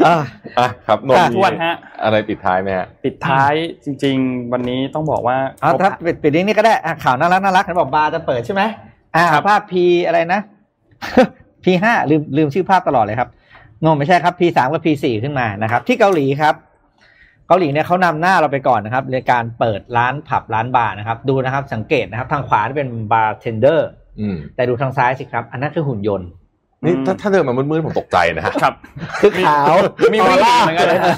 S4: <laughs> อ่า
S3: อ่ะครับนนท์
S2: ทวนฮะ
S3: อะไรปิดท้ายไหมฮะ
S2: ปิดท้ายจริง ๆ วันนี้ต้องบอกว่า
S4: อ่าถ้าปิดปิดลิงก์นี่ก็ได้อ่ะข่าวน่ารักน่ารักเห็นบอกบาร์จะเปิดใช่ไหมอ่า
S2: ครับ
S4: ภาพพีอะไรนะ <laughs> พีห้าลืมลืมชื่อภาพตลอดเลยครับโนไม่ใช่ครับพีสามกับพีสี่ขึ้นมานะครับ ที่เกาหลีครับ เกาหลีเนี่ยเขานำหน้าเราไปก่อนนะครับในการเปิดร้านผับร้านบาร์นะครับ ดูนะครับ สังเกตนะครับ ทางขวานี่เป็นบาร์เทนเดอร์
S3: อืม
S4: แต่ดูทางซ้ายสิครับ อันนั้นคือหุ่นยนต์
S3: นี่
S2: อืม
S3: ถ้าถ้าเดินมามืดๆผมตกใจนะฮะ
S2: ครับ
S4: คือขาว
S2: มีวิ่ง
S4: ออร่า
S2: เหมือนกันนะฮะ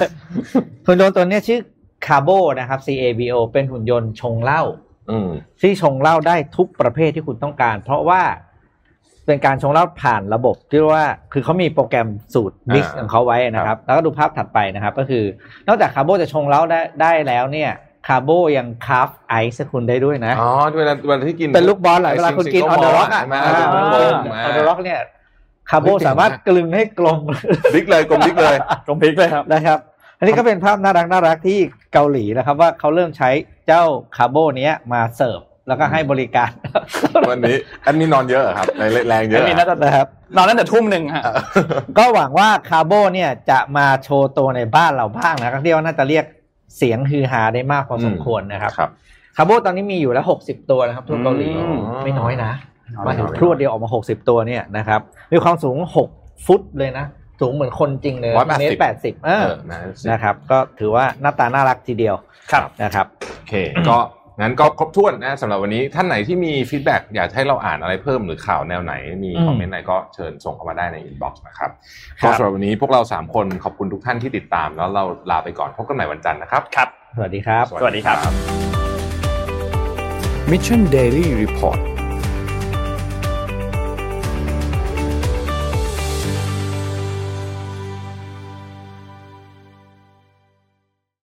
S4: หุ่นยนต์ตัวเนี้ยชื่อคาโบนะครับ C A B O เป็นหุ่นยนต์ชงเหล้า
S3: อืม
S4: ที่ชงเหล้าได้ทุกประเภทที่คุณต้องการ เพราะว่าเป็นการชงเหล้าผ่านระบบที่ว่าคือเขามีโปรแกรมสูตรมิกซ์
S3: อ่า
S4: ของเขาไว้นะครับ แล้วก็ดูภาพถัดไปนะครับ ก็คือนอกจากคาร์โบจะชงเหล้าได้ได้แล้วเนี่ยคาร์โบยังคาร์ฟไอซ์ให้คุณได้ด้วยนะ
S3: อ๋อเวลาเวลาที่กิน
S4: เป็นลูกบอลเหรอ
S3: ไ
S4: เวลาคุณกินอ
S3: ซิ
S4: อ
S3: ซิ
S4: เดอร์ล็อก
S3: ใช่
S4: อ่ะ
S3: ไหม
S4: อ
S3: เป็นลูกบอลใช่ไหม
S4: อเดอร์ล็อกเนี่ยคาร์โบ
S3: เฮ้ยเจ๋งนะ
S4: สามารถกลึงให้กลม
S3: ดิกเลยกลมดิกเลย
S2: ตรงพลิกเลยครับ
S4: นะครับ อันนี้ก็เป็นภาพน่ารักน่ารักที่เกาหลีนะครับ ว่าเขาเริ่มใช้เจ้าคาร์โบเนี้ยมาเสิร์ฟแล้วก็ให้บริการ
S3: วันนี้แอดมินนอนเยอะเหรอครับในแรงเยอะ
S2: แอดมินน่าจะ
S4: นะครับ
S2: นอนตั้งแต่ทุ่มหนึ่งฮะ
S4: ก็หวังว่าคาร์โบเนี่ยจะมาโชว์ตัวในบ้านเราบ้างนะก็เรียกว่าน่าจะเรียกเสียงฮือฮาได้มากพอสมควรนะครับ
S3: ครับ
S4: คาร์โบตอนนี้มีอยู่แล้ว 60 ตัวนะครับทั่วเกาหลี
S2: อืม
S4: ไม่น้อยนะ
S3: ไม่
S4: มา
S3: น้
S4: ถึ
S3: อง ย
S4: พรวดเดียวออกมา 60 ตัวเนี่ยนะครับมีความสูง 6 ฟุตเลยนะ สูงเหมือนคนจริงเลย
S3: 180
S4: เมตรแปดสิบเอ
S3: เอ
S4: อ
S3: อนะสิ
S4: นะครับ ก็ถือว่าหน้าตาน่ารักทีเดียว
S2: ครับ
S4: นะครับ
S3: โอเค ก็งั้นก็ครบถ้วนนะสำหรับวันนี้ท่านไหนที่มีฟีดแบ็กอยากให้เราอ่านอะไรเพิ่มหรือข่าวแนวไหน มี
S4: อืม
S3: คอมเมนต์ไหนก็เชิญส่งเข้ามาได้ในอินบ็อกซ์นะครับ
S4: ครั
S3: ก็
S4: บ
S3: สำหรับวันนี้พวกเรา 3 คนขอบคุณทุกท่านที่ติดตาม แล้วเราลาไปก่อนพบกันใหม่วันจันทร์นะครับ
S2: ครับ
S4: สวัสดีครับ
S2: สวัสดีครับ
S1: Mission Daily Report